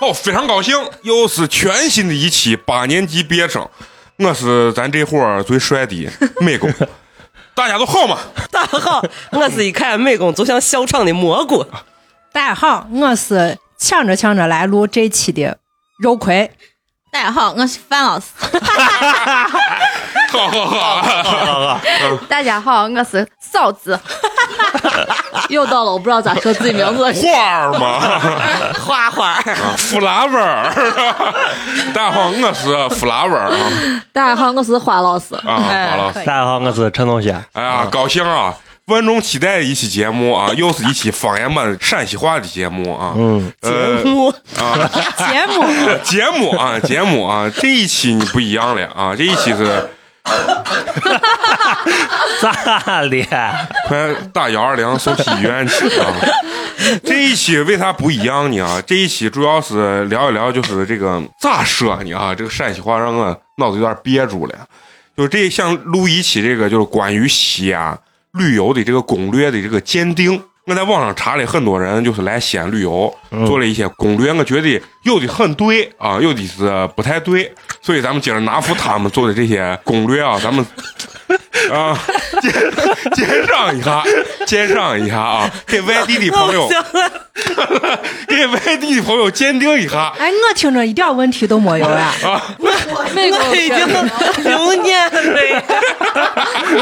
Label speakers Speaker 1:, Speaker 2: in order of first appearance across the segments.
Speaker 1: 哦，非常高兴，又是全新的一期八年级毕业生，我是咱这伙儿最帅 的美工，大家都好吗？
Speaker 2: 大家好，我是一看美工就想笑场的蘑菇。
Speaker 3: 大家好，我是抢着抢着来录这期的肉葵。
Speaker 4: 大家好，我是范老师。
Speaker 1: 好好好，
Speaker 4: 大家好，我是嫂子。又到了我不知道咋说自己名字的时候，
Speaker 1: 花儿 嘛，
Speaker 2: 花花儿，
Speaker 1: 弗拉文儿，大家好，我是弗拉文儿啊
Speaker 4: 大家好，我是花老师。
Speaker 1: 啊，好了，
Speaker 5: 大家好，我是陈同学。
Speaker 1: 哎呀，高兴啊！万众期待的一期节目啊，又是一期方言版陕西话的节目啊。
Speaker 5: 嗯，
Speaker 1: 呃
Speaker 2: 木
Speaker 1: 啊，
Speaker 3: 节 目
Speaker 1: 节目啊，节目啊，这一期你不一样了啊，这一期是
Speaker 5: 咋的？
Speaker 1: 快打幺二零送去医院去啊！ 这一期为啥不一样呢？啊， 这一期主要是聊一聊，就是这个咋说呢？啊，这个陕西话让我脑子有点憋住了。就是这想录一期这个，就是关于西安旅游的这个攻略的这个鉴定。我在网上查了，很多人就是来西安旅游，做了一些攻略，我觉得有的很对啊，有的是不太对，所以咱们今儿拿出他们做的这些攻略啊，咱们啊鉴鉴赏一下，鉴赏一下啊，给外地的朋友
Speaker 2: 我，想
Speaker 1: 给外地的朋友鉴定一下
Speaker 3: 哎，我听着一点问题都没有呀。
Speaker 1: 啊。
Speaker 4: 美国
Speaker 2: 我已经流年了。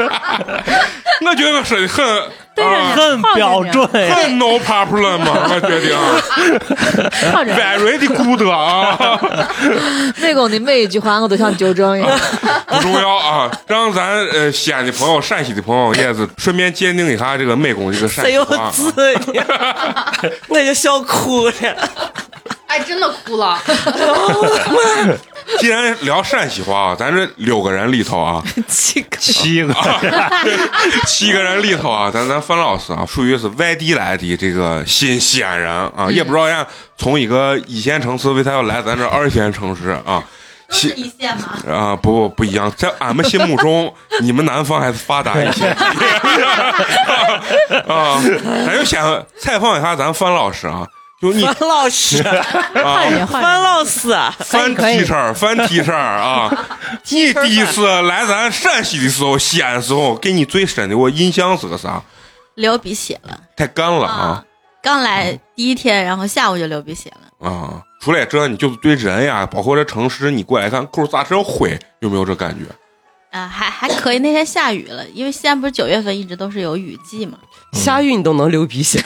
Speaker 1: 我觉得我说的很啊
Speaker 5: 很标准。
Speaker 1: 很 no problem 嘛，我决定啊。
Speaker 4: 看着
Speaker 1: very 的 good 啊，
Speaker 4: 美国的每一句话我都想纠正一下。
Speaker 1: 不重要啊，让咱呃西安的朋友、陕西的朋友也是顺便鉴定一下这个美工这个陕
Speaker 2: 谁
Speaker 1: 西
Speaker 2: 有
Speaker 1: 话啊。
Speaker 2: 字呢？我就笑哭了。
Speaker 6: 哎，真的哭了。
Speaker 1: 既然聊陕西话啊，咱这六个人里头啊，
Speaker 2: 七个
Speaker 5: 七个，
Speaker 1: 七个人里头啊，咱咱范老师啊，属于是外地来的这个新西安人啊，
Speaker 3: 嗯
Speaker 1: 也不知道人家从一个一线城市为啥要来咱这二线城市啊。西
Speaker 6: 一线嘛，
Speaker 1: 啊，不不不一样，在俺们心目中，你们南方还是发达一 些啊。咱就想采访一下咱范老师啊，就你
Speaker 2: 范老师，
Speaker 1: 啊
Speaker 3: 换，人换
Speaker 2: 范
Speaker 3: 人，
Speaker 2: 老师，
Speaker 7: 嗯
Speaker 1: 翻
Speaker 3: 可以
Speaker 1: T 恤，翻 T 恤啊！你第一次来咱陕西的时候，西安的时候，给你最深的我印象是个啥？
Speaker 4: 流鼻血了
Speaker 1: 太干了啊！
Speaker 4: 刚来第一天，然后下午就流鼻血了。
Speaker 1: 啊！除了这，你就是对人呀，包括这城市，你过来看狗咋这灰，有没有这感觉？
Speaker 4: 啊，还还可以。那天下雨了，因为西安不是九月份一直都是有雨季嘛。
Speaker 2: 下雨你都能流鼻血，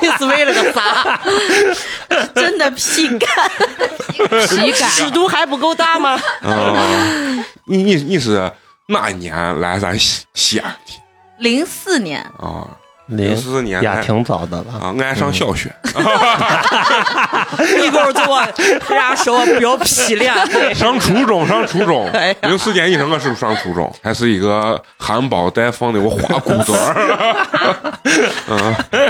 Speaker 2: 你是为了个啥？
Speaker 4: 真的屁干，
Speaker 3: 体感
Speaker 2: 尺度还不够大吗？
Speaker 1: 啊！ 你你你是哪一年来咱西西安的？
Speaker 4: 零四年
Speaker 1: 啊，零
Speaker 5: 零
Speaker 1: 四年
Speaker 5: 也
Speaker 1: 来
Speaker 5: 挺早的了。
Speaker 1: 啊，我还上小学，
Speaker 2: 一会儿就我，人家说我不要皮脸，
Speaker 1: 上初中，上初中
Speaker 2: 哎呀，
Speaker 1: 零四年以前我是不是上初中？还是一个含苞待放的我花骨朵儿， 嗯。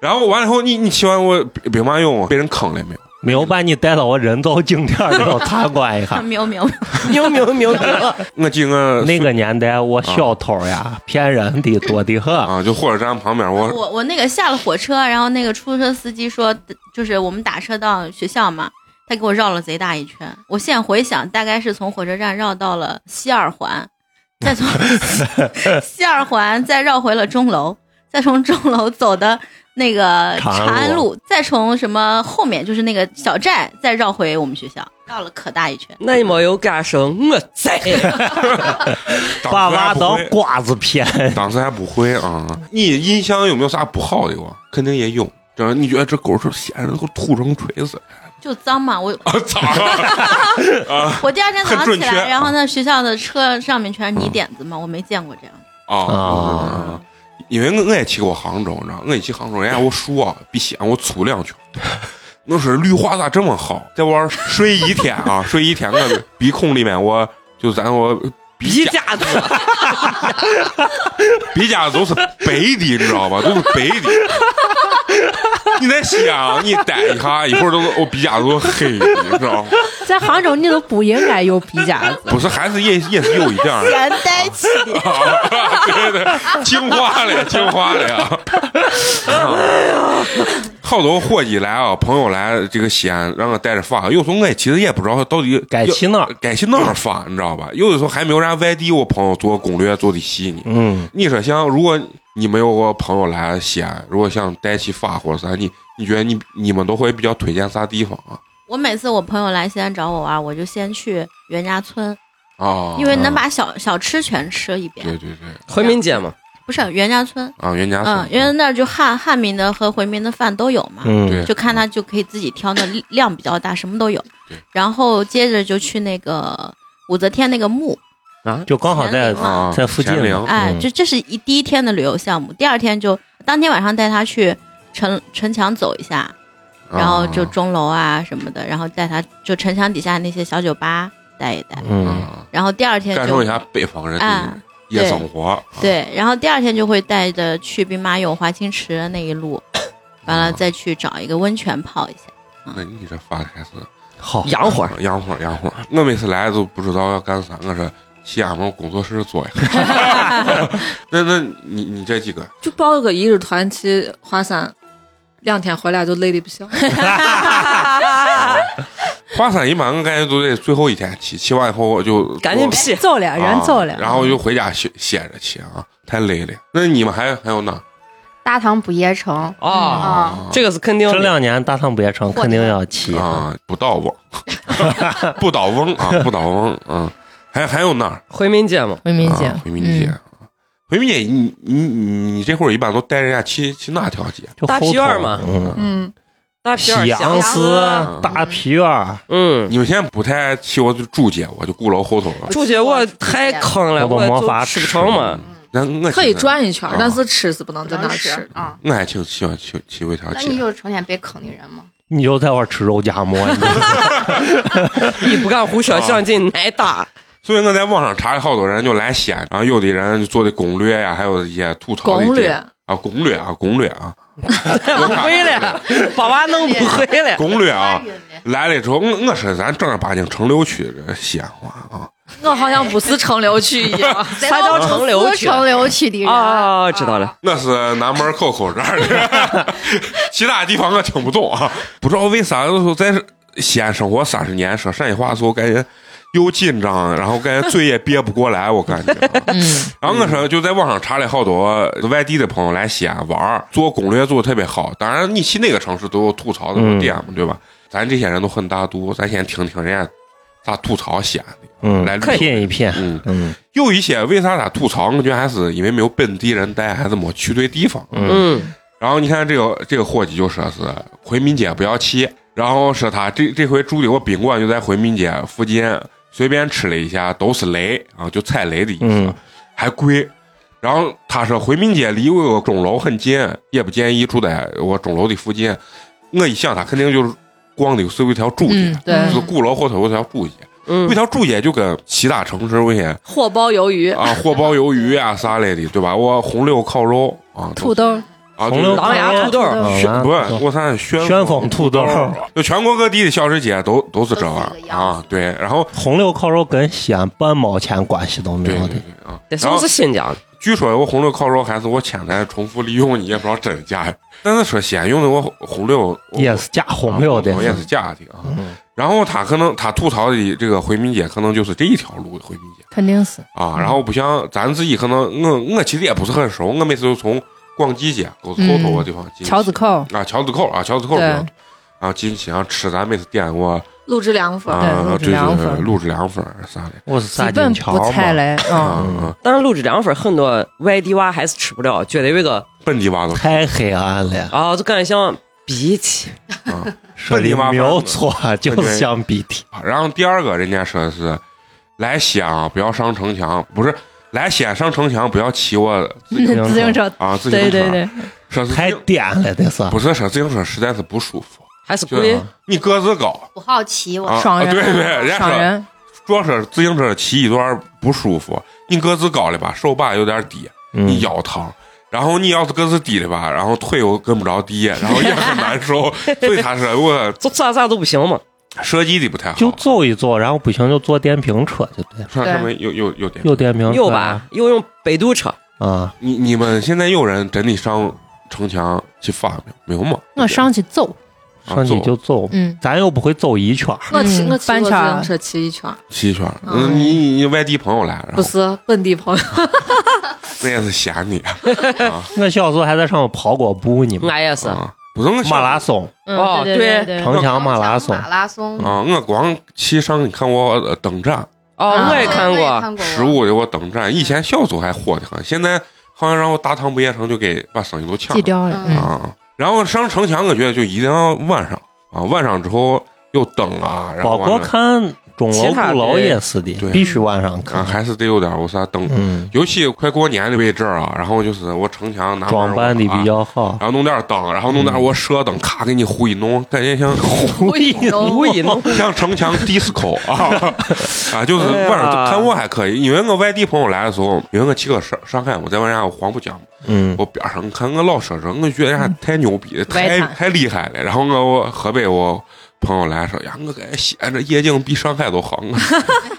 Speaker 1: 然后完了以后，你你喜欢我兵兵马啊俑被人坑了没有？
Speaker 5: 没有把你带到我人造景点儿里 头参观一下。
Speaker 4: 没有没有没有
Speaker 2: 牛牛牛牛！
Speaker 1: 我记得我
Speaker 5: 那个年代，我小偷呀、骗人的多的很。
Speaker 1: 嗯啊，就火车站旁边我
Speaker 4: 我我那个下了火车，然后那个出租车司机说，就是我们打车到学校嘛，他给我绕了贼大一圈。我现在回想，大概是从火车站绕到了西二环，再从西二环再绕回了钟楼，再从钟楼走的那个
Speaker 5: 长安路
Speaker 4: 长安路，再从什么后面就是那个小寨，再绕回我们学校，绕了可大一圈。
Speaker 2: 那你没有敢说我在，
Speaker 5: 把
Speaker 1: 当时还
Speaker 5: 娃
Speaker 1: 不
Speaker 5: 当
Speaker 1: 会，
Speaker 5: 瓜子骗，
Speaker 1: 当时还不会啊。你印象有没有啥不好的我？肯定也有。这你觉得这狗是闲着都土成锤子？
Speaker 4: 就脏嘛，我
Speaker 1: 啊操！
Speaker 4: 我第二天早上
Speaker 1: 很准
Speaker 4: 起来，
Speaker 1: 确
Speaker 4: 然后那学校的车上面全是泥点子嘛，我没见过这样 的。
Speaker 1: 啊
Speaker 5: 啊，
Speaker 1: 因为我我也去过杭州，你知道，我一去杭州，人家我树啊比西安我粗两圈。我说绿化咋这么好？在我玩睡一天啊，睡一天，我鼻孔里面我就咱我
Speaker 2: 鼻
Speaker 1: 鼻甲
Speaker 2: 夹子，
Speaker 1: 鼻甲都是白的，你知道吧？都是白的。你在西安、啊，你待一下，一会儿都我鼻甲都黑的，你知道吗？
Speaker 3: 在杭州你都不应该有皮夹子。
Speaker 1: 不是，还是也也是有一点 儿，
Speaker 8: 连带起的，
Speaker 4: 啊
Speaker 1: 对对，精华了呀，精华了呀！啊 好多伙计来啊，朋友来这个西安，让我带着发，有时候我也其实也不知道他到底
Speaker 5: 该
Speaker 1: 要
Speaker 5: 去哪儿？
Speaker 1: 该去哪儿发，你知道吧？有的时候还没有人家外地我朋友做攻略做的细呢。
Speaker 5: 嗯，
Speaker 1: 你说像如果你没有个朋友来西安，如果想带起发或者啥，你你觉得你你们都会比较推荐啥地方啊？
Speaker 4: 我每次我朋友来西安找我玩，我就先去袁家村，
Speaker 1: 啊，
Speaker 4: 因为能
Speaker 1: 嗯
Speaker 4: 把小小吃全吃一遍。
Speaker 1: 对对对
Speaker 2: 回民街嘛，
Speaker 4: 不是袁家村，
Speaker 1: 啊，袁家
Speaker 4: 嗯，因为那儿就汉汉民的和回民的饭都有嘛，
Speaker 5: 嗯
Speaker 1: 对
Speaker 4: 就看他就可以自己挑，那力量比较大，什么都有
Speaker 1: 对。
Speaker 4: 然后接着就去那个武则天那个墓，
Speaker 5: 啊，就刚好在
Speaker 4: 前岭
Speaker 1: 啊
Speaker 5: 在附近
Speaker 1: 乾陵
Speaker 4: 哎，
Speaker 5: 嗯
Speaker 4: 这这是一第一天的旅游项目。第二天就当天晚上带他去城城墙走一下，然后就
Speaker 1: 啊
Speaker 4: 钟楼啊什么的，然后带他就城墙底下那些小酒吧待一待。
Speaker 5: 嗯，
Speaker 1: 啊
Speaker 4: 然后第二天
Speaker 1: 感受
Speaker 4: 就
Speaker 1: 一下北方人
Speaker 4: 哎
Speaker 1: 的夜生活。
Speaker 4: 对，然后第二天就会带着去兵马俑、华清池那一路，完了
Speaker 1: 啊
Speaker 4: 再去找一个温泉泡一下。
Speaker 1: 那你这发的还是
Speaker 5: 好，
Speaker 2: 洋会儿。
Speaker 1: 洋火洋火。我每次来都不知道要干啥，我说西安往工作室做呀。那那你你这几个
Speaker 6: 就报个一日团去华山，两天回来就累的 不行。
Speaker 1: 华山一般我感觉都得最后一天去，去完以后我就
Speaker 2: 赶紧
Speaker 1: 我
Speaker 2: 屁，
Speaker 3: 走了，人
Speaker 1: 啊
Speaker 3: 走了，
Speaker 1: 然后就回家歇歇着去啊，太累了。那你们还还有哪？
Speaker 8: 大唐不夜城
Speaker 2: 啊！
Speaker 8: 啊，
Speaker 2: 这个是肯定
Speaker 5: 这
Speaker 2: 的，
Speaker 5: 两年大唐不夜城肯定要去，
Speaker 1: 啊，不倒翁， 不倒翁啊，不倒翁啊，还还有哪儿？
Speaker 2: 回民街嘛，
Speaker 3: 回民街
Speaker 1: 啊，回民街，
Speaker 3: 嗯
Speaker 1: 啊回民街，你你你你这会儿一般都带人家去去哪条街？
Speaker 5: 就
Speaker 2: 大
Speaker 5: 后
Speaker 2: 皮院儿
Speaker 5: 头
Speaker 2: 嘛
Speaker 5: 嗯，
Speaker 6: 嗯，
Speaker 2: 大皮院儿
Speaker 5: 杨
Speaker 2: 巷
Speaker 5: 寺
Speaker 1: 嗯
Speaker 5: 大皮院儿，
Speaker 2: 嗯，
Speaker 1: 你们现在不太去我主街，我就鼓楼后头了。
Speaker 2: 主角我太坑了，
Speaker 5: 我
Speaker 2: 我
Speaker 5: 都没法
Speaker 2: 就吃不成 嘛。
Speaker 1: 那我
Speaker 6: 嗯可以，转一圈
Speaker 1: 啊，
Speaker 6: 但是吃是不能
Speaker 8: 不
Speaker 6: 在那
Speaker 8: 能
Speaker 6: 儿
Speaker 8: 吃
Speaker 6: 吃。
Speaker 8: 啊。
Speaker 1: 我还挺喜欢去去过一条
Speaker 8: 那你
Speaker 1: 街。
Speaker 8: 就是成天被坑的人吗？
Speaker 5: 你就在我吃肉夹馍， 你
Speaker 2: 你不敢胡说，想进挨打。
Speaker 8: 啊
Speaker 1: 所以我在网上查了好多人就来西安，然后有的人就做的攻略呀，还有一些吐槽的
Speaker 6: 攻
Speaker 1: 一些
Speaker 6: 略
Speaker 1: 啊，攻略啊，攻略 啊，
Speaker 2: 不会了，把娃 弄不会了。
Speaker 1: 攻略啊
Speaker 8: 发。晕的
Speaker 1: 来了之后，我我说咱正儿八经城六区这西安话啊，
Speaker 6: 我好像不是城柳区一 样，
Speaker 2: 才叫城
Speaker 8: 我
Speaker 2: 流
Speaker 8: 不是
Speaker 2: 去
Speaker 8: 城柳区的人
Speaker 2: 啊！知道了，
Speaker 1: 那是南门口口这儿的，其他地方我听不懂啊，不知道为啥有时候在西安生活三十年，说陕西话的时候感觉又紧张，然后感觉嘴也憋不过来，我感觉啊、
Speaker 3: 嗯，
Speaker 1: 然后我说就在网上查了好多外地的朋友来西安玩儿，做攻略做的特别好。当然，你去哪个城市都有吐槽的
Speaker 5: 嗯
Speaker 1: 点嘛，对吧？咱这些人都很大度，咱先听听人家咋吐槽西安的。
Speaker 5: 嗯，
Speaker 1: 来
Speaker 5: 来骗一骗，
Speaker 1: 嗯，
Speaker 5: 嗯
Speaker 1: 有一些为啥他吐槽，我觉得还是因为没有本地人带，还是没去对地方。
Speaker 5: 嗯，
Speaker 2: 嗯，
Speaker 1: 然后你看这个这个伙计就说是回民街不要去，然后说他这这回住的我宾馆就在回民街附近，随便吃了一下都是雷啊，就踩雷的意思，
Speaker 5: 嗯
Speaker 1: 还贵。然后他说回民街离我钟楼很近，也不建议住在我钟楼的附近。我一想，他肯定就是逛的是有一条主街，
Speaker 3: 嗯
Speaker 6: 对
Speaker 1: 就是鼓楼后头有一条主街，有一
Speaker 2: 嗯，
Speaker 1: 条主街就跟其他城市有些
Speaker 6: 火爆鱿鱼，
Speaker 1: 啊火爆鱿鱼啊啥类的，对吧？我红柳烤肉啊，
Speaker 3: 土豆，
Speaker 1: 啊
Speaker 5: 红
Speaker 1: 就
Speaker 5: 柳
Speaker 1: 是
Speaker 2: 狼牙土豆
Speaker 8: 啊
Speaker 2: 儿，
Speaker 3: 嗯
Speaker 1: 旋不
Speaker 5: 嗯
Speaker 1: 是，我看旋
Speaker 5: 旋风土豆，
Speaker 1: 就全国各地的小吃街都都是这玩
Speaker 8: 都是这
Speaker 1: 意儿
Speaker 8: 个样
Speaker 1: 啊
Speaker 8: 子，
Speaker 1: 对，然后
Speaker 5: 红柳烤肉跟西安半毛钱关系都没
Speaker 1: 对
Speaker 5: 有
Speaker 1: 对
Speaker 5: 的
Speaker 1: 对。啊，
Speaker 2: 这
Speaker 1: 然
Speaker 2: 算
Speaker 1: 后
Speaker 2: 是新疆的。
Speaker 1: 据说我红柳烤肉还是我前台重复利用，你也不知道真假呀。但是说西安用的我红柳
Speaker 5: 也是假红柳的
Speaker 1: 啊，也是假的啊。
Speaker 5: 嗯
Speaker 1: 然后他可能他吐槽的这个回民街，可能就是这一条路的回民街
Speaker 3: 肯定是
Speaker 1: 啊。然后不像咱自己，可能我我其实也不是很熟，我每次都从广济街、沟子后头个地方进去
Speaker 3: 桥子口，
Speaker 1: 啊，桥子口啊，桥子口
Speaker 3: 对
Speaker 1: 然后进去然后吃，咱每次点过
Speaker 6: 卤制凉粉，
Speaker 1: 啊，
Speaker 3: 对卤
Speaker 1: 对
Speaker 3: 制凉粉
Speaker 1: 对对卤制凉粉啥的
Speaker 5: 我是
Speaker 3: 基
Speaker 5: 撒
Speaker 3: 本
Speaker 5: 金桥
Speaker 3: 不
Speaker 5: 嘛，
Speaker 3: 踩雷
Speaker 7: 嗯
Speaker 3: 啊。
Speaker 1: 啊，啊
Speaker 2: 但是卤汁凉粉很多外地娃还是吃不了，觉得有一个
Speaker 1: 本地娃都
Speaker 5: 太黑暗了，
Speaker 2: 啊，就感觉像鼻涕。
Speaker 5: 说的没有错，就是像鼻涕。
Speaker 1: 然后第二个，人家说的是来西安啊，不要上城墙，不是来西安上城墙不要骑我
Speaker 5: 行
Speaker 3: 自行车，
Speaker 1: 啊自行
Speaker 3: 对
Speaker 1: 车，
Speaker 3: 对对，
Speaker 1: 说是
Speaker 5: 太颠了，这是
Speaker 1: 不是说自行车实在是不舒服，
Speaker 2: 还是
Speaker 1: 就
Speaker 2: 贵
Speaker 1: 是，啊你个子高
Speaker 8: 不好奇我
Speaker 1: 啊，
Speaker 3: 双
Speaker 1: 啊
Speaker 3: 人
Speaker 1: 对对，人家
Speaker 3: 伤
Speaker 1: 说
Speaker 3: 人，
Speaker 1: 主要是自行车骑一段不舒服，你个子高了吧，手把有点低，你
Speaker 5: 嗯
Speaker 1: 腰疼。然后你要是个子低了吧，然 后腿又跟不着地，然后也很难受，所以他说我呃
Speaker 2: 做咋咋都不行嘛。
Speaker 1: 射击力不太好，
Speaker 5: 就揍一揍，然后不行就坐电瓶车就对了，
Speaker 1: 上上面有有有点。
Speaker 5: 又电瓶车
Speaker 2: 又吧，又用北都车，
Speaker 5: 啊，
Speaker 1: 你你们现在有人真的上城墙去发没有吗？
Speaker 3: 我上去揍，
Speaker 1: 啊
Speaker 5: 上去
Speaker 1: 揍
Speaker 5: 就揍，
Speaker 8: 嗯，
Speaker 5: 咱又不会揍一圈儿，
Speaker 6: 我骑
Speaker 3: 嗯
Speaker 6: 我骑
Speaker 3: 搬
Speaker 6: 过自
Speaker 3: 圈儿
Speaker 7: 啊
Speaker 6: 行车骑一圈儿，
Speaker 1: 骑一圈儿。
Speaker 6: 嗯
Speaker 1: 嗯，你你你外地朋友来，然
Speaker 6: 不
Speaker 1: 后
Speaker 6: 是
Speaker 8: 嗯
Speaker 6: 本地朋友，
Speaker 1: 那也是闲 的。啊
Speaker 5: 我小时候还在上面跑过步呢嘛，
Speaker 2: 俺也是。
Speaker 1: 啊，不是我小
Speaker 5: 马拉松，
Speaker 2: 哦
Speaker 8: 嗯，对对，
Speaker 5: 城墙马拉松
Speaker 8: 松，，马拉松，
Speaker 1: 啊，我光骑上，你看我呃登站
Speaker 2: 哦，
Speaker 8: 啊
Speaker 2: 我也看
Speaker 8: 我
Speaker 2: 过，
Speaker 1: 十五的我登站，以前小时候还火的很，现在好像让我大唐不夜城就给把生意都抢
Speaker 3: 记
Speaker 1: 了
Speaker 3: 掉了。
Speaker 8: 嗯
Speaker 1: 啊。然后上城墙，我觉得就一定要晚上啊，晚上之后又灯啊，然后
Speaker 5: 包
Speaker 1: 完
Speaker 5: 括
Speaker 1: 了
Speaker 5: 看钟楼、鼓楼也是的
Speaker 1: 对，
Speaker 5: 必须晚上
Speaker 1: 啊
Speaker 5: 看。
Speaker 1: 还是得有点我啥灯。
Speaker 5: 嗯，
Speaker 1: 尤其快过年的位置啊，然后就是我城墙拿门
Speaker 5: 装扮的
Speaker 1: 我啊
Speaker 5: 比较嗯好，
Speaker 1: 然后弄点灯，然后弄点我射灯，咔给你糊一弄，感觉 像
Speaker 5: 故意 故意弄，
Speaker 1: 像城墙 disco 啊啊！就是
Speaker 2: 哎呀
Speaker 1: 晚上看我还可以，因为我外地朋友来的时候，因为我去过上上海，我在外家我黄浦江，
Speaker 5: 嗯，
Speaker 1: 我边上看我老射人，我觉得人家太牛逼了，太
Speaker 8: 外滩
Speaker 1: 太厉害了。然后我我河北我朋友来说呀，我感觉西安这夜景比上海都好，我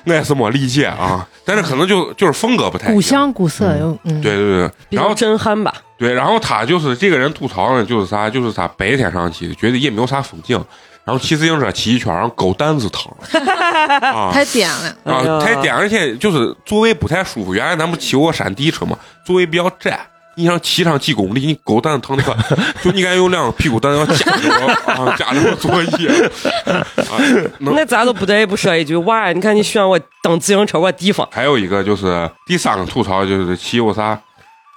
Speaker 1: 我也是没理解啊。但是可能就就是风格不太
Speaker 3: 古
Speaker 1: 一样。
Speaker 3: 香古色，嗯，
Speaker 1: 对对对，
Speaker 2: 比
Speaker 1: 然后
Speaker 2: 较震撼吧。
Speaker 1: 对，然后他就是这个人吐槽呢，就是啥，就是他白天上去觉得也没有啥风景，然后骑自行车骑一圈，然后狗蛋子 疼啊
Speaker 6: 太颠了。
Speaker 2: 哎
Speaker 1: 啊，
Speaker 2: 呀
Speaker 1: 太颠，而且就是座位不太舒服。原来咱们骑过山地车嘛，座位比较窄。你想骑上几公里，你狗蛋疼的快，就你感觉有两个屁股蛋要夹着我啊，夹着我座椅啊。能
Speaker 2: 那咱都不得不 说一句，哇，你看你选我蹬自行车我地方，
Speaker 1: 还有一个就是第三个吐槽就是骑我啥，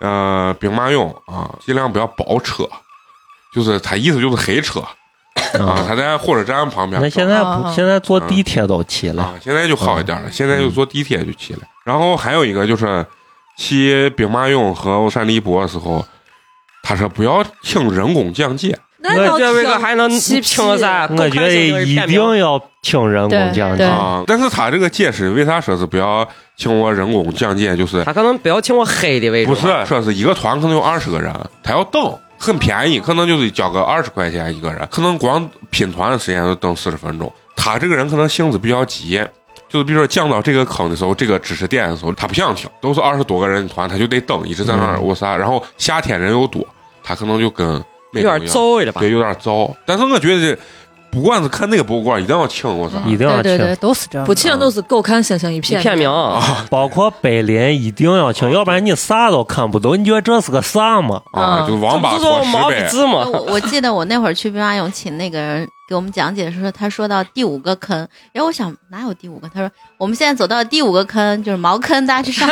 Speaker 1: 呃，兵马俑啊，尽量不要包车，就是他意思就是黑车啊，
Speaker 5: 啊，
Speaker 1: 他在火车站旁边。
Speaker 5: 那现在不
Speaker 3: 啊
Speaker 5: 现在坐地铁都骑了，
Speaker 1: 啊，现在就好一点了，现在就坐地铁就骑了。然后还有一个就是骑兵马俑和山地坡的时候，他说不要听人工讲解，
Speaker 6: 那
Speaker 2: 我
Speaker 6: 能
Speaker 2: 这为
Speaker 6: 听
Speaker 2: 个还能
Speaker 6: 七
Speaker 2: 听啥？
Speaker 5: 我觉得一定要听人工讲
Speaker 3: 对
Speaker 5: 解
Speaker 3: 对。
Speaker 1: 啊，但是他这个解释为啥说是不要听我人工讲解，就是
Speaker 2: 他可能不要请我黑的为主。
Speaker 1: 不是说是一个团可能有二十个人，他要等。很便宜，可能就是交个二十块钱一个人，可能光拼团的时间就等四十分钟。他这个人可能性子比较急，就是比如说降到这个坑的时候，这个知识点的时候，他不想听，都是二十多个人团，他就得等，一直在那儿
Speaker 5: 嗯
Speaker 1: 我啥。然后夏天人又多，他可能就跟
Speaker 2: 有
Speaker 1: 那种
Speaker 2: 点
Speaker 1: 一样，
Speaker 2: 糟了吧？
Speaker 1: 对，有点糟。但是我觉得，不管是看哪个博物馆，一定要请我啥
Speaker 5: 一定要
Speaker 3: 对对
Speaker 5: 请，
Speaker 3: 对，都是这样
Speaker 6: 不。请都是狗看星星一
Speaker 2: 一
Speaker 6: 片
Speaker 2: 片名，啊
Speaker 1: 啊
Speaker 5: 包括北林一定要请，要不然你啥都看不懂。你觉得这是个啥嘛？
Speaker 1: 啊，
Speaker 8: 嗯
Speaker 1: 就王八
Speaker 2: 这不是
Speaker 1: 驮
Speaker 2: 我
Speaker 1: 十
Speaker 2: 毛笔
Speaker 1: 呗。
Speaker 2: 字吗？
Speaker 6: 哦
Speaker 4: 我我记得我那会儿去兵马俑，请那个人给我们讲解的时候，他说到第五个坑，然后我想哪有第五个？他说我们现在走到第五个坑，就是茅坑，大家去上。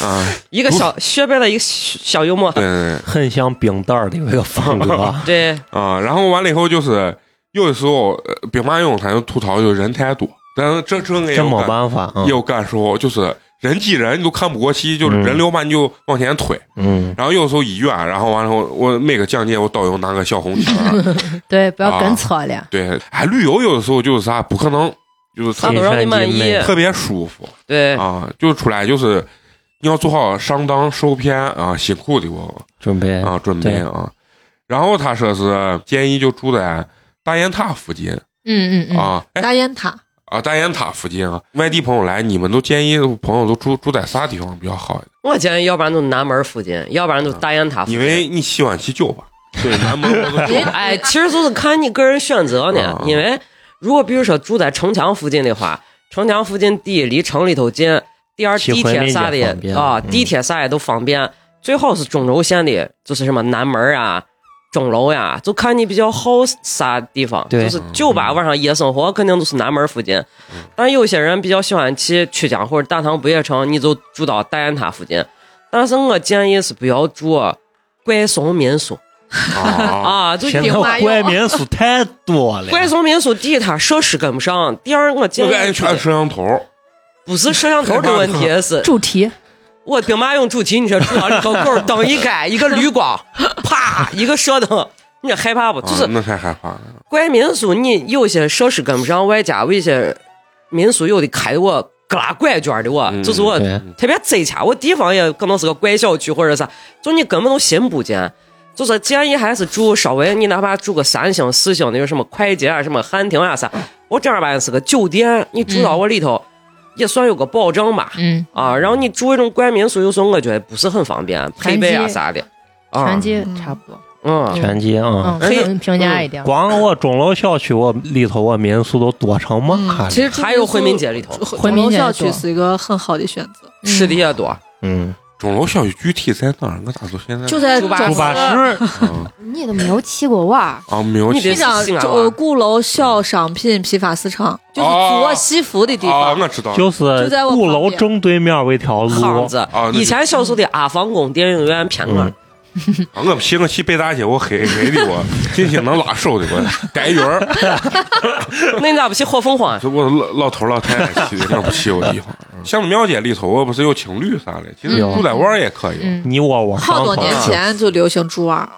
Speaker 1: 啊，
Speaker 2: 一个小雪白的一个小幽默，
Speaker 1: 对对对。
Speaker 5: 很像冰袋儿的那 个风格。
Speaker 2: 对，
Speaker 1: 啊，然后完了以后就是有的时候呃兵马俑，他就吐槽就是人太多，但是这这我也
Speaker 5: 这
Speaker 1: 有
Speaker 5: 没
Speaker 1: 感
Speaker 5: 办法啊
Speaker 1: 也，有感受，就是人挤人你都看不过去，就是
Speaker 5: 嗯
Speaker 1: 人流嘛你就往前推。
Speaker 5: 嗯，
Speaker 1: 然后有时候医院，然后完了后我每个讲解我导游拿个小红旗 儿，
Speaker 3: 对，不要
Speaker 1: 啊
Speaker 3: 跟错了。
Speaker 1: 对，哎，旅游有的时候就是啥不可能就是
Speaker 2: 他
Speaker 1: 特
Speaker 2: 都
Speaker 1: 别
Speaker 2: 让你满
Speaker 5: 尽
Speaker 2: 意
Speaker 5: 美。
Speaker 1: 特别舒服
Speaker 2: 对，
Speaker 1: 啊，就出来就是。你要做好上当受骗啊，辛苦的我
Speaker 5: 准备
Speaker 1: 啊，准备
Speaker 5: 对
Speaker 1: 啊。然后他说是建议就住在大雁塔附近，
Speaker 6: 嗯嗯嗯，
Speaker 1: 啊，哎
Speaker 6: 大雁塔
Speaker 1: 啊，大雁塔附近啊，外地朋友来，你们都建议朋友都住住在啥地方比较好？
Speaker 2: 我建议要不然就南门附近，要不然就大雁塔附近。
Speaker 1: 因为你喜欢去酒吧， 对，南门我 都
Speaker 6: 哎
Speaker 2: 哎，其实就是看你个人选择呢
Speaker 1: 啊。
Speaker 5: 嗯
Speaker 2: 因为如果比如说住在城墙附近的话，城墙附近第一离城里头近，第二
Speaker 5: 骑
Speaker 2: 地
Speaker 5: 回
Speaker 2: 铁
Speaker 5: 民
Speaker 2: 啥
Speaker 5: 也方
Speaker 2: 的
Speaker 5: 便
Speaker 2: 啊，
Speaker 5: 嗯
Speaker 2: 地铁啥也都方便。最好是中轴线的，就是什么南门啊、钟楼呀，就看你比较好啥地方。
Speaker 5: 对嗯
Speaker 2: 就是酒吧晚上夜生活肯定都是南门附近，但有些人比较喜欢去曲江或者大唐不夜城，你就住到大雁塔附近。但是我建议是不要住
Speaker 5: 哦
Speaker 2: 怪松民宿
Speaker 1: 啊，
Speaker 2: 啊，就
Speaker 5: 现
Speaker 2: 兵
Speaker 5: 在
Speaker 2: 马俑
Speaker 5: 怪民宿太多 了，
Speaker 2: 怪松民宿第一，它设施跟不上；第二，我建
Speaker 1: 我感觉
Speaker 2: 议
Speaker 1: 全是摄像头，
Speaker 2: 不是摄像头的问题，是
Speaker 3: 主题
Speaker 2: 我兵马俑主题，你说住到里头狗 灯一开，一个绿光，啪，一个射灯，你这害怕不？就
Speaker 1: 啊
Speaker 2: 是
Speaker 1: 那太害怕了。
Speaker 2: 怪民宿，你有些设施跟不上，外加有一些民宿有的开的我旮旯拐角的我，
Speaker 1: 嗯
Speaker 2: 就是我
Speaker 5: 对
Speaker 2: 特别贼掐，我地方也可能是个怪小区或者啥，就你根本都寻不见。就是建议还是住稍微你哪怕住个三星、四星的，有什么快捷啊、什么汉庭啊啥，我正儿八经是个酒店，你住到我里头、也算有个保障吧。
Speaker 7: 嗯，
Speaker 2: 啊，然后你住一种怪民宿，有时候我觉得不是很方便，配备啊
Speaker 7: 全季
Speaker 2: 啥的。啊
Speaker 7: 全，街
Speaker 6: 嗯
Speaker 7: 差不多，
Speaker 2: 嗯，
Speaker 5: 全集啊。
Speaker 7: 嗯，更平价一点。
Speaker 5: 光我钟楼校区我里头我民宿都多成嘛
Speaker 7: 嗯
Speaker 5: 卡
Speaker 6: 其
Speaker 5: 了，
Speaker 6: 实这
Speaker 2: 啊还有回民街里头
Speaker 7: 回民
Speaker 6: 钟
Speaker 7: 街
Speaker 6: 楼校
Speaker 7: 多
Speaker 6: 区是一个很好的选择，
Speaker 7: 嗯
Speaker 2: 吃的也多，
Speaker 5: 嗯，
Speaker 1: 钟楼校区具体在哪儿？我咋都现在
Speaker 6: 就在
Speaker 2: 猪八
Speaker 6: 整
Speaker 5: 不
Speaker 2: 戒
Speaker 5: 把事
Speaker 1: 啊
Speaker 8: 你都没有去过哇？
Speaker 1: 啊没有
Speaker 2: 你得
Speaker 6: 你想
Speaker 2: 西安
Speaker 6: 这
Speaker 2: 啊
Speaker 6: 呃鼓楼校商品批发市场，就是
Speaker 2: 哦
Speaker 6: 做西服的地
Speaker 1: 啊，
Speaker 6: 方，
Speaker 1: 我知道
Speaker 5: 就
Speaker 6: 就是在我旁
Speaker 5: 鼓
Speaker 6: 边
Speaker 5: 楼正对面有一条
Speaker 2: 巷
Speaker 5: 路，
Speaker 2: 子
Speaker 1: 啊那。就
Speaker 2: 以前小时候的阿房宫电影院偏门
Speaker 5: 嗯，
Speaker 1: 啊我平时去北大街，我黑黑的我，进去能拉手的我，逮鱼儿，
Speaker 2: 那你咋不去火凤凰？
Speaker 1: 这我老老头老太太去的，那不去我地方。像庙街里头，我不是有情侣啥的，其实
Speaker 7: 嗯
Speaker 1: 住在玩儿也可以
Speaker 7: 嗯，
Speaker 5: 你我我上
Speaker 6: 好多
Speaker 5: 头
Speaker 6: 年前就流行猪娃，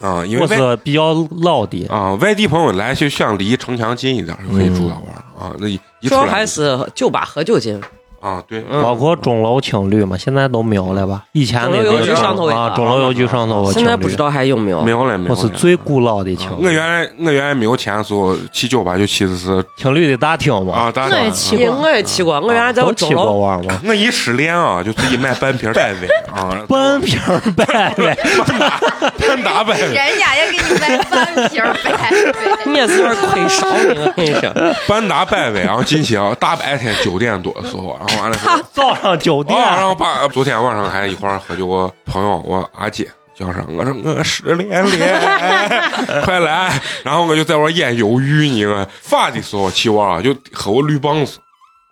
Speaker 1: 啊，因为
Speaker 5: 我
Speaker 1: 外
Speaker 5: 是比较老的，
Speaker 1: 啊外地朋友来就想离城墙近一点，就可以住在玩儿啊。那一一
Speaker 2: 主
Speaker 1: 出
Speaker 2: 要
Speaker 1: 来
Speaker 2: 还是酒吧喝酒精，
Speaker 1: 啊，对，
Speaker 2: 嗯
Speaker 5: 包括钟楼情侣嘛，现在都没有了吧？以前那
Speaker 2: 钟
Speaker 5: 个
Speaker 2: 楼邮局上头有
Speaker 5: 啊，
Speaker 2: 啊
Speaker 5: 钟楼邮局上头有情
Speaker 2: 现
Speaker 5: 侣，
Speaker 2: 在不知道还有没有
Speaker 1: 没。有了没有
Speaker 5: 我
Speaker 1: 了。
Speaker 5: 是最古老的情
Speaker 1: 啊我
Speaker 5: 侣，
Speaker 1: 原来我原来没有钱的时候去酒吧就去的是
Speaker 5: 情侣的大厅嘛，
Speaker 1: 啊，大
Speaker 3: 我也
Speaker 1: 家
Speaker 3: 去
Speaker 2: 也我也去过，我原来在
Speaker 5: 啊都
Speaker 2: 钟
Speaker 5: 去过
Speaker 2: 楼，
Speaker 5: 玩吗？
Speaker 1: 我一失恋啊，就自己买半瓶百威啊，
Speaker 5: 半瓶儿百威，
Speaker 1: 半打百威，
Speaker 8: 人家也给你买半瓶儿 呗。
Speaker 2: 你也是有点亏少你，我跟你说，
Speaker 1: 半打百威，然后进去啊，大白天九点多的时候，然啊后完了之后，
Speaker 5: 早上啊九点
Speaker 1: 哦，，然后把昨天晚上还一块儿喝酒，我朋友我阿姐。叫上我说呃我失恋了，快来！然后我就在我演犹豫呢，我发的时候去玩就喝我绿棒子，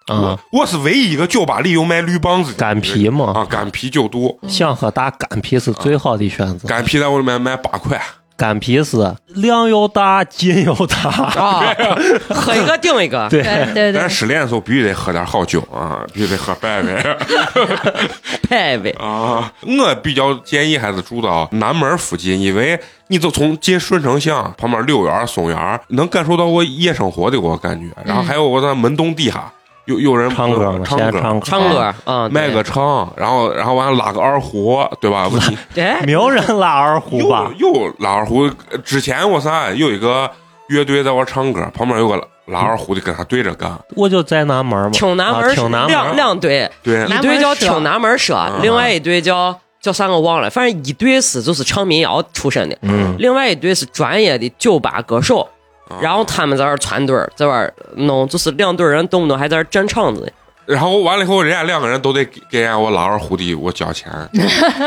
Speaker 5: 啊，
Speaker 1: 我我是唯一一个酒吧里有卖绿棒子的
Speaker 5: 干啤嘛，
Speaker 1: 啊，干啤九度，
Speaker 6: 嗯
Speaker 5: 想喝大干啤是最好的选
Speaker 2: 啊
Speaker 5: 择。
Speaker 1: 干啤在我里面卖八块，
Speaker 5: 干啤是量又大，劲又大，
Speaker 2: 啊，喝一个顶一个，
Speaker 5: 对，
Speaker 3: 对对对
Speaker 1: 但，失恋的时候必须得喝点好酒啊，必须得喝百威
Speaker 2: 派位。
Speaker 1: 啊。我比较建议还是住到南门附近，因为你就从进顺城巷旁边六园、松园，能感受到我夜生活的我感觉。然后还有我在门洞底下有有人
Speaker 5: 唱歌嘛，
Speaker 1: 唱
Speaker 5: 现在
Speaker 1: 歌。
Speaker 5: 唱
Speaker 2: 唱
Speaker 5: 歌
Speaker 2: 歌，啊，
Speaker 1: 卖个唱，然后然后完了拉个二胡，对吧？你
Speaker 2: 哎，
Speaker 5: 没有人拉二胡吧
Speaker 1: 又？又拉二胡。之前我啥有一个乐队在玩唱歌，旁边有个拉二胡的跟他对着干，
Speaker 5: 我就在南门嘛，
Speaker 2: 挺南
Speaker 5: 啊
Speaker 2: 门
Speaker 5: 挺南
Speaker 2: 两
Speaker 5: 门，
Speaker 2: 两队，
Speaker 1: 对
Speaker 2: 一队叫挺南门社
Speaker 1: 嗯，
Speaker 2: 另外一队叫叫啥我忘了，反正一队是就是唱民谣出身的，
Speaker 5: 嗯，
Speaker 2: 另外一队是专业的酒吧歌手，
Speaker 1: 啊
Speaker 2: 然后他们在那儿攒队儿，在那儿弄，就是两队人动不动还在那儿占场子。
Speaker 1: 然后完了以后，人家两个人都得给给人家我拉二胡的我交 钱，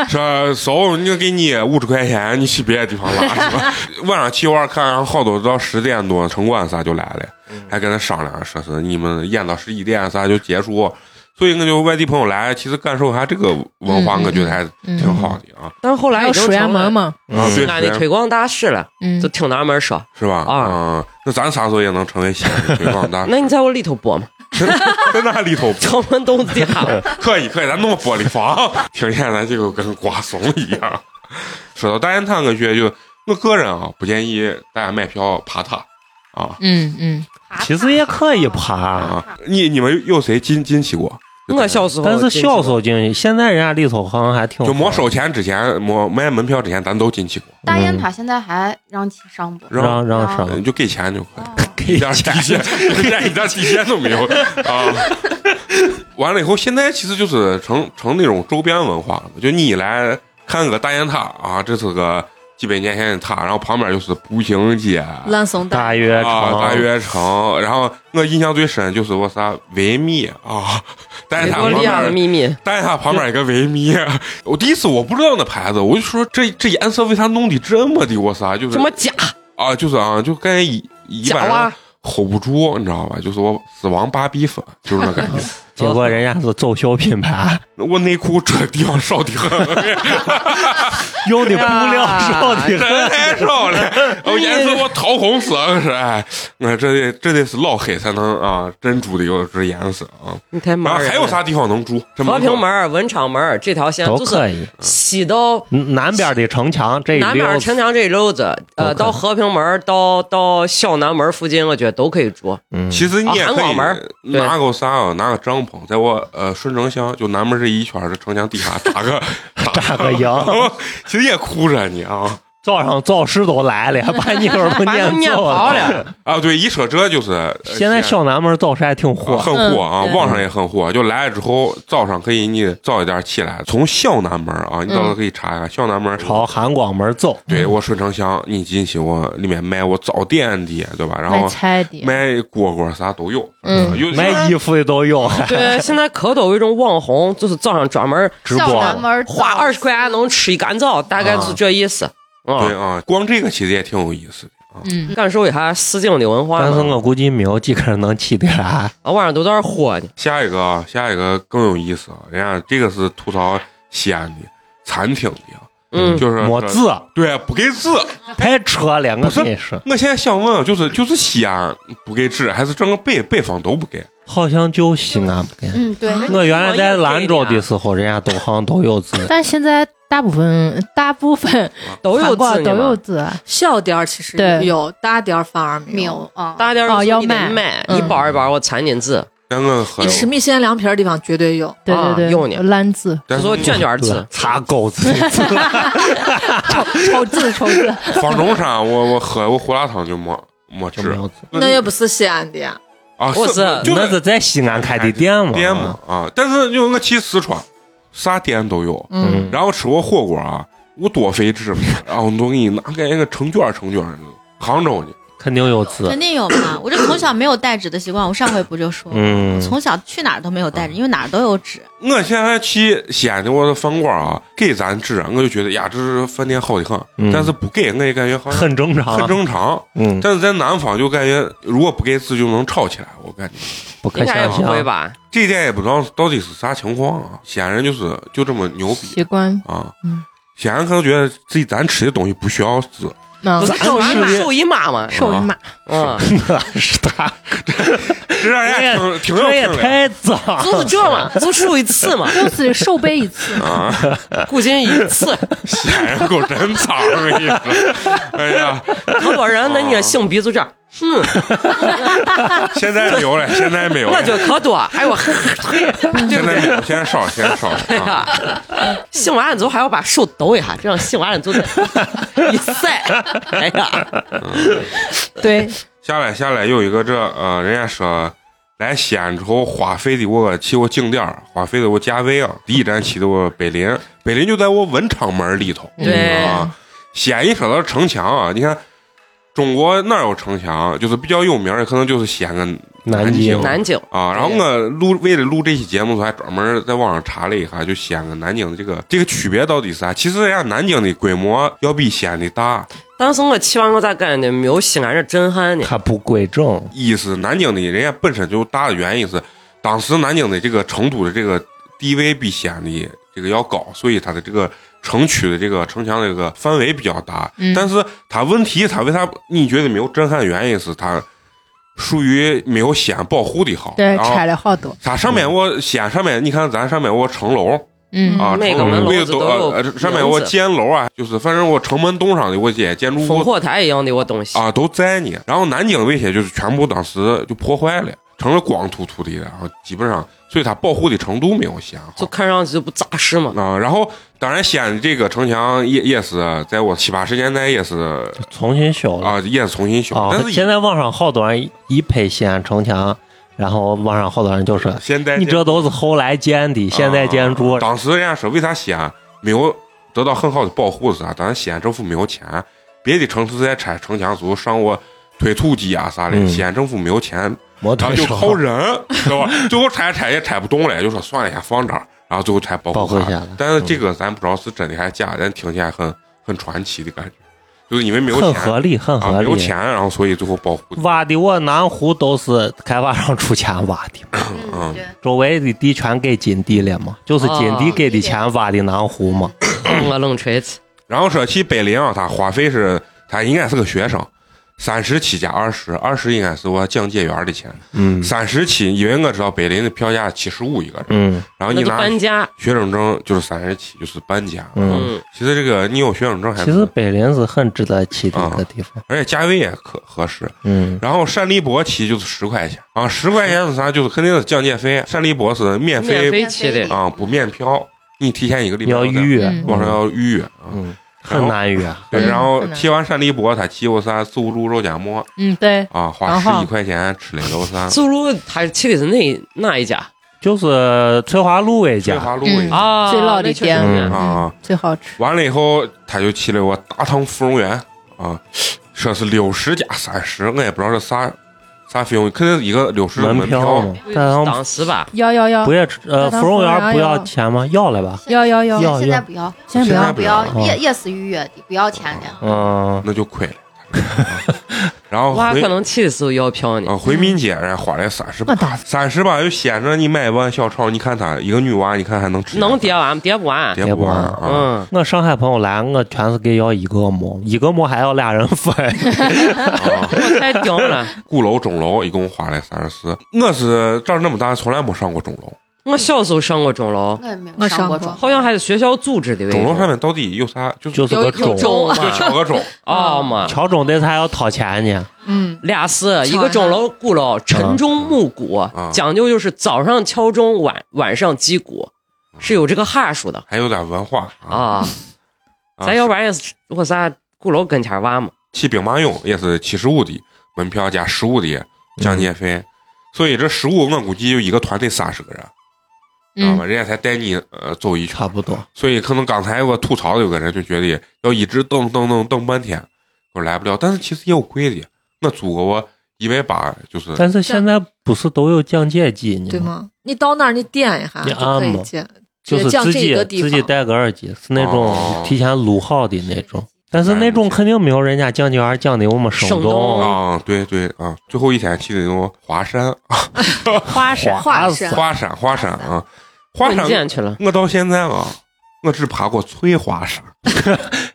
Speaker 1: 说嫂，你就给你五十块钱，你去别的地方拉去吧。 晚上去玩看，然后好多到十点多，城管啥就来了，
Speaker 7: 嗯
Speaker 1: 还跟他商量说是你们演到十一点啥就结束。所以我就外地朋友来，其实感受一下这个文化，
Speaker 7: 嗯嗯
Speaker 1: 我觉得还挺好的啊，
Speaker 2: 但是后来
Speaker 7: 还有
Speaker 2: 已经
Speaker 7: 蜀
Speaker 2: 成
Speaker 7: 山
Speaker 2: 了
Speaker 7: 门嘛，
Speaker 1: 啊对
Speaker 2: 西安的推广大使了，
Speaker 7: 嗯
Speaker 2: 就，挺南门社。
Speaker 1: 是吧？
Speaker 2: 啊？
Speaker 1: 嗯，那咱啥时候也能成为西安 的推广大
Speaker 2: 那你在我里头播 嘛，
Speaker 1: 在那里头
Speaker 2: 敲门洞底下。
Speaker 1: 可以可以，咱弄个玻璃房，听见咱这个跟瓜怂一样。说到大雁塔，我觉得就我个人啊，不建议大家买票爬塔啊
Speaker 7: 嗯嗯，
Speaker 5: 其实也可以爬，
Speaker 1: 啊！你你们有谁进进去过？
Speaker 2: 我小时候，
Speaker 5: 但是小时候进去，现在人家里头好像还挺
Speaker 1: 就没收钱之前，没买门票之前，咱都进去过，
Speaker 8: 大雁塔现在还让骑商不？
Speaker 1: 让
Speaker 5: 让让上
Speaker 2: 哦
Speaker 1: 你就给钱就可以，
Speaker 8: 哦
Speaker 1: 一点底线，人 家一点底线都没 有啊。完了以后，现在其实就是成成那种周边文化了，就你一来看个大雁塔啊，这是个几百年前的塔，然后旁边就是步行街，
Speaker 6: 烂怂蛋，
Speaker 5: 大约
Speaker 1: 啊，
Speaker 5: 长
Speaker 1: 大约城。然后我印象最深就是我啥维密啊，但
Speaker 2: 维
Speaker 1: 是它
Speaker 2: 多
Speaker 1: 旁
Speaker 2: 利亚的
Speaker 1: 边，
Speaker 2: 秘密，
Speaker 1: 但是它旁边一个维密。啊我第一次我不知道那牌子，我就说这这颜色为啥弄的这么的？我啥就是
Speaker 2: 什么假
Speaker 1: 啊，就是啊，就感觉一一
Speaker 2: 假啊
Speaker 1: 般人
Speaker 2: 哇，
Speaker 1: hold 不住，你知道吧？就是我死亡芭比粉，就是那 感觉。
Speaker 5: 结果人家是走秀品牌，
Speaker 1: 我内裤这地方少的很，
Speaker 5: 用的布料少 的
Speaker 2: 哎
Speaker 1: 真
Speaker 5: 很。
Speaker 1: 太少了。我颜色我桃红色，我是哎，我这得这得是老黑才能啊，真住的有这颜色啊。
Speaker 2: 你太
Speaker 1: 然
Speaker 2: 麻
Speaker 1: 后
Speaker 2: 人了
Speaker 1: 还有啥地方能住？这门
Speaker 2: 和
Speaker 1: 口
Speaker 2: 平门、文昌门这条线，
Speaker 5: 都
Speaker 2: 就是
Speaker 5: 可以，
Speaker 2: 西到
Speaker 5: 南边的城墙这一
Speaker 2: 南
Speaker 5: 溜
Speaker 2: 边城墙这一溜子，
Speaker 5: 都可
Speaker 2: 呃，
Speaker 5: 以
Speaker 2: 到和平门到到小南门附近，我觉得都可以住。
Speaker 5: 嗯，
Speaker 1: 其实你也
Speaker 2: 啊
Speaker 1: 可
Speaker 2: 韩
Speaker 1: 以
Speaker 2: 广门儿对
Speaker 1: 拿个啥啊，拿个帐篷，在我呃顺城乡就 南门这一圈儿的城墙底下打个打
Speaker 5: 扎个
Speaker 1: 个，
Speaker 5: 营，
Speaker 1: 其实也哭着你啊。
Speaker 5: 灶上灶师都来 了，把你们都
Speaker 2: 把
Speaker 5: 撵
Speaker 2: 撵
Speaker 5: 走
Speaker 2: 跑。了。
Speaker 1: 啊，对，一扯这就是呃
Speaker 5: 现在
Speaker 1: 西安
Speaker 5: 小南门灶师还挺
Speaker 1: 啊
Speaker 5: 火，
Speaker 1: 恨货啊，
Speaker 3: 嗯对
Speaker 1: 网上也恨货，就来了之后，灶上可以你造一点起来，从孝南门啊，你到时候可以查一下孝南门
Speaker 5: 朝韩广门走。
Speaker 2: 啊
Speaker 1: 对我顺城乡，你进去我里面卖我早点的，对吧？然
Speaker 7: 卖
Speaker 1: 后
Speaker 7: 菜的，
Speaker 1: 卖蝈蝈啥都有，
Speaker 7: 嗯
Speaker 1: 有
Speaker 5: 卖衣服的都有，
Speaker 2: 对，现在可都有一种网红，就是早上专门
Speaker 5: 直
Speaker 8: 向
Speaker 5: 播
Speaker 8: 南门啊儿
Speaker 2: 花
Speaker 8: 走
Speaker 2: 二十块钱能吃一干枣，大概是这意思。啊
Speaker 1: 对，啊，光这个其实也挺有意思的。
Speaker 7: 嗯，
Speaker 2: 感受一下市井的文化
Speaker 5: 但是
Speaker 2: 嘛。
Speaker 5: 我估计没有几个人能起得来。
Speaker 2: 啊，晚上都在那儿喝呢。
Speaker 1: 下一个啊，下一个更有意思啊，人家这个是吐槽西安的餐厅的啊，
Speaker 2: 嗯，
Speaker 1: 就是
Speaker 5: 没字，
Speaker 1: 对，不给字。
Speaker 5: 太扯了，我
Speaker 1: 不是
Speaker 5: 真是，
Speaker 1: 我现在想问，啊就是就是西安不给纸，还是整个北北方都不给？
Speaker 5: 好像就西安不给。
Speaker 8: 嗯，对，
Speaker 5: 我原来在兰州的时候，人家都好像都有 字。
Speaker 7: 但现在大部分大部分
Speaker 2: 都有
Speaker 7: 韩国
Speaker 2: 字呢
Speaker 7: 都有
Speaker 2: 嘛，
Speaker 7: 字，
Speaker 6: 小点儿其实
Speaker 7: 对
Speaker 6: 有，大点儿反而
Speaker 8: 没
Speaker 6: 没有。
Speaker 8: 有啊，
Speaker 2: 大点儿
Speaker 7: 哦
Speaker 2: 有时候你得
Speaker 7: 要卖
Speaker 2: 买
Speaker 7: 嗯
Speaker 2: 一包一包，我掺点字，
Speaker 1: 但我喝
Speaker 6: 你，吃米线凉皮儿的地方绝对有，
Speaker 7: 对
Speaker 2: 啊
Speaker 7: 对对，
Speaker 2: 用呢
Speaker 7: 烂字、
Speaker 1: 但是
Speaker 2: 说卷卷字，
Speaker 5: 擦狗子的字，
Speaker 7: 丑字、丑字，
Speaker 1: 方中山我我喝我胡辣汤就没没
Speaker 5: 就
Speaker 1: 吃
Speaker 5: 没有字。
Speaker 6: 那也不是西安的呀。
Speaker 1: 啊，
Speaker 2: 我是
Speaker 1: 就
Speaker 5: 那是在西安开的店嘛？
Speaker 1: 店嘛啊，但是就我去四川，啥店都有。
Speaker 7: 嗯，
Speaker 1: 然后吃过火锅啊，我多费纸嘛，然后都给你拿给那个成卷儿成卷儿的。杭州呢，
Speaker 5: 肯定有字
Speaker 4: 肯。定有嘛。我这从小没有带纸的习惯，我上回不就说了，
Speaker 5: 嗯
Speaker 4: 我从小去哪儿都没有带纸，因为哪儿都有纸。
Speaker 1: 我现在去西安的我的饭馆啊，给咱纸，我就觉得呀，这是饭店好的很。
Speaker 5: 嗯
Speaker 1: 但是不给，我也感觉好像
Speaker 5: 很正常，
Speaker 1: 很正常。
Speaker 5: 嗯，
Speaker 1: 但是在南方就感觉，如果不给字就能吵起来，我感觉
Speaker 5: 不可
Speaker 2: 应该也
Speaker 5: 想
Speaker 2: 不会
Speaker 5: 象。
Speaker 2: 吧？
Speaker 1: 这一点也不知道到底是啥情况啊。西安人就是就这么牛逼
Speaker 7: 习惯，
Speaker 1: 啊
Speaker 7: 嗯，
Speaker 1: 西安人可能觉得自己咱吃的东西不需要字，
Speaker 7: 嗯
Speaker 2: 不，是手艺码，手艺码嘛，
Speaker 7: 手艺嘛，
Speaker 2: 嗯，
Speaker 5: 那 是他，
Speaker 1: 这让人家挺挺有
Speaker 5: 这也
Speaker 1: 听的
Speaker 5: 太脏了。
Speaker 2: 就是这嘛，就手一次嘛，
Speaker 7: 就是手背一次，
Speaker 1: 啊。
Speaker 2: 古今一次，
Speaker 1: 西安人够真脏，我跟你说，哎呀，
Speaker 2: 可多人那你擤鼻子这儿，嗯，
Speaker 1: 现在没有了，现在 没有 了
Speaker 2: 我，觉得可多，哎呦， 对
Speaker 1: 现
Speaker 2: 不
Speaker 1: 在没
Speaker 2: 对？
Speaker 1: 有，现在少，现在少
Speaker 2: 哎
Speaker 1: 了。啊
Speaker 2: 呀，擤完了之后还要把手抖一下，这样擤完了之后再 一晒，哎呀，
Speaker 7: 对，
Speaker 1: 下来下来有一个这呃，人家说来西安之后花费的我去我景点儿，花费的我价位啊，第一站去的我北林，北林就在我文昌门里头。
Speaker 2: 对
Speaker 1: 啊，西安一说到城墙啊，你看中国哪有城墙？就是比较有名的，可能就是西安跟
Speaker 5: 南京
Speaker 2: 南京
Speaker 1: 啊，然后
Speaker 2: 对
Speaker 1: 我录为了录这期节目的时候，还专门在网上查了一下，就西安跟南京的这个这个区别到底是啥？其实人家南京的规模要比西安的大，
Speaker 2: 当时我去完我咋感觉没有西安这震撼呢？
Speaker 5: 它不规整，
Speaker 1: 一是南京的人家本身就大的原因是，当时南京的这个成都的这个地位比西安的这个要高，所以它的这个城区的这个城墙的这个范围比较大。
Speaker 7: 嗯
Speaker 1: 但是它问题，它为啥你觉得没有震撼？原因是它属于没有西安保护的好。
Speaker 7: 对，
Speaker 1: 然后
Speaker 7: 拆了好多，
Speaker 1: 它上面我西安上面，你看咱上面我城楼，
Speaker 7: 嗯
Speaker 1: 啊，
Speaker 2: 每个
Speaker 1: 城
Speaker 2: 门楼
Speaker 1: 每个
Speaker 2: 子
Speaker 1: 都
Speaker 2: 都有
Speaker 1: 呃呃上面
Speaker 2: 名
Speaker 1: 我
Speaker 2: 字
Speaker 1: 建楼啊，就是反正我城门洞上的我些建筑
Speaker 2: 烽
Speaker 1: 物
Speaker 2: 火台一样的我东西，
Speaker 1: 啊都在呢。然后南京那些就是全部当时就破坏了，成了光秃秃的，然后基本上，所以它保护的程度没有西安好。
Speaker 2: 就看上去就不扎实嘛。
Speaker 1: 啊，然后当然西安的这个城墙也也是在我七八十年代也是
Speaker 5: 重新修了。
Speaker 1: 啊也是重新修，
Speaker 5: 啊
Speaker 1: 但，是
Speaker 5: 现在网上好多人一拍西安城墙，然后网上好多人就说
Speaker 1: 现在
Speaker 5: 你这都是后来建的，现代建筑
Speaker 1: 啊。当时人家说为啥西安没有得到很好的保护是啥？当然西安政府没有钱，别的城市在拆城墙时候上我推土机啊啥的，
Speaker 5: 嗯
Speaker 1: 西安政府没有钱，
Speaker 5: 摩
Speaker 1: 然
Speaker 5: 托
Speaker 1: 后就
Speaker 5: 车
Speaker 1: 靠人， 知道吧？最后拆拆也拆不动了，就说算了，先放这儿，然后最后才保
Speaker 5: 保
Speaker 1: 护
Speaker 5: 护
Speaker 1: 它
Speaker 5: 下来
Speaker 1: 但是这个咱不知道是真的还是假的，但听起来很很传奇的感觉，就是因为没有
Speaker 5: 很
Speaker 1: 钱
Speaker 5: 合理，很
Speaker 1: 啊，
Speaker 5: 合
Speaker 1: 没有
Speaker 5: 理
Speaker 1: 钱，。然后所以最后保护
Speaker 5: 挖的我南湖都是开发商出钱挖 的，
Speaker 1: 嗯
Speaker 8: 嗯，对，
Speaker 5: 周围的地全给金地了嘛，就是金地给的钱挖的南湖嘛。
Speaker 1: 哦嗯
Speaker 2: 我冷锤子，
Speaker 1: 然后说起北林啊，他花费是，他应该是个学生，三十七加二十，二十应该是我讲解员的钱，
Speaker 5: 嗯
Speaker 1: 三十七，因为我知道北林的票价七十五一个人，
Speaker 5: 嗯
Speaker 1: 然后
Speaker 2: 那
Speaker 1: 哦你
Speaker 2: 就
Speaker 1: 拿
Speaker 2: 搬家。
Speaker 1: 学生证就是三十七，就是半价。
Speaker 5: 嗯，
Speaker 2: 嗯，
Speaker 1: 其实这个你有学生证还
Speaker 5: 其实
Speaker 1: 不，
Speaker 5: 北林是很值得去的一个地方。
Speaker 1: 而且价位也可合适。
Speaker 5: 嗯，
Speaker 1: 然后单立博骑就是十块钱啊，十块钱是啥？就是肯定是讲解费，单立博是免
Speaker 2: 免
Speaker 1: 费
Speaker 2: 费骑的，
Speaker 1: 啊啊，不免票，你提前一个礼拜
Speaker 5: 要
Speaker 1: 到站
Speaker 5: 预约。
Speaker 7: 嗯
Speaker 1: 网上要预约啊。
Speaker 5: 嗯，很难约。
Speaker 1: 对，
Speaker 7: 嗯
Speaker 1: 然后
Speaker 7: 很难
Speaker 1: 贴完单立波，他七五三四五猪肉夹馍
Speaker 7: 嗯，对，
Speaker 1: 啊，花
Speaker 7: 然
Speaker 1: 十
Speaker 7: 后
Speaker 1: 几块钱吃了一楼 三，
Speaker 2: 自如他去的是那哪一家
Speaker 5: 就是翠华路伟
Speaker 1: 翠
Speaker 5: 家，
Speaker 1: 华路一家
Speaker 2: 啊？
Speaker 7: 最老的
Speaker 2: 那确实
Speaker 7: 店
Speaker 2: 是
Speaker 5: 嗯
Speaker 1: 啊，
Speaker 7: 最好吃。
Speaker 1: 完了以后，他就去了我大唐芙蓉园啊，说是六十加三十，我也不知道是啥啥费用，肯定是一个六十的门
Speaker 5: 票
Speaker 1: 票
Speaker 5: 嘛。
Speaker 1: 嗯
Speaker 5: 但
Speaker 2: 当时吧，
Speaker 7: 幺幺幺
Speaker 5: 不也呃，
Speaker 7: 大唐
Speaker 5: 芙蓉园不
Speaker 7: 芙蓉园
Speaker 5: 要
Speaker 7: 要
Speaker 5: 钱吗？要了吧？
Speaker 7: 幺幺幺，
Speaker 5: 要
Speaker 8: 哎现在不要，
Speaker 7: 现在不
Speaker 1: 现在
Speaker 7: 要
Speaker 1: 不
Speaker 8: 不
Speaker 1: 要
Speaker 8: 要
Speaker 1: 了
Speaker 8: 夜夜死预约，不要钱的。
Speaker 5: 嗯，
Speaker 1: 那就亏了。啊然后
Speaker 2: 我还
Speaker 1: 回
Speaker 2: 可能去的时候要票呢。
Speaker 1: 啊回民街，然后花了三十
Speaker 7: 我打
Speaker 1: 三十吧，就显着你买一碗小炒，你看他一个女娃，你看还能吃
Speaker 2: 能叠完叠不完，
Speaker 1: 叠不完
Speaker 5: 叠
Speaker 1: 啊？
Speaker 2: 嗯，
Speaker 5: 我上海朋友来，我全是给要一个馍，一个馍还要俩人分。
Speaker 1: 啊
Speaker 2: 我太 顶了。
Speaker 1: 鼓楼、钟楼一共花了三十四。我是长这么大从来没上过钟楼，
Speaker 2: 我小时候上过钟楼，
Speaker 8: 我也没有
Speaker 6: 我
Speaker 8: 上
Speaker 6: 上
Speaker 8: 过
Speaker 6: 过
Speaker 8: 妆，
Speaker 2: 好像还是学校组织的位置。
Speaker 1: 钟楼上面到底有啥？就是
Speaker 5: 就是个
Speaker 6: 有有
Speaker 5: 钟，
Speaker 2: 钟嘛，
Speaker 1: 就敲个钟，
Speaker 2: 啊嘛，
Speaker 5: 敲钟得是还要掏钱呢。
Speaker 6: 嗯，
Speaker 2: 俩是一个钟楼鼓楼，
Speaker 1: 嗯
Speaker 2: 晨钟暮鼓
Speaker 1: 啊，
Speaker 2: 讲究就是早上敲钟，晚晚上击鼓，是有这个哈数的
Speaker 1: 还有点文化啊。
Speaker 2: 啊。
Speaker 1: 啊
Speaker 2: 咱要不然也是我啥鼓楼跟前娃嘛，
Speaker 1: 去兵马俑也是七十五的门票加十五的讲解费，所以这十五我估计就一个团队三十个人，知
Speaker 2: 嗯
Speaker 1: 道吧？人家才带你呃走一圈，
Speaker 5: 差不多。
Speaker 1: 所以可能刚才我吐槽的有个人就觉得要一直等等等等半天，我来不了。但是其实也有贵的，我租过我一百八，就是
Speaker 5: 但是现在不是都有讲解机呢？
Speaker 6: 对？吗？你到那儿你点一下
Speaker 5: 你
Speaker 6: 就可
Speaker 5: 按
Speaker 6: 以
Speaker 5: 嘛
Speaker 6: 进，
Speaker 5: 就是
Speaker 6: 降
Speaker 5: 自
Speaker 6: 这
Speaker 5: 己
Speaker 6: 个地
Speaker 5: 自己
Speaker 6: 方
Speaker 5: 戴个耳机，是那
Speaker 1: 哦
Speaker 5: 种提前录好的那种。但是那种肯定没有人家讲解员讲的我们生
Speaker 2: 生动
Speaker 5: 动。
Speaker 1: 啊，对对啊，最后一天去的那种华山，啊
Speaker 7: 花山，
Speaker 6: 华
Speaker 5: 山
Speaker 6: 山
Speaker 1: 华山，华山啊，华
Speaker 2: 混
Speaker 1: 山，
Speaker 2: 进去了。
Speaker 1: 我到现在啊，我只爬过翠华山。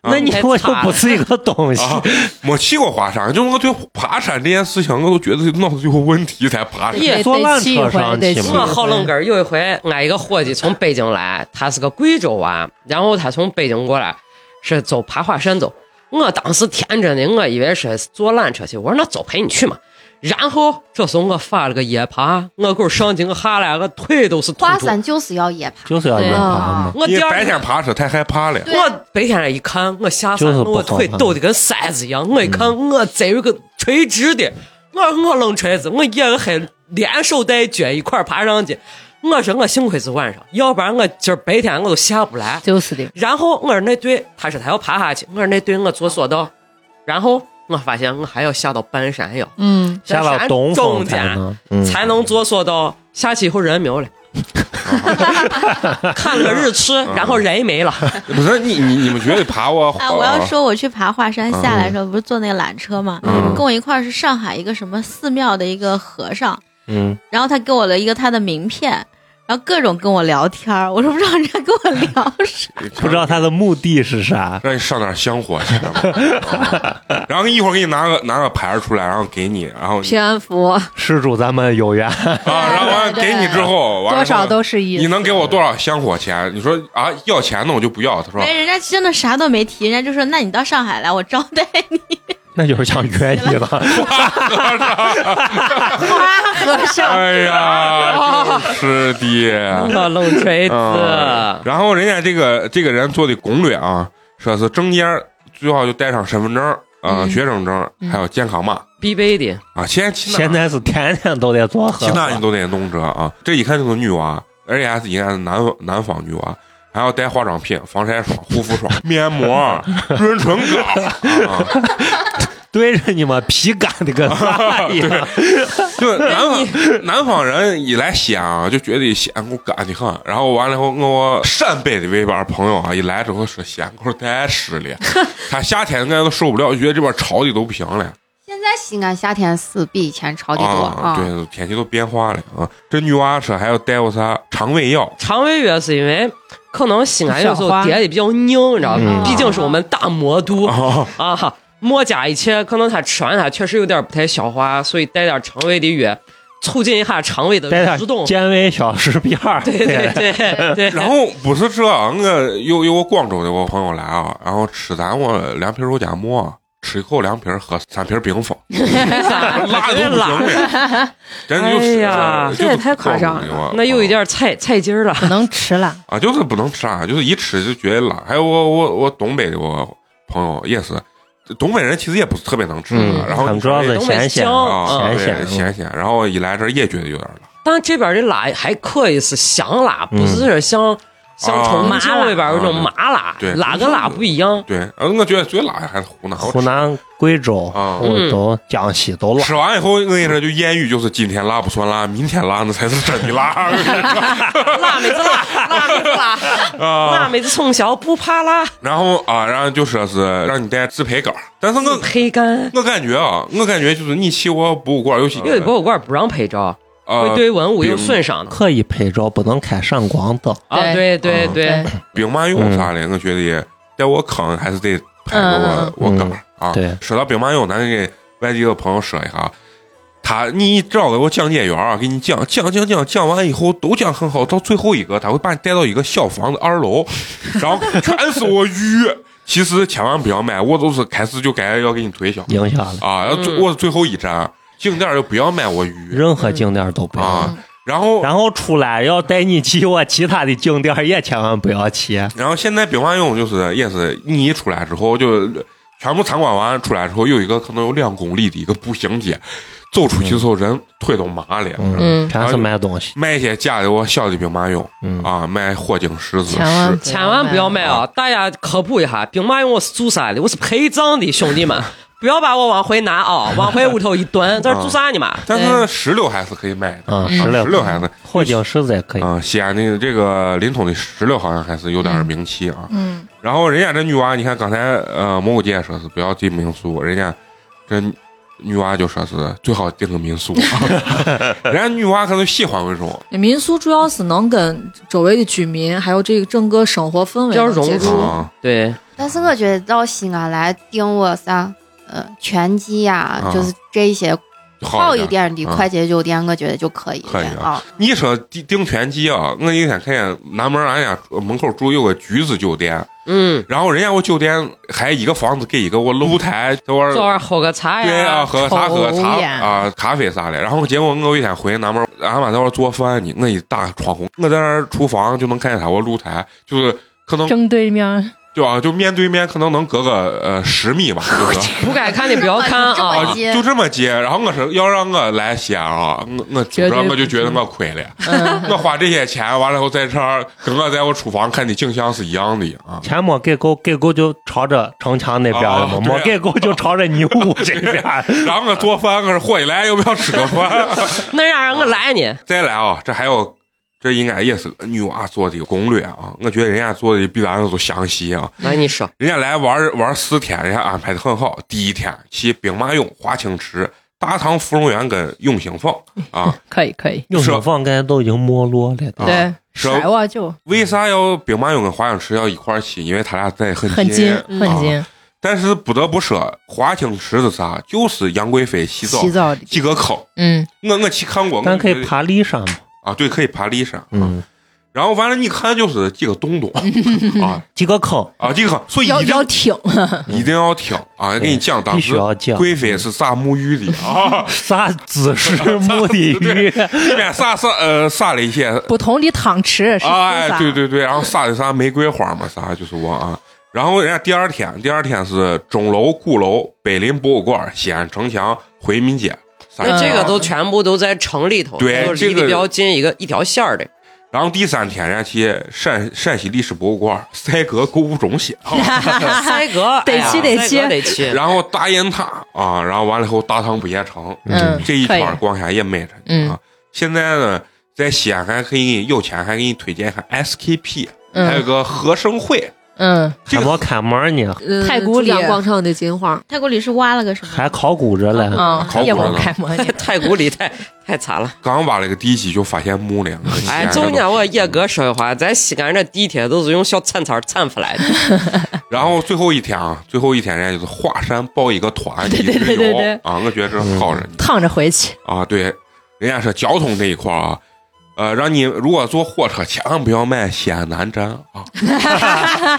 Speaker 5: 那你
Speaker 2: 太
Speaker 5: 我
Speaker 2: 惨
Speaker 5: 就
Speaker 2: 了
Speaker 5: 不是一个东 西。
Speaker 1: 啊，没去过华山，就我对爬山这件事情，我都觉得脑子有问题才爬山。
Speaker 2: 也
Speaker 7: 得
Speaker 5: 坐
Speaker 7: 得
Speaker 5: 烂
Speaker 7: 骑一
Speaker 5: 车
Speaker 7: 回
Speaker 5: 上
Speaker 7: 得
Speaker 5: 去
Speaker 7: 骑
Speaker 5: 嘛
Speaker 7: 一
Speaker 2: 我
Speaker 7: 回
Speaker 2: 好愣根儿，有一回俺一个伙计从北京来，他是个贵州娃，然后他从北京过来是走爬华山走。我当时天真的，我以为是坐缆车去，我说那走陪你去嘛。然后这时候我发了个夜爬，我够上去我下来，我腿都是突
Speaker 8: 花
Speaker 2: 出。
Speaker 8: 伞就是要夜爬，
Speaker 5: 就是要
Speaker 7: 对
Speaker 5: 硬爬
Speaker 8: 啊
Speaker 6: 哎
Speaker 5: 嘛。
Speaker 2: 我
Speaker 1: 你
Speaker 2: 第二
Speaker 1: 白天爬山太害怕了，
Speaker 8: 对
Speaker 2: 我白天来一看，我下山
Speaker 5: 就是不
Speaker 2: 我
Speaker 5: 好
Speaker 2: 腿
Speaker 5: 看
Speaker 2: 抖的跟筛子一样，我一看我这有个垂直的，我我扔锤子，我也还连手带脚一块儿爬上去。我说我幸亏是晚上，要不然我今儿白天我都下不来。
Speaker 7: 就是的，
Speaker 2: 然后我说那对，他说他要爬下去，我说那对，我坐索道。然后我发现我还要下到半山腰，
Speaker 7: 嗯，
Speaker 5: 下了东
Speaker 2: 中
Speaker 5: 风
Speaker 2: 间
Speaker 5: 才能，嗯
Speaker 2: 才能坐索道。下去以后人 没有了，看了个日出，
Speaker 5: 嗯
Speaker 2: 然后人没了。
Speaker 1: 不是你你你们觉得爬我？啊
Speaker 4: 哎，我要说我去爬华山下来的时候，不是坐那个缆车嘛，
Speaker 1: 嗯
Speaker 4: 跟我一块儿是上海一个什么寺庙的一个和尚，
Speaker 5: 嗯，
Speaker 4: 然后他给我了一个他的名片。然后各种跟我聊天儿我都不知道人家跟我聊啥。
Speaker 5: 不知道他的目的是啥。
Speaker 1: 让你上点香火去， 然后一会儿给你拿个拿个牌儿出来，然后给你，然后
Speaker 6: 平安符，
Speaker 5: 施主咱们有缘，
Speaker 1: 啊，然后完了给你之后，完了
Speaker 7: 多少
Speaker 1: 说
Speaker 7: 都是一
Speaker 1: 你能给我多少香火钱？你说啊，要钱的我就不要。他说
Speaker 4: 哎，人家真的啥都没提，人家就说：“那你到上海来，我招待你。
Speaker 5: 那就是想约你 了。
Speaker 7: 和尚
Speaker 1: 哎呀，是的，
Speaker 2: 我冷锤子，
Speaker 1: 啊，然后人家这个这个人做的攻略啊，说是中间最好就带上身份证啊、呃
Speaker 7: 嗯
Speaker 1: 学生证，还有健康码
Speaker 2: 必备的。
Speaker 1: 啊。现在去哪
Speaker 5: 现在是天天都得做核
Speaker 1: 去哪你
Speaker 5: 酸，
Speaker 1: 都得弄这啊。这一看就是女娃，啊而且还是应该是南南方女娃，还要带化妆品、防晒霜、护肤霜、面膜、润唇膏啊。
Speaker 5: 对着你们皮干的 跟啥一样。
Speaker 1: 就南方南方人一来西安啊，就觉得西安够干的很。然后完了以后，我陕北的那边朋友啊，一来之后说西安够太湿了，他夏天俺都受不了，觉得这边潮的都不行了
Speaker 8: 现在西安夏天是比以前潮的多
Speaker 1: 啊！
Speaker 8: 啊。
Speaker 1: 对，天气都变化了啊。这女娃说还要带我啥肠胃 药，
Speaker 2: 肠胃药是因为可能西安有时候叠的比较硬，你知道吗
Speaker 5: 嗯？
Speaker 2: 毕竟是我们大魔都
Speaker 1: 哦
Speaker 2: 啊，哈，墨家一切可能他吃完它啊确实有点不太消化，所以带点肠胃的药，促进一下肠胃的
Speaker 5: 带
Speaker 2: 蠕
Speaker 5: 点
Speaker 2: 动。
Speaker 5: 健胃小食片儿，
Speaker 2: 对对对 对，
Speaker 1: 然后不是这，我有有我广州的我朋友来啊，然后吃咱我凉皮肉夹馍，吃一口凉皮儿，喝三瓶冰峰，辣的都不行了，真的就
Speaker 2: 哎
Speaker 1: 是呃
Speaker 2: 呀
Speaker 1: 就是
Speaker 6: 这也太夸张了
Speaker 1: 各种的
Speaker 2: 那又有一点菜菜
Speaker 7: 哦
Speaker 2: 劲儿了。
Speaker 7: 不能吃了，
Speaker 1: 啊，就是不能吃啊，就是一吃就觉得辣。还有我我我东北的我朋友也是，东北人其实也不是特别能吃的，
Speaker 5: 嗯，
Speaker 1: 然后
Speaker 5: 他们
Speaker 1: 你
Speaker 5: 主要
Speaker 1: 说
Speaker 5: 是
Speaker 2: 东北
Speaker 5: 咸咸
Speaker 2: 香
Speaker 1: 啊，
Speaker 5: 哦咸
Speaker 1: 对
Speaker 5: 咸嗯
Speaker 1: 咸咸，然后一来这儿也觉得有点辣，
Speaker 2: 但这边的辣还可以是香辣，
Speaker 5: 嗯
Speaker 2: 不是像像重
Speaker 1: 啊
Speaker 2: 庆那边有一种麻辣
Speaker 1: 对，
Speaker 2: 辣跟辣不一样。
Speaker 1: 对，呃我觉得最辣的还是湖南，我
Speaker 5: 湖南、贵州、
Speaker 1: 啊
Speaker 5: 我
Speaker 2: 嗯
Speaker 5: 都江西都辣。
Speaker 1: 吃完以后，我跟你说，就谚语就是今天辣不算辣，明天辣那才是真的 辣。
Speaker 2: 辣妹子辣，辣妹子辣，辣妹子从小不怕辣，
Speaker 1: 然后啊，然后就说是让你带自培杆儿，但是我
Speaker 2: 黑干。
Speaker 1: 我感觉啊，我感觉就是你去过博物馆，尤其
Speaker 2: 因为博物馆不让拍照，会
Speaker 1: 啊，
Speaker 2: 对文物有损伤的。
Speaker 5: 可以拍照，不能开闪光灯。
Speaker 2: 啊，对对
Speaker 1: 嗯
Speaker 2: 对，
Speaker 1: 兵马俑
Speaker 5: 嗯
Speaker 1: 啥的，我觉得也在我坑还是得拍个
Speaker 6: 嗯
Speaker 1: 我我
Speaker 5: 嗯
Speaker 1: 杆儿啊。
Speaker 5: 对，
Speaker 1: 说到兵马俑，咱给外地的朋友说一下啊，他你找个讲解员啊，给你讲讲讲讲讲完以后都讲很好，到最后一个他会把你带到一个小房子二 楼，然后全是我鱼。其实千万不要买，我都是开始就该要给你推销
Speaker 5: 影响了
Speaker 1: 啊，要最
Speaker 2: 嗯
Speaker 1: 我最后一站景点儿就不要买我鱼
Speaker 5: 任何景点都不要。
Speaker 1: 啊。然后
Speaker 5: 然后出来要带你去我其他的景点也千万不要去。
Speaker 1: 然后现在兵马俑就是也是你一出来之后就全部参观完出来之后，有一个可能有两公里的一个步行街，走出去的时候人腿都麻了。
Speaker 5: 嗯，
Speaker 6: 嗯
Speaker 5: 全是卖东西。
Speaker 1: 卖一些啊假的我小的兵马俑
Speaker 5: 嗯
Speaker 1: 啊，卖火晶石子
Speaker 6: 千万
Speaker 1: 石，
Speaker 6: 不
Speaker 2: 千万不要买啊！大家科普一下，兵马俑我是做啥的？我是陪葬的，兄 弟们，不要把我往回拿啊，往回屋头一蹲，这是做啥呢嘛？
Speaker 1: 但是石榴还是可以买的
Speaker 5: 啊，
Speaker 1: 石
Speaker 5: 石榴，
Speaker 1: 榴还是
Speaker 5: 火晶石子也可以。
Speaker 8: 嗯
Speaker 1: 啊，西安的这个临潼的石榴好像还是有点名气啊。
Speaker 6: 嗯，
Speaker 1: 然后人家这女娃，你看刚才呃蘑菇姐也说是不要订民宿，人家这女娃就说是最好订个民宿，啊 人家女娃可能喜欢这种
Speaker 6: 民宿主要是能跟周围的居民还有这个整个生活氛围
Speaker 2: 要
Speaker 6: 能
Speaker 2: 融
Speaker 6: 接
Speaker 2: 入
Speaker 6: 触
Speaker 1: 啊，
Speaker 2: 对，
Speaker 8: 但是我觉得到西安来订我啥，呃，拳击呀，
Speaker 1: 啊
Speaker 8: 就是这些
Speaker 1: 好
Speaker 8: 好一。点的
Speaker 1: 啊
Speaker 8: 快捷酒店，我觉得就可以
Speaker 1: 可以
Speaker 8: 了
Speaker 1: 啊
Speaker 8: 啊。
Speaker 1: 你说订订拳击啊，我那天看见南门俺家门口住有个橘子酒店，
Speaker 2: 嗯，
Speaker 1: 然后人家我酒店还一个房子给一个我露台，在玩
Speaker 2: 昨晚喝个
Speaker 7: 哎
Speaker 2: 茶
Speaker 1: 对啊，
Speaker 2: 呀，
Speaker 1: 喝茶
Speaker 7: 抽
Speaker 1: 喝茶
Speaker 7: 烟
Speaker 1: 啊，咖啡啥的。然后结果我有一天回南门，俺妈在那儿做饭呢，我一打窗户，我在那儿厨房就能看见她我露台，就是可能
Speaker 3: 正对面，
Speaker 1: 就啊，就面对面可能能隔个呃十米吧， 就是。
Speaker 2: 不该看的不要看
Speaker 8: 这么
Speaker 1: 啊
Speaker 2: 啊
Speaker 8: 这么！，接
Speaker 1: 就这么接。然后我说要让我来西安啊，我我主
Speaker 7: 绝对
Speaker 1: 张
Speaker 7: 不
Speaker 1: 我就觉得
Speaker 7: 行嗯
Speaker 1: 我亏了， 我花这些钱完了以后在这儿跟我在我厨房看的景象是一样的啊。
Speaker 5: 钱没给够，给够就朝着城墙那边了
Speaker 1: 啊
Speaker 5: 嘛，
Speaker 1: 对啊
Speaker 5: 没给够就朝着你屋这边。
Speaker 1: 然后我做饭，我说伙计来要不要吃个饭？
Speaker 2: 那让人我来呢，
Speaker 1: 再来啊，这还有，这应该也是个女娃做的攻略啊。我觉得人家做的比咱这都详细啊。
Speaker 2: 来你说，
Speaker 1: 人家来玩玩四天，人家安排的很好。第一天去兵马俑、华清池、大唐芙蓉园跟永兴坊啊。
Speaker 7: 可以可以，
Speaker 5: 永兴坊刚才都已经没落了。
Speaker 1: 啊
Speaker 7: 对，
Speaker 1: 说
Speaker 7: 甩我就
Speaker 1: 为啥要兵马俑跟华清池要一块儿去？因为他俩在很
Speaker 7: 很
Speaker 1: 近
Speaker 7: 近，很近，
Speaker 1: 但是不得不说，华清池是啥？就是杨贵妃洗澡
Speaker 7: 洗澡的，
Speaker 1: 几个坑。
Speaker 7: 嗯，
Speaker 1: 我我去看过，
Speaker 5: 咱可
Speaker 1: 我
Speaker 5: 以
Speaker 1: 觉得
Speaker 5: 爬骊山嘛，
Speaker 1: 啊，对，可以爬骊山。
Speaker 5: 嗯，
Speaker 1: 然后完了，你看就是几个洞 洞啊
Speaker 5: 几个坑
Speaker 1: 啊，这个所以
Speaker 7: 要
Speaker 1: 一定
Speaker 7: 要挺，
Speaker 1: 一定要听啊！给你讲当
Speaker 5: 嗯必须
Speaker 1: 时
Speaker 5: 要讲
Speaker 1: 贵妃是咋沐浴的 啊，
Speaker 5: 啥姿势沐的浴，
Speaker 1: 里面撒撒呃撒了一些
Speaker 7: 不同的汤匙是
Speaker 1: 哎，
Speaker 7: 啥？
Speaker 1: 对对对，然后撒的啥玫瑰花嘛啥就是我啊。然后人家第二天，第二天是钟楼、鼓楼、北林博物馆、西安城墙、回民街。三
Speaker 2: 那嗯这
Speaker 1: 条
Speaker 2: 个都全部都在城里头，
Speaker 1: 哎对
Speaker 2: 都是离
Speaker 1: 这
Speaker 2: 得
Speaker 1: 个
Speaker 2: 比较近一个一条线儿的。
Speaker 1: 然后第三天，人家去陕陕西历史博物馆、赛格购物中心，啊
Speaker 2: 塞格
Speaker 7: 得去得去
Speaker 2: 得去。
Speaker 1: 然后大雁塔啊，然后完了以后大唐不夜城，
Speaker 7: 嗯，
Speaker 1: 这一
Speaker 7: 可以嗯
Speaker 1: 圈儿逛下也美着呢啊。现在呢，在西安还可以有钱，还给你推荐一下 SKP，、
Speaker 7: 嗯
Speaker 1: 还有个和生会，
Speaker 7: 嗯，
Speaker 1: 这
Speaker 5: 还
Speaker 1: 个
Speaker 5: 没开哎门呢，
Speaker 6: 呃
Speaker 7: 太古里
Speaker 6: 珠江广场的金花，
Speaker 4: 泰国里是挖了个什么？
Speaker 5: 还考古着嘞。
Speaker 7: 啊
Speaker 1: 考，古
Speaker 7: 也
Speaker 1: 了
Speaker 7: 不
Speaker 1: 呢
Speaker 7: 开模拟，
Speaker 2: 太古里太太惨了，
Speaker 1: 刚挖了个地基就发现墓了。西
Speaker 2: 哎，
Speaker 1: 安这
Speaker 2: 中
Speaker 1: 都
Speaker 2: 间我野哥说的话，咱西安这地铁都是用小铲铲铲出来的，
Speaker 1: 然后最后一天啊，最后一天人家就是华山报一个团，
Speaker 7: 对对
Speaker 1: 一日游
Speaker 7: 对对对
Speaker 1: 啊，我觉得这是好人、
Speaker 7: 烫着回去，
Speaker 1: 啊。对，人家说交通这一块儿啊，呃，让你如果坐火车，千万不要买西安南站啊，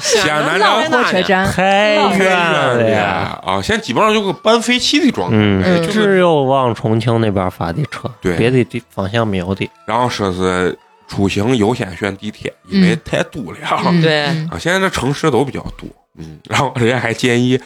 Speaker 1: 西安南
Speaker 7: 浪
Speaker 1: 站
Speaker 7: 火车站，
Speaker 5: 太
Speaker 1: 太
Speaker 5: 远
Speaker 1: 远
Speaker 5: 了
Speaker 1: 了
Speaker 5: 呀！
Speaker 1: 啊！现在基本上就个半废弃的状态，哎
Speaker 5: 嗯，
Speaker 1: 就是
Speaker 5: 只有往重庆那边发的车，
Speaker 1: 对
Speaker 5: 别的地方向没有的。
Speaker 1: 然后说是出行优先选地铁，因为太堵了、
Speaker 6: 嗯
Speaker 2: 对
Speaker 6: 嗯
Speaker 1: 啊。现在这城市都比较堵，嗯，然后人家还建议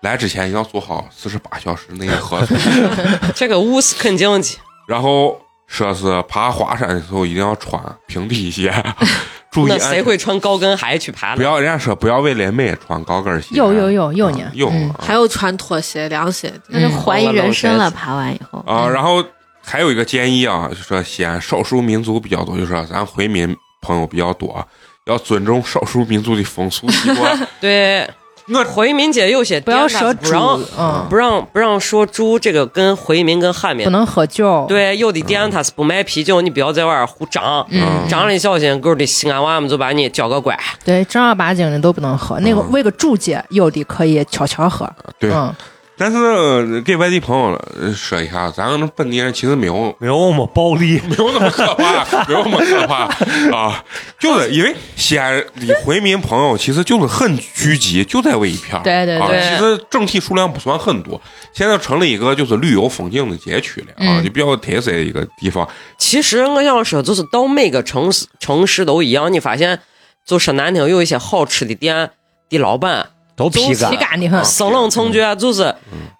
Speaker 1: 来之前一定要做好四十八小时内核酸，
Speaker 2: 这个乌斯肯经济，
Speaker 1: 然后说是爬华山的时候一定要穿平底鞋， 注意
Speaker 2: 那
Speaker 1: 安
Speaker 2: 谁
Speaker 1: 全。
Speaker 2: 会穿高跟鞋去爬
Speaker 1: 不
Speaker 2: 呢？
Speaker 1: 要，人家说不要为了妹穿高跟鞋。
Speaker 7: 有有有有呢
Speaker 1: 啊，有
Speaker 7: 嗯
Speaker 1: 啊
Speaker 6: 还有穿拖鞋、凉鞋，
Speaker 4: 那就怀疑人生
Speaker 2: 我老
Speaker 4: 了。
Speaker 2: 觉
Speaker 4: 爬完以后，
Speaker 7: 嗯
Speaker 1: 啊，然后还有一个建议啊，就说西安少数民族比较多，就说咱回民朋友比较多，要尊重少数民族的风俗习 惯。
Speaker 2: 对，
Speaker 1: 我
Speaker 2: 回民街有些
Speaker 7: 不要
Speaker 2: 店它
Speaker 7: 说
Speaker 2: 是不让
Speaker 7: 猪，嗯，
Speaker 2: 不让不让说猪这个跟回民跟汉民
Speaker 7: 不能喝酒，，
Speaker 2: 对，有的店它是不卖啤酒，你不要在外边胡张，
Speaker 1: 嗯
Speaker 2: 张了你小心，狗的西安娃们就把你教个乖。
Speaker 7: 对，正儿八经的都不能喝。那个
Speaker 1: 嗯
Speaker 7: 为个注解，有的可以悄悄喝，
Speaker 1: 对，
Speaker 7: 嗯，
Speaker 1: 但是呃给外地朋友呃说一下，咱们本地人其实没 有
Speaker 5: 没有我们暴力，
Speaker 1: 没有那么可怕，没有那么可怕啊，就是因为西安的回民朋友其实就是很聚集，就在魏一片儿
Speaker 7: 对对
Speaker 2: 对
Speaker 1: 啊，其实整体数量不算很多，现在成了一个就是旅游风景的街区了啊，
Speaker 7: 嗯
Speaker 1: 就比较有特色的一个地方。
Speaker 2: 其实我想说，就是到每个城市城市都一样，你发现就说难听，有一些好吃的店的老板
Speaker 5: 都皮
Speaker 7: 体
Speaker 5: 干。
Speaker 7: 感的很，
Speaker 2: 生冷从觉，就是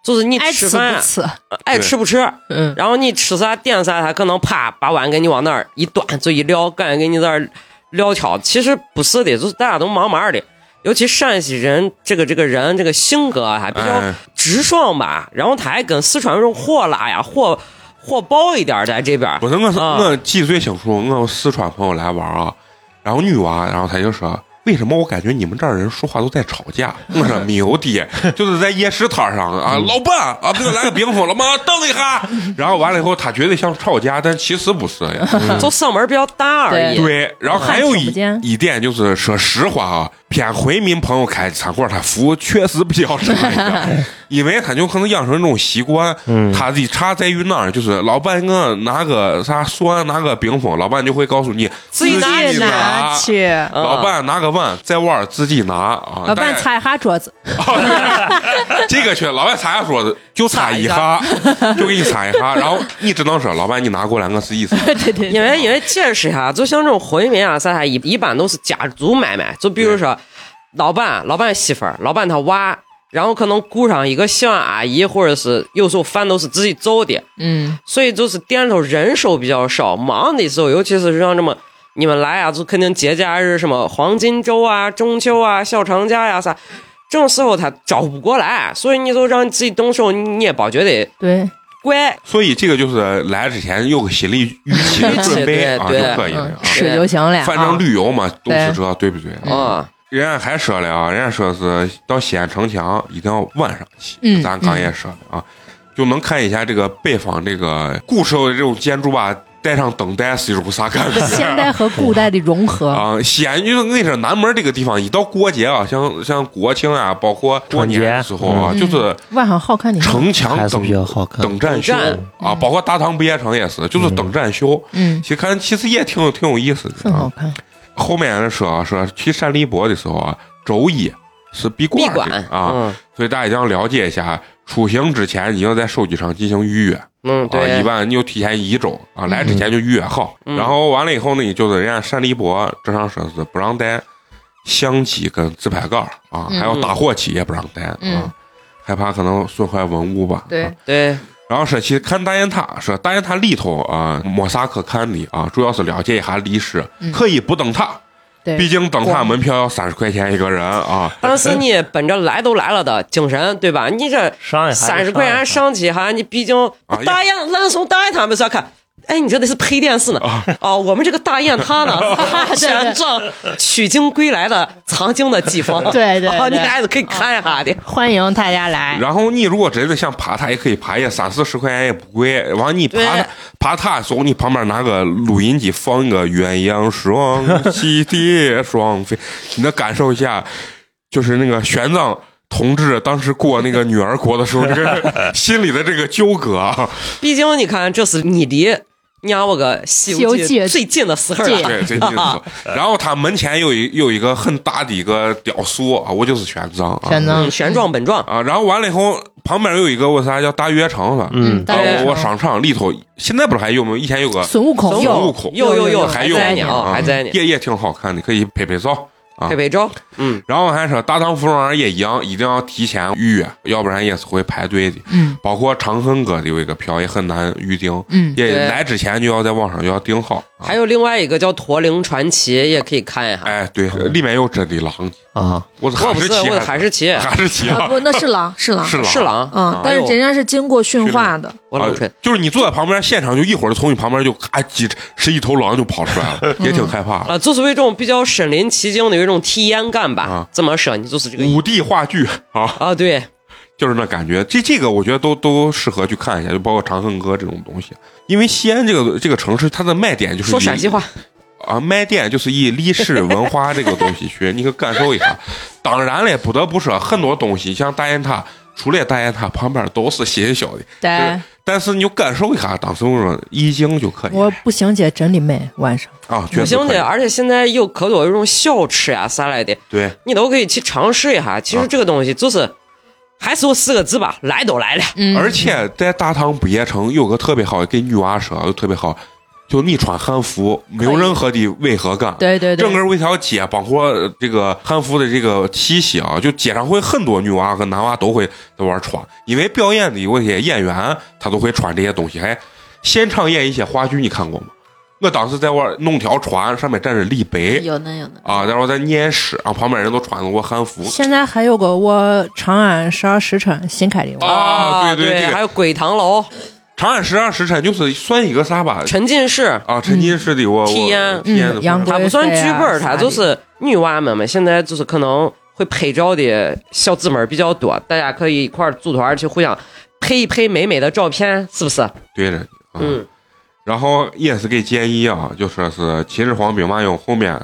Speaker 2: 就是你
Speaker 7: 啊嗯爱
Speaker 2: 吃
Speaker 7: 吃
Speaker 2: 饭
Speaker 7: 不吃，
Speaker 2: 爱吃不吃，
Speaker 7: 嗯，
Speaker 2: 然后你吃啥点啥，他可能啪把碗给你往那儿一端，就一撂，感觉给你在那儿撂挑。其实不是的，就是大家都忙忙的。尤其陕西人这个这个人这个性格啊还比较
Speaker 7: 嗯
Speaker 1: 哎
Speaker 2: 直爽吧，然后他还跟四川这种火辣呀火火爆一点儿在这边儿
Speaker 1: 不是我是，
Speaker 2: 啊
Speaker 1: 我记最清楚，我有四川朋友来玩啊，然后女娃，然后她就说。为什么我感觉你们这儿人说话都在吵架？我说没有的，就是在夜市摊上啊，老板啊，给我来个冰峰，老板等一下。 然后完了以后，她觉得像吵架，但其实不是。
Speaker 2: 就嗓门比较大而已。
Speaker 1: 对，然后还有
Speaker 7: 看
Speaker 1: 一
Speaker 7: 不见
Speaker 1: 一点就是，说实话啊，偏回民朋友开的餐馆，他服务确实比较差一点，因为他就可能养成这种习惯，
Speaker 5: 嗯，
Speaker 1: 他的差在于哪儿？就是老板我拿个啥蒜，拿个冰峰，老板就会告诉你
Speaker 2: 自己拿
Speaker 1: 己
Speaker 7: 拿
Speaker 1: 拿。
Speaker 7: 去，
Speaker 2: 嗯
Speaker 1: 老板拿个碗，在碗儿自己拿啊。
Speaker 7: 老板
Speaker 1: 但
Speaker 7: 擦一下桌子，
Speaker 1: 这个去，老板擦下说的，就擦一下，就给你擦一下，然后你只能说老板你拿过来，我自己擦。
Speaker 2: 因为因为解释一下，就像这种回民啊啥啥，一一般都是家族买卖，就比如说老板、老板媳妇儿、老板他娃，然后可能雇上一个小阿姨，或者是有时候饭都是自己做的，
Speaker 6: 嗯，
Speaker 2: 所以就是店头人手比较少，忙的时候，尤其是像这么。你们来啊，就肯定节假日什么黄金周啊、中秋啊、小长假呀、啥，这种时候他招不过来，所以你就让你自己动手，你也别觉得
Speaker 7: 对，
Speaker 2: 怪。
Speaker 1: 所以这个就是来之前有个心理预期的准备啊就
Speaker 2: 对对
Speaker 1: 可以
Speaker 7: 嗯
Speaker 1: 了，。啊。
Speaker 7: 吃就行了，
Speaker 1: 反
Speaker 7: 啊
Speaker 1: 正旅游嘛，都是这，对不对？嗯
Speaker 2: 啊、
Speaker 1: 人家还说了啊，人家说是到西安城墙一定要晚上去，
Speaker 6: 嗯
Speaker 1: 咱刚也说了啊，就能看一下这个北方这个古时候的这种建筑吧，带上灯带是一种啥感觉？
Speaker 7: 现代和古代的融合，
Speaker 1: 啊，西安就是那是南门这个地方，一到过节啊，像像国庆啊，包括过年的时候啊，
Speaker 6: 春
Speaker 1: 就
Speaker 6: 节
Speaker 1: 是
Speaker 7: 晚上好看的，
Speaker 1: 城
Speaker 5: 嗯还
Speaker 1: 墙
Speaker 5: 是
Speaker 1: 灯
Speaker 5: 比较好看。
Speaker 1: 灯展秀
Speaker 2: 灯
Speaker 1: 啊，包括大唐不夜城也是，就是灯展秀，
Speaker 7: 嗯，
Speaker 1: 其实看其实也挺有挺有意思的
Speaker 7: 很好
Speaker 1: 啊。
Speaker 7: 看，
Speaker 1: 后面人说啊说去陕历博的时候啊，周一是闭
Speaker 2: 闭
Speaker 1: 馆的
Speaker 2: 馆
Speaker 1: 啊，
Speaker 2: 嗯
Speaker 1: 所以大家一定要了解一下，出行之前你要在手机上进行预约
Speaker 2: 嗯，
Speaker 1: 啊，
Speaker 2: 对，
Speaker 1: 一般你就提前一周啊，来之前就预约好。
Speaker 2: 嗯
Speaker 1: 然后完了以后呢，就是人家单立博正常说是不让带相机跟自拍杆儿啊，
Speaker 6: 嗯
Speaker 1: 还有打火机也不让带啊
Speaker 6: 嗯，
Speaker 1: 害怕可能损坏文物吧。啊
Speaker 6: 对，
Speaker 2: 对，
Speaker 1: 然后说去看大雁塔，说大雁塔里头啊没啥可看的啊，主要是了解一下历史，
Speaker 6: 嗯
Speaker 1: 可以不登塔。
Speaker 7: 对
Speaker 1: 毕竟登塔门票要三十块钱一个人啊。
Speaker 2: 但是你本着来都来了的精神，对吧？你这
Speaker 5: 上海
Speaker 2: 三十块钱上去哈，你毕竟
Speaker 1: 啊
Speaker 2: 大雁烂怂大雁塔没啥看。哎，你这得是配电视呢
Speaker 1: 啊
Speaker 2: 啊！我们这个大雁 塔呢，全仗取经归来的藏经的地方，
Speaker 7: 对对
Speaker 2: 啊，你
Speaker 7: 对
Speaker 2: 还是可以看一下的。
Speaker 7: 欢迎大家来，
Speaker 1: 然后你如果真的想爬塔，也可以爬，也三四十块钱也不贵。完你爬
Speaker 2: 对
Speaker 1: 塔爬塔的时候，你旁边拿个录音机放一个《鸳鸯双栖蝶双飞》，你能感受一下，就是那个玄奘同志当时过那个女儿国的时候，这个 心里的这个纠葛啊。
Speaker 2: 毕竟你看，这是你离娘我个《西游
Speaker 7: 西
Speaker 2: 记
Speaker 7: 游》记
Speaker 2: 最近的时候了。
Speaker 1: 对，这就是说。
Speaker 7: 嗯
Speaker 1: 然后他门前有一有一个很大的一个雕塑啊，我就是玄奘啊，
Speaker 7: 玄
Speaker 2: 嗯，
Speaker 7: 奘，
Speaker 2: 玄奘本状，
Speaker 1: 哦啊，然后完了以后，旁边有一个我啥叫大悦城了，
Speaker 5: 嗯，
Speaker 1: 然
Speaker 7: 大悦
Speaker 1: 后
Speaker 7: 城
Speaker 1: 我商场里头现在不是还有没有？以前有个
Speaker 7: 孙悟空
Speaker 1: 孙
Speaker 2: 有
Speaker 1: 悟空
Speaker 2: 有有有，
Speaker 1: 还有
Speaker 2: 在呢
Speaker 1: 啊
Speaker 2: 啊，还在呢，
Speaker 1: 也也挺好看的，可以拍拍照。啊
Speaker 2: 拍拍照，嗯，
Speaker 1: 然后还说大唐服装园也一样，一定要提前预约，要不然也是会排队的。
Speaker 7: 嗯
Speaker 1: 包括长恨歌的有一个票也很难预定，
Speaker 7: 嗯，
Speaker 1: 也
Speaker 2: 对
Speaker 1: 来之前就要在网上就要订好。啊
Speaker 2: 还有另外一个叫《驼铃传奇》，也可以看一下。
Speaker 1: 哎，对，里面有真的狼，
Speaker 5: 啊，
Speaker 1: 我是
Speaker 2: 我
Speaker 1: 哈
Speaker 2: 不
Speaker 1: 士
Speaker 2: 是，
Speaker 1: 奇
Speaker 2: 我的哈士奇，
Speaker 1: 哈士奇
Speaker 6: 啊
Speaker 1: 啊，
Speaker 6: 不，那是狼，是狼，
Speaker 1: 是狼，
Speaker 2: 是狼，
Speaker 6: 嗯，但
Speaker 2: 哎
Speaker 6: 是
Speaker 2: 呦
Speaker 6: 人家是经过驯
Speaker 1: 驯
Speaker 6: 化的，
Speaker 2: 我
Speaker 1: 啊
Speaker 2: 老吹，
Speaker 1: 就是你坐在旁边，现场就一会儿从你旁边就咔几十一头狼就跑出来 了，也挺害怕。
Speaker 2: 啊，就是有一种比较身临其境的有一种体验感吧
Speaker 1: 啊。
Speaker 2: 这么说，你就是这个
Speaker 1: 五 D 话剧啊，
Speaker 2: 啊，对，
Speaker 1: 就是那感觉。这这个我觉得都都适合去看一下，就包括《长恨歌》这种东西。因为西安这个这个城市，它的卖点就是
Speaker 2: 说
Speaker 1: 以
Speaker 2: 陕西话，
Speaker 1: 啊，卖点就是以历史文化这个东西去，你可感受一下。当然了，不得不说，很多东西像大雁塔，除了大雁塔旁边都是新修的，
Speaker 7: 对，
Speaker 1: 但是你就感受一下当时我说意境就可以
Speaker 7: 我不行姐真的美，晚上
Speaker 1: 啊，
Speaker 2: 不
Speaker 1: 确实
Speaker 2: 行
Speaker 1: 可以
Speaker 2: 的，而且现在有可多有种小吃呀啥来的，
Speaker 1: 对。
Speaker 2: 你都可以去尝试一下。
Speaker 1: 啊
Speaker 2: 其实这个东西就是，还是有四个字吧，来都来了，
Speaker 7: 嗯
Speaker 1: 而且在大唐不夜城有个特别好，给女娃说就特别好，就你穿汉服没有任何的违和感。
Speaker 7: 对对对
Speaker 1: 整，个这条街，包括呃这个汉服的这个气息啊，就街上会很多女娃和男娃都会在玩穿，因为表演的有些演员他都会穿这些东西，还现场演一些话剧，你看过吗？我当时在玩弄条船，上面站着李白
Speaker 4: 有呢有呢，
Speaker 1: 啊，然后在念诗，啊，旁边人都穿过汉服
Speaker 7: 现在还有个我长安十二时辰新开
Speaker 2: 哦
Speaker 7: 的，
Speaker 1: 啊，对
Speaker 2: 对，
Speaker 1: 这
Speaker 2: 还
Speaker 1: 个
Speaker 2: 有鬼堂楼、
Speaker 1: 长安十二时辰就是算一个啥吧，
Speaker 2: 沉浸式，
Speaker 1: 啊，沉浸式的我我
Speaker 2: 体验
Speaker 1: 体验的
Speaker 7: 嗯杨
Speaker 1: 不
Speaker 7: 贵
Speaker 1: 是
Speaker 2: 它不算剧本儿，
Speaker 7: 对啊
Speaker 2: 它就是女娃们们现在就是可能会拍照的小姊妹儿比较多，大家可以一块儿组团儿去互相拍一拍美美的照片，是不是？
Speaker 1: 对着，
Speaker 2: 嗯，
Speaker 1: 然后也是给建议啊，就说是秦始皇兵马俑后面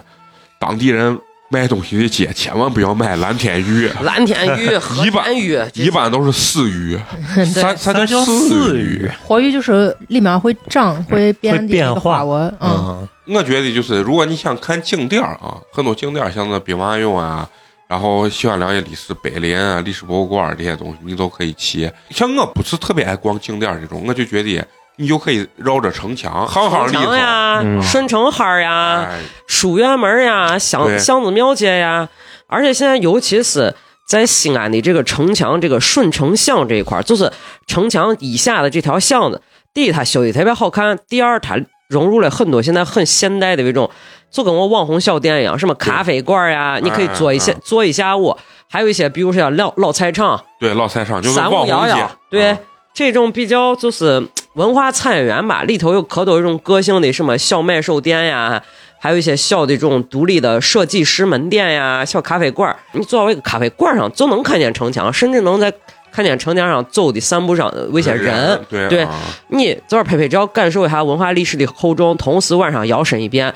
Speaker 1: 当地人卖东西的街，千万不要买蓝天鱼，
Speaker 2: 嗯蓝天 鱼、河
Speaker 1: 一般
Speaker 2: 南鱼，这
Speaker 1: 一般都是死鱼，三三
Speaker 5: 三
Speaker 1: 条
Speaker 5: 条
Speaker 1: 死
Speaker 5: 四
Speaker 1: 鱼
Speaker 5: 鱼。
Speaker 7: 活鱼就是里面会胀会变
Speaker 5: 会
Speaker 7: 的
Speaker 5: 变
Speaker 7: 那个
Speaker 5: 化
Speaker 7: 花纹，嗯，
Speaker 5: 嗯，
Speaker 1: 我觉得就是，如果你想看景点儿啊，很多景点儿像那兵马俑啊，然后喜欢了解历史碑林啊、历史博物馆这些东西，你都可以去。像我不是特别爱逛景点儿这种，我就觉得你就可以绕着城墙，行行
Speaker 2: 长
Speaker 1: 里头
Speaker 2: 城，呀、
Speaker 5: 嗯
Speaker 2: 顺城海儿呀、
Speaker 1: 哎
Speaker 2: 蜀园门儿呀、
Speaker 1: 对
Speaker 2: 巷巷子庙街呀，而且现在尤其是。在西安的这个城墙，这个顺城巷这一块儿，就是城墙以下的这条巷子，第一它修的特别好看，第二它融入了很多现在很现代的这种，就跟我网红小店一样，什么咖啡馆呀，你可以坐一下
Speaker 1: 嗯嗯
Speaker 2: 坐一下午，还有一些比如说像老老菜场，
Speaker 1: 对，老菜场就是
Speaker 2: 三
Speaker 1: 网
Speaker 2: 五
Speaker 1: 红
Speaker 2: 幺
Speaker 1: 街
Speaker 2: 幺，，对、
Speaker 1: 啊
Speaker 2: 这种比较就是嘖文化产业园吧，里头有可多这种个性的什么小卖手店呀，还有一些小的这种独立的设计师门店呀、小咖啡馆儿。你坐到一个咖啡馆儿上，就能看见城墙，甚至能在看见城墙上走的散步上的一些人。
Speaker 1: 对
Speaker 2: 对
Speaker 1: 啊
Speaker 2: 你在这儿拍拍照，感受一下文化历史的厚重，同时晚上摇身一变，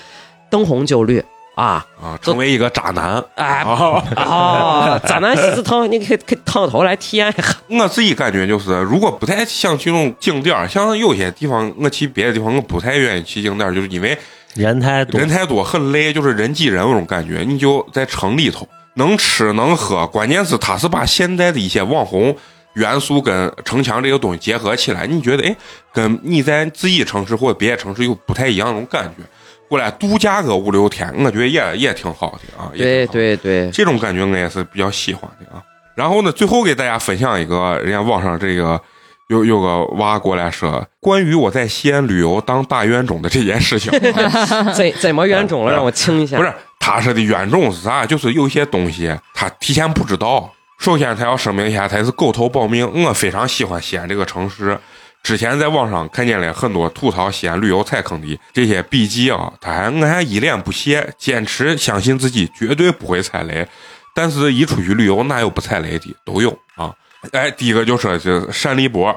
Speaker 2: 灯红酒绿 啊！
Speaker 1: 啊，成为一个渣男。
Speaker 2: 哎，
Speaker 1: 啊，
Speaker 2: 哦，咱南西子疼，你可以可以烫头来体验一下。
Speaker 1: 我自己感觉就是，如果不太想去那种景点儿，像有些地方我去别的地方，我不太愿意去景点儿，就是因为
Speaker 5: 人太多
Speaker 1: 人，太多很累，就是人挤人那种感觉。你就在城里头，能吃能喝，关键是它是把现在的一些网红元素跟城墙这个东西结合起来，你觉得哎，跟你在自己城市或者别的城市又不太一样那种感觉。过来度假个五六天，我觉得也也挺好的啊，也挺
Speaker 2: 对
Speaker 1: 好的
Speaker 2: 对对，
Speaker 1: 这种感觉我也是比较喜欢的啊。然后呢，最后给大家分享一个，人家网上这个有有个娃过来说，关于我在西安旅游当大冤种的这件事情啊、
Speaker 2: 怎怎么冤种了？
Speaker 1: 啊
Speaker 2: 让我清一下。
Speaker 1: 不是他说的冤种是啥？就是有些东西他提前不知道。首先，他要声明一下，他是狗头保命。我非常喜欢西安这个城市。之前在网上看见了很多吐槽西安旅游踩坑的这些笔记啊，他还我还一脸不屑，坚持相信自己绝对不会踩雷。但是，一出去旅游，哪有不踩雷的？都有啊。哎，第一个就说是陕历博，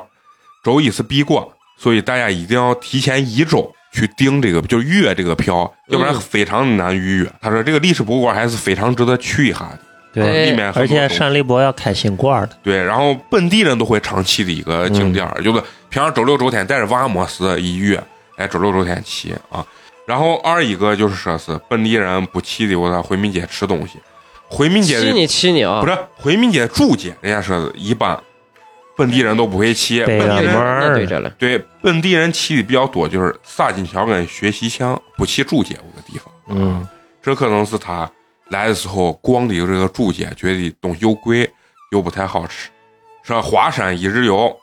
Speaker 1: 周一是必过，所以大家一定要提前一周去订这个，就预约这个票，要不然
Speaker 2: 嗯
Speaker 1: 非常难预约。他说这个历史博物馆还是非常值得去一下的，
Speaker 5: 对，
Speaker 2: 对
Speaker 1: 哎里面很
Speaker 5: 而
Speaker 1: 多
Speaker 5: 且
Speaker 1: 东西
Speaker 5: 单立博要开新馆儿的，
Speaker 1: 对，然后本地人都会常去的一个
Speaker 5: 嗯
Speaker 1: 景点儿，就是平常周六周天带着娃没事一约，哎，周六周天去啊。然后二一个就是说是本地人不去的，我在回民街吃东西，回民街
Speaker 2: 气
Speaker 1: 的
Speaker 2: 你气你啊！
Speaker 1: 不是回民街主街，人家说是一般本地人都不会骑，
Speaker 5: 北
Speaker 1: 本地人
Speaker 5: 门
Speaker 2: 那
Speaker 5: 儿
Speaker 2: 对着了，
Speaker 1: 对本地人骑的比较多，就是撒金桥跟学习乡不骑主街这个地方。
Speaker 5: 嗯，
Speaker 1: 这可能是他来的时候逛的这个主街，觉得东西又贵又不太好吃。说华山一日游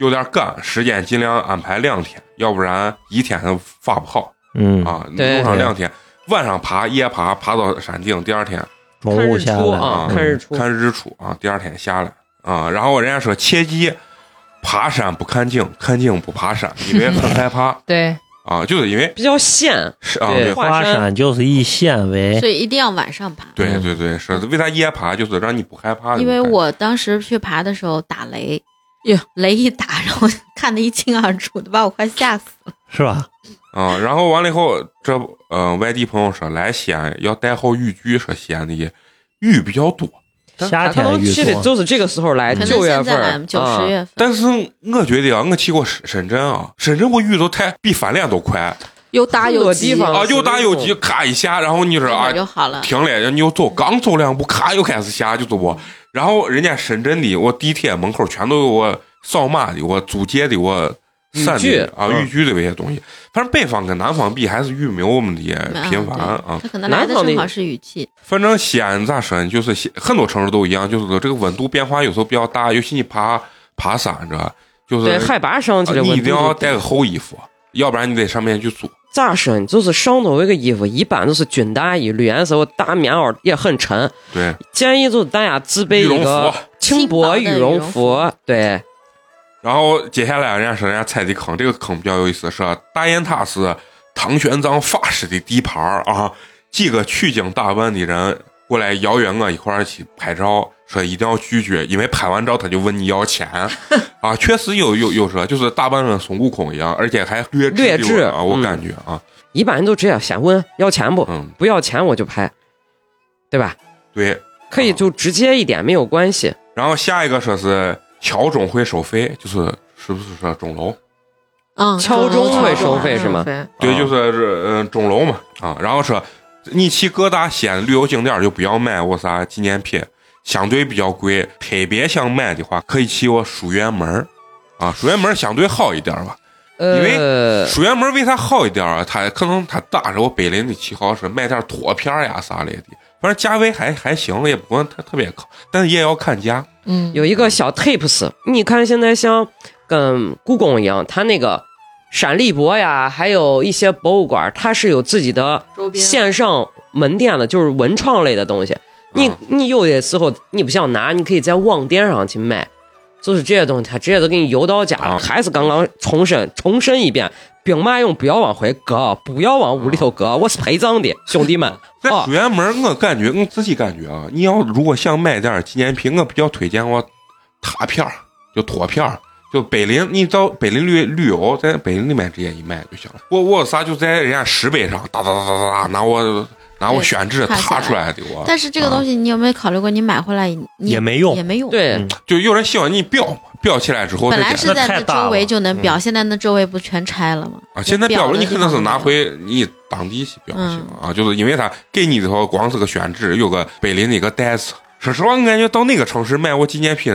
Speaker 1: 有点赶，时间尽量安排两天，要不然一天发不好
Speaker 5: 嗯，
Speaker 1: 啊。
Speaker 2: 对
Speaker 1: 弄上两天，晚上爬夜爬，爬到山顶，第二天
Speaker 5: 中
Speaker 2: 看
Speaker 5: 午
Speaker 2: 日
Speaker 5: 下
Speaker 2: 出
Speaker 5: 来
Speaker 2: 啊，
Speaker 5: 嗯
Speaker 2: 看日出，
Speaker 1: 看日出啊，第二天下来啊。然后人家说切记，爬山不看景，看景不爬山，因为很害怕
Speaker 6: 对，
Speaker 1: 啊，就是因为
Speaker 2: 比较险，
Speaker 1: 是啊，
Speaker 2: 对
Speaker 1: 对
Speaker 5: 华嗯山就是以县为
Speaker 4: 所以一定要晚上爬。
Speaker 1: 对
Speaker 5: 嗯
Speaker 1: 对对，是为啥夜爬就是让你不害怕那种感觉，
Speaker 4: 因为我当时去爬的时候打雷
Speaker 6: 呀，
Speaker 4: 雷一打，然后看得一清二楚的，把我快吓死了。
Speaker 5: 是吧？
Speaker 1: 啊、然后完了以后，这呃外地朋友说来西安要带好雨具，说西安的雨比较多，但
Speaker 5: 夏
Speaker 2: 他
Speaker 5: 天
Speaker 2: 能
Speaker 5: 遇
Speaker 2: 去的
Speaker 5: 多，
Speaker 2: 就是这个时候
Speaker 1: 嗯
Speaker 2: 来，
Speaker 4: 可能
Speaker 2: 哎九月
Speaker 4: 现
Speaker 2: 份
Speaker 4: 在
Speaker 2: 儿
Speaker 4: 来，九十，
Speaker 2: 啊
Speaker 4: 月份，
Speaker 1: 但是我觉得啊，我去过深深圳啊，深圳我雨都太比翻脸都快
Speaker 6: 有打
Speaker 2: 有
Speaker 6: 有
Speaker 2: 地
Speaker 6: 急
Speaker 2: 方
Speaker 1: 啊，又打又急，咔一下，然后你说
Speaker 4: 一会
Speaker 1: 啊
Speaker 4: 儿就好了。
Speaker 1: 停了，人家又走，刚走两步，咔又开始下，就走不。然后人家深圳的，我地铁门口全都有我扫码的，我租借的，我散
Speaker 2: 雨具
Speaker 1: 的啊，
Speaker 2: 嗯
Speaker 1: 雨具的这些东西。反正北方跟南方比，还是雨没有我们的
Speaker 4: 嗯
Speaker 1: 频繁啊。
Speaker 4: 他可能来的
Speaker 2: 南方的
Speaker 4: 正好是雨季，
Speaker 1: 反正西安咋说呢，就是西很多城市都一样，就是说这个温度变化有时候比较大，尤其你爬爬山着，就是
Speaker 2: 对海拔上去
Speaker 1: 啊
Speaker 2: 了，
Speaker 1: 你
Speaker 2: 温
Speaker 1: 一
Speaker 2: 度
Speaker 1: 定要
Speaker 2: 就低
Speaker 1: 带个厚衣服，要不然你得上面去租。
Speaker 2: 咋说呢？就是上头有一个衣服，一般都是军大衣、绿颜色大棉袄，也很沉。
Speaker 1: 对，
Speaker 2: 建议就是大家自备
Speaker 1: 羽
Speaker 2: 一
Speaker 1: 绒
Speaker 2: 个
Speaker 1: 服
Speaker 2: 轻薄羽
Speaker 4: 轻
Speaker 2: 绒
Speaker 4: 薄
Speaker 2: 服，对，
Speaker 1: 然后接下来人家说人家踩的坑，这个坑比较有意思，是大雁塔是唐玄奘法师的地盘儿啊，几个取经打扮的人过来邀约我一块儿去拍照，说一定要拒绝，因为拍完照他就问你要钱 啊，确实有有有说就是打扮跟孙悟空一样，而且还略知
Speaker 2: 略知
Speaker 1: 啊，我
Speaker 2: 嗯
Speaker 1: 感觉啊，
Speaker 2: 一般人都直接先问要钱不，
Speaker 1: 嗯，
Speaker 2: 不要钱我就拍，对吧？
Speaker 1: 对。
Speaker 2: 可以就直接一点，没有关系。
Speaker 1: 然后下一个说是桥中会收费，就是是不是说钟楼？
Speaker 6: 嗯，
Speaker 2: 敲钟
Speaker 1: 会
Speaker 2: 收费是吗
Speaker 1: 对，
Speaker 2: 啊
Speaker 1: 就是呃钟楼嘛啊。然后说你去各大西安旅游景点儿就不要买我啥纪念品，相对比较贵。特别想买的话，可以去我书院门儿啊，书院门儿相对好一点儿吧。因为
Speaker 2: 呃，
Speaker 1: 书院门儿为啥好一点儿啊？它可能它打着我北林的旗号是卖点儿托片儿呀啥类的，反正价位还还行，也不算特特别高，但是也要看价。
Speaker 6: 嗯，
Speaker 2: 有一个小 tips，你看现在像跟故宫一样，它那个陕历博呀，还有一些博物馆，它是有自己的
Speaker 6: 周边
Speaker 2: 线上门店的，就是文创类的东西。你你有的时候你不想拿，你可以在网店上去买，就是这些东西，它直接都给你邮到家了。
Speaker 1: 啊
Speaker 2: 还是刚刚重申重申一遍，兵马俑不要往回搁，不要往屋里头搁，我是陪葬的，兄弟们。
Speaker 1: 在
Speaker 4: 哦
Speaker 2: 啊
Speaker 1: 书院门儿，我感觉我自己感觉啊，你要如果想买点儿纪念品，我比较推荐我拓片儿，就拓片儿，就北林，你到北林旅旅游，在北林里面直接一买就行了。我我有啥就在人家石碑上哒哒哒哒哒拿我拿我宣纸
Speaker 4: 对
Speaker 1: 拓出来的我。
Speaker 4: 但是这个东
Speaker 1: 啊
Speaker 4: 西你有没有考虑过，你买回来你
Speaker 5: 也没用
Speaker 4: 也没用。
Speaker 2: 对，
Speaker 5: 嗯
Speaker 1: 就有人喜欢你裱嘛，裱起来之后
Speaker 4: 本
Speaker 1: 再
Speaker 4: 来
Speaker 1: 剪
Speaker 4: 是在
Speaker 5: 那太
Speaker 4: 这
Speaker 5: 大
Speaker 4: 周围
Speaker 5: 了
Speaker 4: 就能裱，现在那周围不全拆了吗？
Speaker 1: 嗯啊。现在裱
Speaker 4: 裱
Speaker 1: 了，
Speaker 4: 的嗯
Speaker 1: 你
Speaker 4: 地
Speaker 1: 可能是
Speaker 4: 方
Speaker 1: 拿
Speaker 4: 没有
Speaker 1: 回你当地去裱去了啊，就是因为它给你的话光是个宣纸，有个北林的一个袋子。说实话，我感觉到那个城市买我纪念品，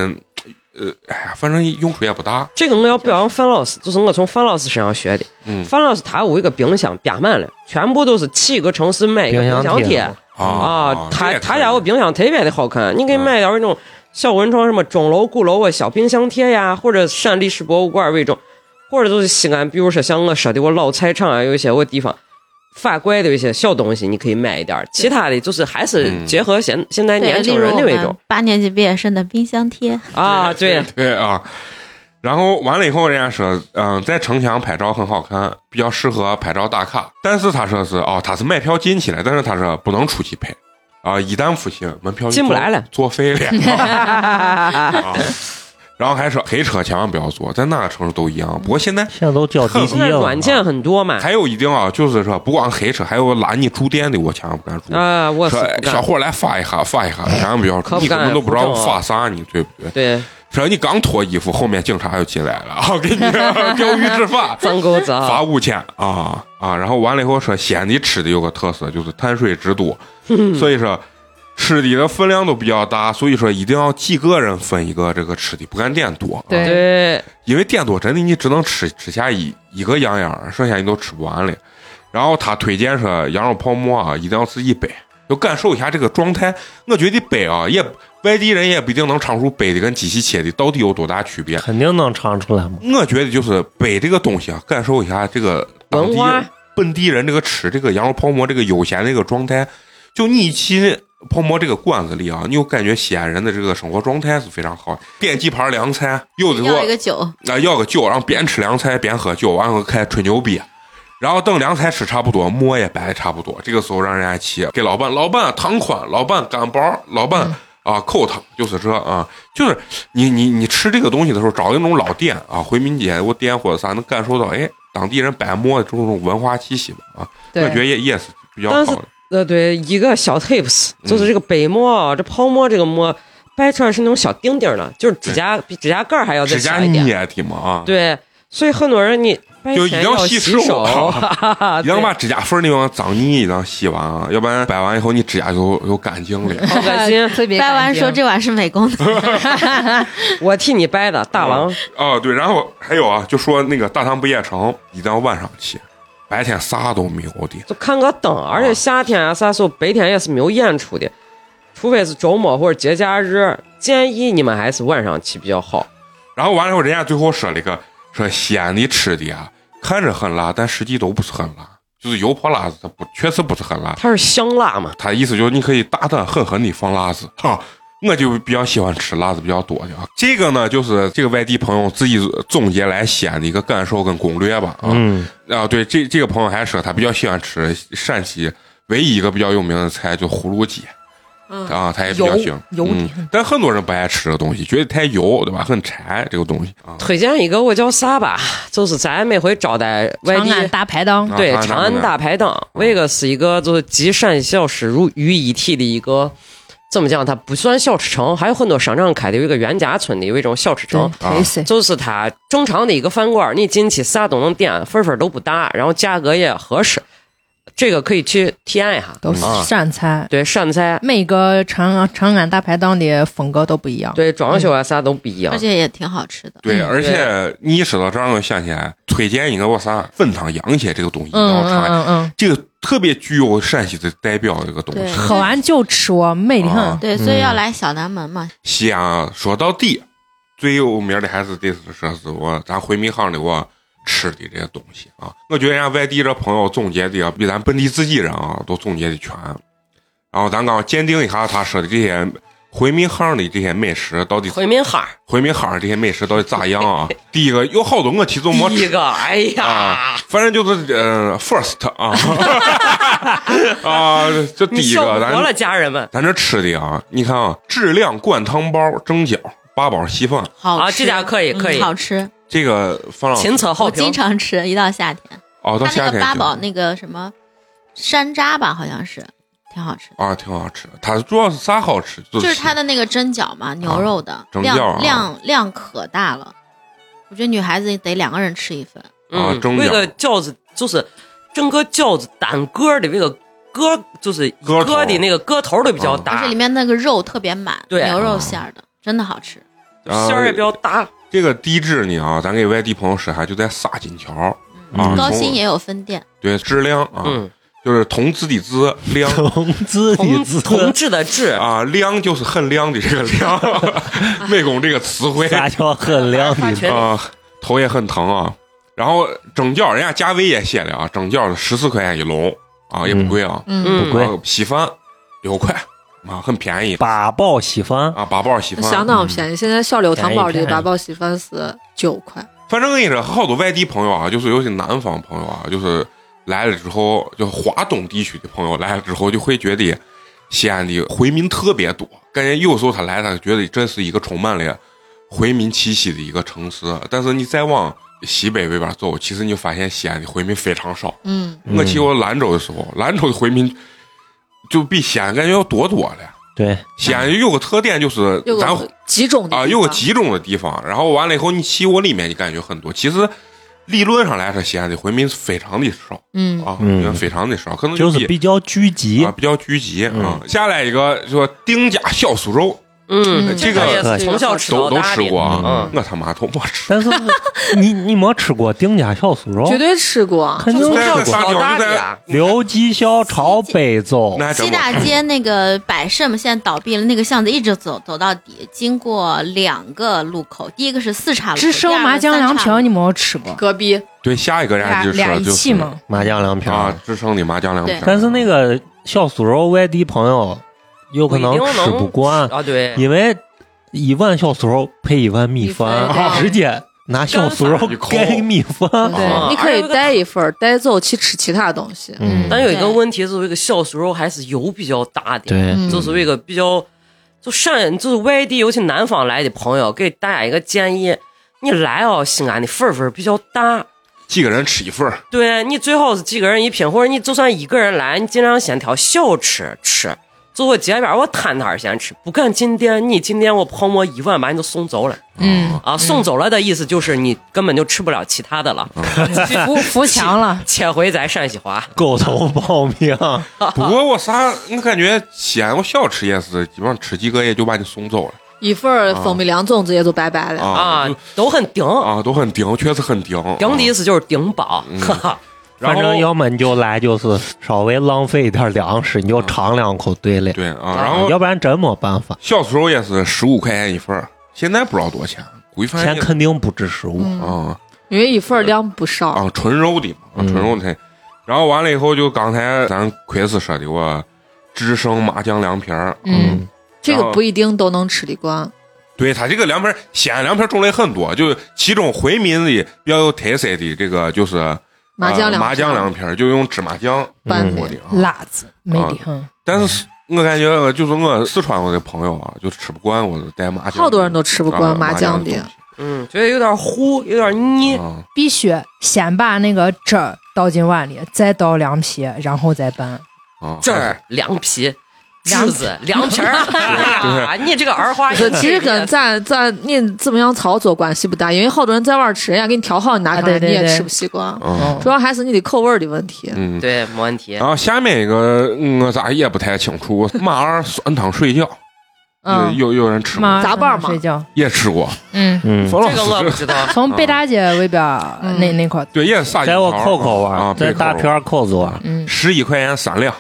Speaker 1: 呃，哎呀，反正用处也不大。
Speaker 2: 这个我要表扬范老师，就是我从范老师身上学的。
Speaker 1: 嗯
Speaker 2: 范老师他有一个冰箱编满了，全部都是七个城市买一个冰箱
Speaker 5: 冰
Speaker 2: 贴
Speaker 5: 箱
Speaker 1: 啊，这
Speaker 2: 他
Speaker 1: 也
Speaker 2: 他
Speaker 1: 可以嗯
Speaker 2: 家有冰箱特别的好看，你可以买点儿那种小文创，什么钟楼、鼓楼啊、小冰箱贴呀，或者陕历史博物馆为种，或者就是西安，比如说像我说的我老菜场啊，有一些我地方。发怪的一些小东西，你可以买一点儿其他的就是还是
Speaker 1: 嗯
Speaker 2: 结合现现在
Speaker 4: 对，
Speaker 2: 年
Speaker 4: 例
Speaker 2: 轻
Speaker 4: 如
Speaker 2: 人
Speaker 4: 我
Speaker 2: 的那种
Speaker 4: 们八年级毕业生的冰箱贴，
Speaker 1: 哎
Speaker 2: 啊，对，
Speaker 1: 对啊。然后完了以后，人家说，嗯、在城墙拍照很好看，比较适合拍照打卡。但是他说是哦，他是买票进去了，但是他说不能出去拍，啊、一旦出去门票就
Speaker 2: 进不来了
Speaker 1: 作废了。 啊然后还说黑车千万不要坐，在哪个城市都一样。不过现在
Speaker 5: 现在都叫滴滴
Speaker 2: 现在
Speaker 5: 了，
Speaker 2: 软件很多嘛，
Speaker 1: 还有一定啊，就是说不光黑车，还有拦你住店的，我千万不敢住。
Speaker 2: 啊，我是
Speaker 1: 说
Speaker 2: 不
Speaker 1: 小
Speaker 2: 干。
Speaker 1: 伙儿来发一下，发一下，千万不要
Speaker 2: 可
Speaker 1: 住，
Speaker 2: 不
Speaker 1: 你
Speaker 2: 干
Speaker 1: 根本都不知道
Speaker 2: 不正啊
Speaker 1: 发啥，你对不对？
Speaker 2: 对，
Speaker 1: 说你刚脱衣服，后面警察就进来了，啊，给你 钓鱼执法，
Speaker 2: 脏钩子啊
Speaker 1: 罚五千啊 啊！然后完了以后说，西安的吃的有个特色就是碳水之都，所以说吃的的分量都比较大，所以说一定要几个人分一个这个吃的，不敢点多。啊
Speaker 6: 对
Speaker 2: 对，
Speaker 1: 因为点多真的你只能吃吃下一一个羊眼儿，剩下你都吃不完了。然后他推荐说羊肉泡馍啊，一定要自己掰，要感受一下这个状态。我觉得掰啊，也外地人也不一定能尝出掰的跟机器切的到底有多大区别。
Speaker 5: 肯定能尝出来嘛。
Speaker 1: 我觉得就是掰这个东西啊，感受一下这个当地
Speaker 2: 文化
Speaker 1: 本地人这个吃这个羊肉泡馍这个悠闲的一个状态。就你去泡馍这个馆子里啊，你就感觉西安人的这个生活状态是非常好的。点几盘凉菜，有的时候
Speaker 4: 要一个酒，
Speaker 1: 啊，要个酒，然后边吃凉菜边喝酒，完了开吹牛逼，然后等凉菜吃差不多，馍也摆得差不多，这个时候让人家起给老板，老板汤宽，老板干包，老板啊口汤，就是这啊，就是你你你吃这个东西的时候，找那种老店啊，回民街我店或者啥，能感受到哎当地人摆馍的这种文化气息嘛啊，
Speaker 6: 对
Speaker 1: 我觉得也也是比较
Speaker 2: 但是
Speaker 1: 好的，
Speaker 2: 呃对，一个小 tips
Speaker 1: 嗯
Speaker 2: 就是这个北馍啊，这泡馍这个馍掰出来是那种小丁丁儿的，就是指甲比指甲盖儿还要再
Speaker 1: 指甲
Speaker 2: 小一点。
Speaker 1: 捏的嘛啊，
Speaker 2: 对，所以很多人你掰
Speaker 1: 就一
Speaker 2: 前
Speaker 1: 定要
Speaker 2: 要
Speaker 1: 细
Speaker 2: 洗
Speaker 1: 吃
Speaker 2: 手，
Speaker 1: 我
Speaker 2: 哈哈哈
Speaker 1: 一定要把指甲缝儿那地方脏泥一定要洗完啊，要不然摆完以后你指甲就就干净 了。
Speaker 2: 好 恶心
Speaker 6: 特别
Speaker 4: 掰完
Speaker 6: 干净
Speaker 4: 说这碗是美工的，
Speaker 2: 我替你掰的，大王。
Speaker 1: 哦，对，然后还有啊，就说那个大唐不夜城一定要晚上去，白天啥都没有的。
Speaker 2: 就看个灯，而且夏天啊，啥时候白天也是没有演出的，除非是周末或者节假日。建议你们还是晚上去比较好。
Speaker 1: 然后完了以后，人家最后说了一个，说西安的吃的啊，看着很辣，但实际都不是很辣，就是油泼辣子，它不确实不是很辣。
Speaker 2: 它是香辣嘛，
Speaker 1: 他的意思就是你可以大胆狠狠地放辣子哈。我就比较喜欢吃辣子比较多的啊，这个呢就是这个外地朋友自己总结来西安的一个感受跟攻略吧啊。
Speaker 5: 嗯，
Speaker 1: 啊，对，这这个朋友还说他比较喜欢吃陕西唯一一个比较有名的菜就葫芦鸡，
Speaker 6: 嗯
Speaker 1: 啊，他也比较喜欢
Speaker 7: 油油
Speaker 1: 嗯，但很多人不爱吃这个东西，觉得太油，对吧？很柴这个东西啊。
Speaker 2: 推荐一个我叫啥吧，就是咱每回招待外
Speaker 7: 长安
Speaker 2: 地。
Speaker 7: 大排档，
Speaker 1: 啊
Speaker 2: 对，
Speaker 1: 长
Speaker 2: 长
Speaker 1: 安
Speaker 2: 安大排档，那个是一个就是集陕西小吃如于一体的一个，怎么讲？它不算小吃城，还有很多商场开的，有一个袁家村的有一种小吃城，
Speaker 1: 啊
Speaker 7: 对，忒水，
Speaker 2: 就是它正常的一个饭馆儿，你进去啥都能点，份儿份儿都不大，然后价格也合适，这个可以去体验一下。
Speaker 7: 都
Speaker 1: 嗯
Speaker 7: 是
Speaker 2: 啊，
Speaker 7: 陕菜，
Speaker 2: 对陕菜，
Speaker 7: 每个长安长安大排档的风格都不一样。
Speaker 2: 对装修啊啥都不一样
Speaker 4: 而。且也挺好吃的。
Speaker 1: 对，
Speaker 7: 嗯
Speaker 1: 而且你一说到这儿，我想起来推荐一个我啥粉汤羊血这个东西，然后
Speaker 7: 嗯
Speaker 1: 尝一下，
Speaker 7: 嗯嗯
Speaker 1: 这个特别具有陕西的代表的一个东
Speaker 4: 对
Speaker 1: 西
Speaker 7: 嗯，。喝完就吃，我美得
Speaker 1: 啊
Speaker 7: 很。
Speaker 4: 对，所以要来小南门嘛，
Speaker 1: 西安啊说到底，最有名的还是得是说是我咱回民行里我吃的这些东西啊。我觉得人家外地这朋友总结的啊，比咱本地自己人啊都总结的全。然后咱刚鉴定一下他说的这些回民行的这些美食到底
Speaker 2: 回民哈儿，
Speaker 1: 回民行这些美食到底咋样啊？第一个有好多我其实都没
Speaker 2: 第一
Speaker 1: 吃
Speaker 2: 个，哎
Speaker 1: 啊
Speaker 2: 呀，，
Speaker 1: 反正就是呃，first 啊啊，这
Speaker 2: 你
Speaker 1: 第一
Speaker 2: 笑
Speaker 1: 个咱
Speaker 2: 活了，家人们
Speaker 1: 咱这吃的啊，你看啊，质量灌汤包、蒸饺、八宝稀饭，
Speaker 4: 好吃。
Speaker 2: 啊这家可以可以
Speaker 4: 嗯好吃。
Speaker 1: 这个方老师
Speaker 2: 秦策好
Speaker 4: 我
Speaker 2: 评
Speaker 4: 经。常吃，一到夏天。
Speaker 1: 哦，到
Speaker 4: 它
Speaker 1: 夏
Speaker 4: 那个
Speaker 1: 天
Speaker 4: 八
Speaker 1: 就
Speaker 4: 宝那个什么山楂吧，好像是挺好吃的。
Speaker 1: 啊，挺好吃。它主要是啥好吃？就
Speaker 4: 就是是它的那个蒸饺嘛，牛肉的
Speaker 1: 蒸
Speaker 4: 量
Speaker 1: 饺啊
Speaker 4: 量量可大了，我觉得女孩子得两个人吃一份。
Speaker 1: 啊
Speaker 2: 嗯，
Speaker 1: 蒸
Speaker 2: 那
Speaker 1: 饺
Speaker 2: 个饺子就是整个饺子单个儿的那个个儿就是一
Speaker 1: 个头
Speaker 2: 个的那个个头儿都比较
Speaker 1: 啊
Speaker 4: 而
Speaker 2: 大
Speaker 4: 且里，面那个肉特别满，
Speaker 2: 对
Speaker 4: 牛肉馅儿的，真的好吃。
Speaker 1: 啊
Speaker 2: 馅儿也比较大。
Speaker 1: 这个地址呢啊，咱给外地朋友说一下，就在沙金桥啊
Speaker 4: 嗯，，高
Speaker 1: 从
Speaker 4: 新也有分店，
Speaker 1: 对质量啊，
Speaker 2: 嗯，
Speaker 1: 就是同字的字 量。
Speaker 5: 同资你
Speaker 2: 同
Speaker 5: 资
Speaker 2: 同志的志，
Speaker 1: 啊，量就是很亮的这个量， 美工这个词汇
Speaker 5: 啥叫很亮
Speaker 2: 发
Speaker 5: 的？
Speaker 2: 全
Speaker 1: 啊，头也很疼啊。然后蒸饺，人家价位也写了啊，蒸饺十四块钱一笼啊，也不贵啊。
Speaker 2: 嗯
Speaker 5: 不贵
Speaker 1: 然后稀饭六块啊，很便宜
Speaker 5: 八宝稀饭，
Speaker 1: 啊，八包稀饭
Speaker 6: 相当便宜。现在小柳糖
Speaker 5: 便
Speaker 6: 包
Speaker 5: 宜
Speaker 6: 里
Speaker 5: 便宜
Speaker 6: 八宝稀饭是九块，
Speaker 1: 反正我跟你说，好多外地朋友啊，就是尤其南方朋友啊，就是来了之后，就华东地区的朋友来了之后，就会觉得西安的回民特别多，感觉有时候他来，他觉得这是一个充满了回民气息的一个城市。但是你再往西北那边走，其实你就发现西安的回民非常少。
Speaker 6: 嗯，
Speaker 5: 嗯
Speaker 1: 我去过兰州的时候，兰州的回民就比西安感觉要多多了。
Speaker 5: 对，
Speaker 1: 西
Speaker 5: 嗯
Speaker 1: 安有个特点就是
Speaker 6: 有
Speaker 1: 咱
Speaker 6: 个集中的
Speaker 1: 啊，
Speaker 6: 地
Speaker 1: 有个
Speaker 6: 方
Speaker 1: 集中的地方，然后完了以后你去我里面，你感觉很多。其实理论上来说，西安的回民是非常的少
Speaker 6: 嗯，
Speaker 1: 啊，
Speaker 5: 嗯
Speaker 1: 人非常的少，可能
Speaker 5: 就是嗯
Speaker 1: 比
Speaker 5: 比较聚集
Speaker 1: 啊，比较聚集啊。下来一个说丁家小苏肉，
Speaker 2: 嗯，
Speaker 1: 这
Speaker 2: 个
Speaker 1: 个
Speaker 2: 也是从小吃
Speaker 1: 都
Speaker 2: 到
Speaker 1: 都
Speaker 2: 大
Speaker 1: 吃
Speaker 2: 的，
Speaker 1: 过啊
Speaker 2: 嗯，
Speaker 1: 我他妈都没吃。
Speaker 5: 但是你你没吃过丁家小酥肉？
Speaker 6: 绝对吃过。啊
Speaker 5: 肯定
Speaker 1: 从小吃
Speaker 5: 吃过。
Speaker 1: 到大的呀
Speaker 5: 刘记小炒北粥
Speaker 1: 那，还真
Speaker 4: 西
Speaker 1: 没
Speaker 4: 大街那个百盛现在倒闭了，那个巷子一直走走到底，经过两个路口，第一个是四岔路口，
Speaker 7: 只收麻
Speaker 4: 第二
Speaker 7: 酱
Speaker 4: 个
Speaker 7: 凉
Speaker 4: 是三岔路口
Speaker 7: 皮，你没有吃过？
Speaker 6: 隔壁
Speaker 1: 对下一个站
Speaker 7: 俩
Speaker 1: 就是
Speaker 7: 俩一
Speaker 1: 就
Speaker 7: 起
Speaker 1: 是
Speaker 7: 嘛，
Speaker 5: 麻酱凉皮儿
Speaker 1: 啊，支撑的麻酱凉皮
Speaker 4: 对
Speaker 1: 儿。
Speaker 5: 但是那个小酥肉外地朋友有可能吃不惯，
Speaker 2: 啊，对，
Speaker 5: 因为一碗小酥肉配一碗米
Speaker 6: 米饭
Speaker 5: 饭，
Speaker 6: 对
Speaker 5: 直接拿小酥肉盖米饭。
Speaker 1: 啊
Speaker 6: 对，你可以带一份儿带走去吃其他东西。
Speaker 5: 嗯，
Speaker 2: 但有一个
Speaker 4: 对
Speaker 2: 问题就是，这个小酥肉还是油比较大的，
Speaker 5: 对，
Speaker 6: 嗯
Speaker 2: 就是一个比较，就上就是外地，尤其南方来的朋友，给大家一个建议：你来哦，西安的份儿份儿比较大，
Speaker 1: 几个人吃一份儿，
Speaker 2: 对你最好是几个人一拼，或者你就算一个人来，你尽量先挑小吃吃。就我街边儿我摊摊儿先吃，不敢进店，你进店我泡馍一碗把你都送走了
Speaker 7: 嗯，
Speaker 2: 啊！送走了的意思就是你根本就吃不了其他的了，
Speaker 7: 扶扶墙了，
Speaker 2: 切回咱陕西话。
Speaker 5: 狗头啊保命，
Speaker 1: 不过我啥，我感觉西安我小吃也是，基本上吃几个也就把你送走了
Speaker 6: 一份儿蜂蜜凉粽子也就拜拜了。
Speaker 1: 啊
Speaker 2: 啊，都很顶，
Speaker 1: 啊，都很顶，确实很顶。
Speaker 2: 顶的意
Speaker 1: 啊
Speaker 2: 思就是顶饱，哈哈。
Speaker 1: 然
Speaker 5: 反
Speaker 1: 后
Speaker 5: 正要么你就来，就是稍微浪费一点粮食，你就尝两口对了。
Speaker 1: 对啊，然后
Speaker 5: 要不然真没办法，
Speaker 1: 小酥肉也是十五块钱一份儿，现在不知道多少钱，规范
Speaker 5: 钱肯定不止十五。
Speaker 1: 啊
Speaker 6: 因为一份儿量不少，
Speaker 1: 啊纯肉的嘛，啊
Speaker 5: 嗯
Speaker 1: 纯肉的。然后完了以后，就刚才咱奎斯说的，我直升麻酱凉皮儿，
Speaker 6: 嗯，这
Speaker 1: 然后
Speaker 6: 个不一定都能吃得惯。
Speaker 1: 对它这个凉皮儿，西安凉皮儿种类很多，就其中回民的比较有特色的这个就是
Speaker 6: 麻酱
Speaker 1: 呃
Speaker 6: 凉，嗯
Speaker 1: 麻酱凉，皮儿，就用芝麻酱
Speaker 6: 拌
Speaker 1: 做
Speaker 6: 的
Speaker 1: 的啊。
Speaker 7: 辣子没
Speaker 1: 啊
Speaker 7: 的，嗯，
Speaker 1: 但是我感觉呃就是我四川我的朋友啊，就吃不惯我的带麻酱，
Speaker 6: 好多人都吃不
Speaker 1: 啊
Speaker 6: 惯麻
Speaker 1: 麻
Speaker 6: 酱
Speaker 1: 的
Speaker 6: 的。
Speaker 2: 嗯，觉得有点糊，有点
Speaker 1: 东西
Speaker 2: 腻。
Speaker 1: 啊，
Speaker 7: 必须先把那个汁儿倒进碗里，再倒凉皮，然后再拌。
Speaker 1: 啊
Speaker 2: 这儿凉皮、
Speaker 7: 凉
Speaker 2: 栀子、凉皮儿，哎呀你这个儿化音
Speaker 6: 这其实跟咱咱你怎么样操作关系不大，因为好多人在外儿吃，人家给你调好，你拿
Speaker 7: 啊
Speaker 6: 上来
Speaker 7: 对对
Speaker 6: 你也
Speaker 7: 对
Speaker 6: 吃不习惯。
Speaker 1: 嗯
Speaker 6: 主要还是你的口味儿的问题。
Speaker 1: 嗯。
Speaker 2: 对没问题
Speaker 1: 然。后下面一个嗯我咋也不太清楚，马二酸汤水饺，
Speaker 7: 嗯，
Speaker 1: 有有有人吃过，
Speaker 7: 妈
Speaker 6: 杂拌儿嘛
Speaker 7: 睡觉，
Speaker 1: 也吃过。
Speaker 7: 嗯，
Speaker 5: 嗯，
Speaker 1: 冯老
Speaker 2: 这个我不
Speaker 1: 师
Speaker 2: 知 道，
Speaker 7: 从北大街围边
Speaker 6: 嗯
Speaker 7: 那那块儿，
Speaker 1: 对也是撒
Speaker 5: 在我扣扣
Speaker 1: 啊，
Speaker 5: 碗，在大片扣子啊碗，
Speaker 7: 嗯，
Speaker 1: 十一块钱三两，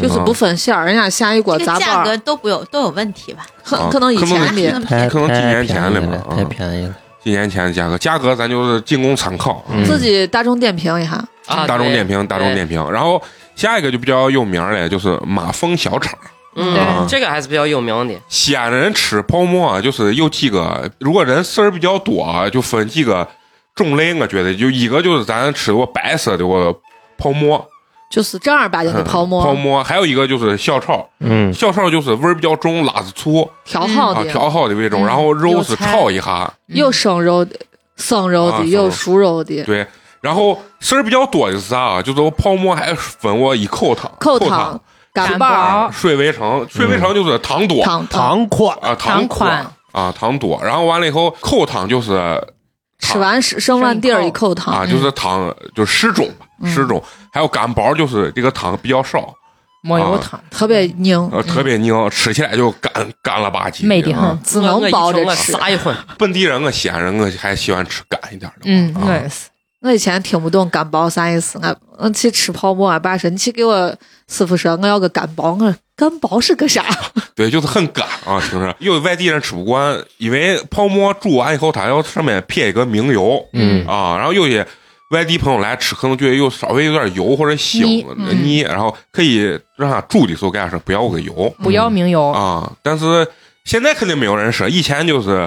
Speaker 6: 就是不分馅儿，人家下一锅
Speaker 4: 这个
Speaker 6: 杂
Speaker 4: 价
Speaker 6: 拌
Speaker 4: 格
Speaker 7: 嗯
Speaker 6: 儿，
Speaker 4: 都不有都有问题吧？
Speaker 1: 啊
Speaker 6: 很可能以前
Speaker 1: 可
Speaker 6: 的
Speaker 4: 能
Speaker 5: 太
Speaker 1: 可能几
Speaker 5: 太
Speaker 1: 年前
Speaker 5: 便宜
Speaker 1: 了
Speaker 5: 了，
Speaker 1: 嘛啊
Speaker 5: 太便宜了。
Speaker 1: 几年前的价格，价格咱就是仅供参考。
Speaker 5: 嗯
Speaker 6: 自己大众点评一下，
Speaker 2: 啊，
Speaker 1: 大众点评，
Speaker 2: 对
Speaker 1: 大众点评。然后下一个就比较有名儿了，就是马蜂小肠。
Speaker 2: 嗯，
Speaker 1: 对
Speaker 2: 这个还是比较有名的。
Speaker 1: 西安人吃泡馍啊，就是有几个，如果人事儿比较多啊，就分几个种类。我觉得就一个就是咱吃过白色的我泡馍，
Speaker 6: 就是正儿八经的泡
Speaker 1: 嗯泡
Speaker 6: 馍，
Speaker 1: 馍，还有一个就是小炒，
Speaker 5: 嗯，
Speaker 1: 小炒就是味儿比较重，辣子醋
Speaker 6: 调
Speaker 1: 啊
Speaker 6: 好的，
Speaker 1: 调好的味重，
Speaker 7: 嗯
Speaker 1: 然后肉是
Speaker 7: 有菜
Speaker 1: 炒一下，
Speaker 6: 有生肉的、生肉
Speaker 1: 啊
Speaker 6: 的，有熟肉的，
Speaker 1: 对。然后事儿比较多的是啥啊？就是我泡馍还分我一口汤，
Speaker 6: 口
Speaker 1: 汤
Speaker 6: 汤、、干拌儿、
Speaker 1: 水围城，水围城就是糖多
Speaker 6: 汤汤，
Speaker 5: 糖宽
Speaker 1: 啊，宽
Speaker 7: 糖宽
Speaker 1: 啊，糖多。然后完了以后，口汤就是
Speaker 6: 吃完嗯剩剩碗底儿一口汤，
Speaker 1: 啊，就是糖就是适中吧，
Speaker 6: 嗯
Speaker 1: 适中。还有干包，就是这个汤比较少，
Speaker 7: 没
Speaker 1: 啊
Speaker 7: 有汤，
Speaker 6: 特别拧，
Speaker 1: 呃，特别拧，吃起来就干干了吧唧。
Speaker 7: 美得
Speaker 1: 啊
Speaker 7: 很。
Speaker 6: 嗯只能包着吃。
Speaker 2: 撒一混，
Speaker 1: 本地人，我啊西安人，我还喜欢吃干一点的。
Speaker 7: 嗯，
Speaker 1: 啊
Speaker 7: 我也是。
Speaker 6: 我以前听不懂干包啥意思，俺俺去吃泡馍，俺爸说你去给我师傅说我要个干包，我说干包是个啥？
Speaker 1: 对，就是很干啊，听 着。有外地人吃不惯，因为泡馍煮完以后，它要上面撇一个明油，
Speaker 5: 嗯
Speaker 1: 啊，然后有些外地朋友来吃，可能觉得又稍微有点油或者腥
Speaker 7: 腻
Speaker 1: 呃
Speaker 6: 嗯
Speaker 1: 腻，然后可以让他煮的时候跟他说不要个油
Speaker 7: 不要明
Speaker 5: 哦
Speaker 7: 油，
Speaker 1: 啊。但是现在肯定没有人说，以前就是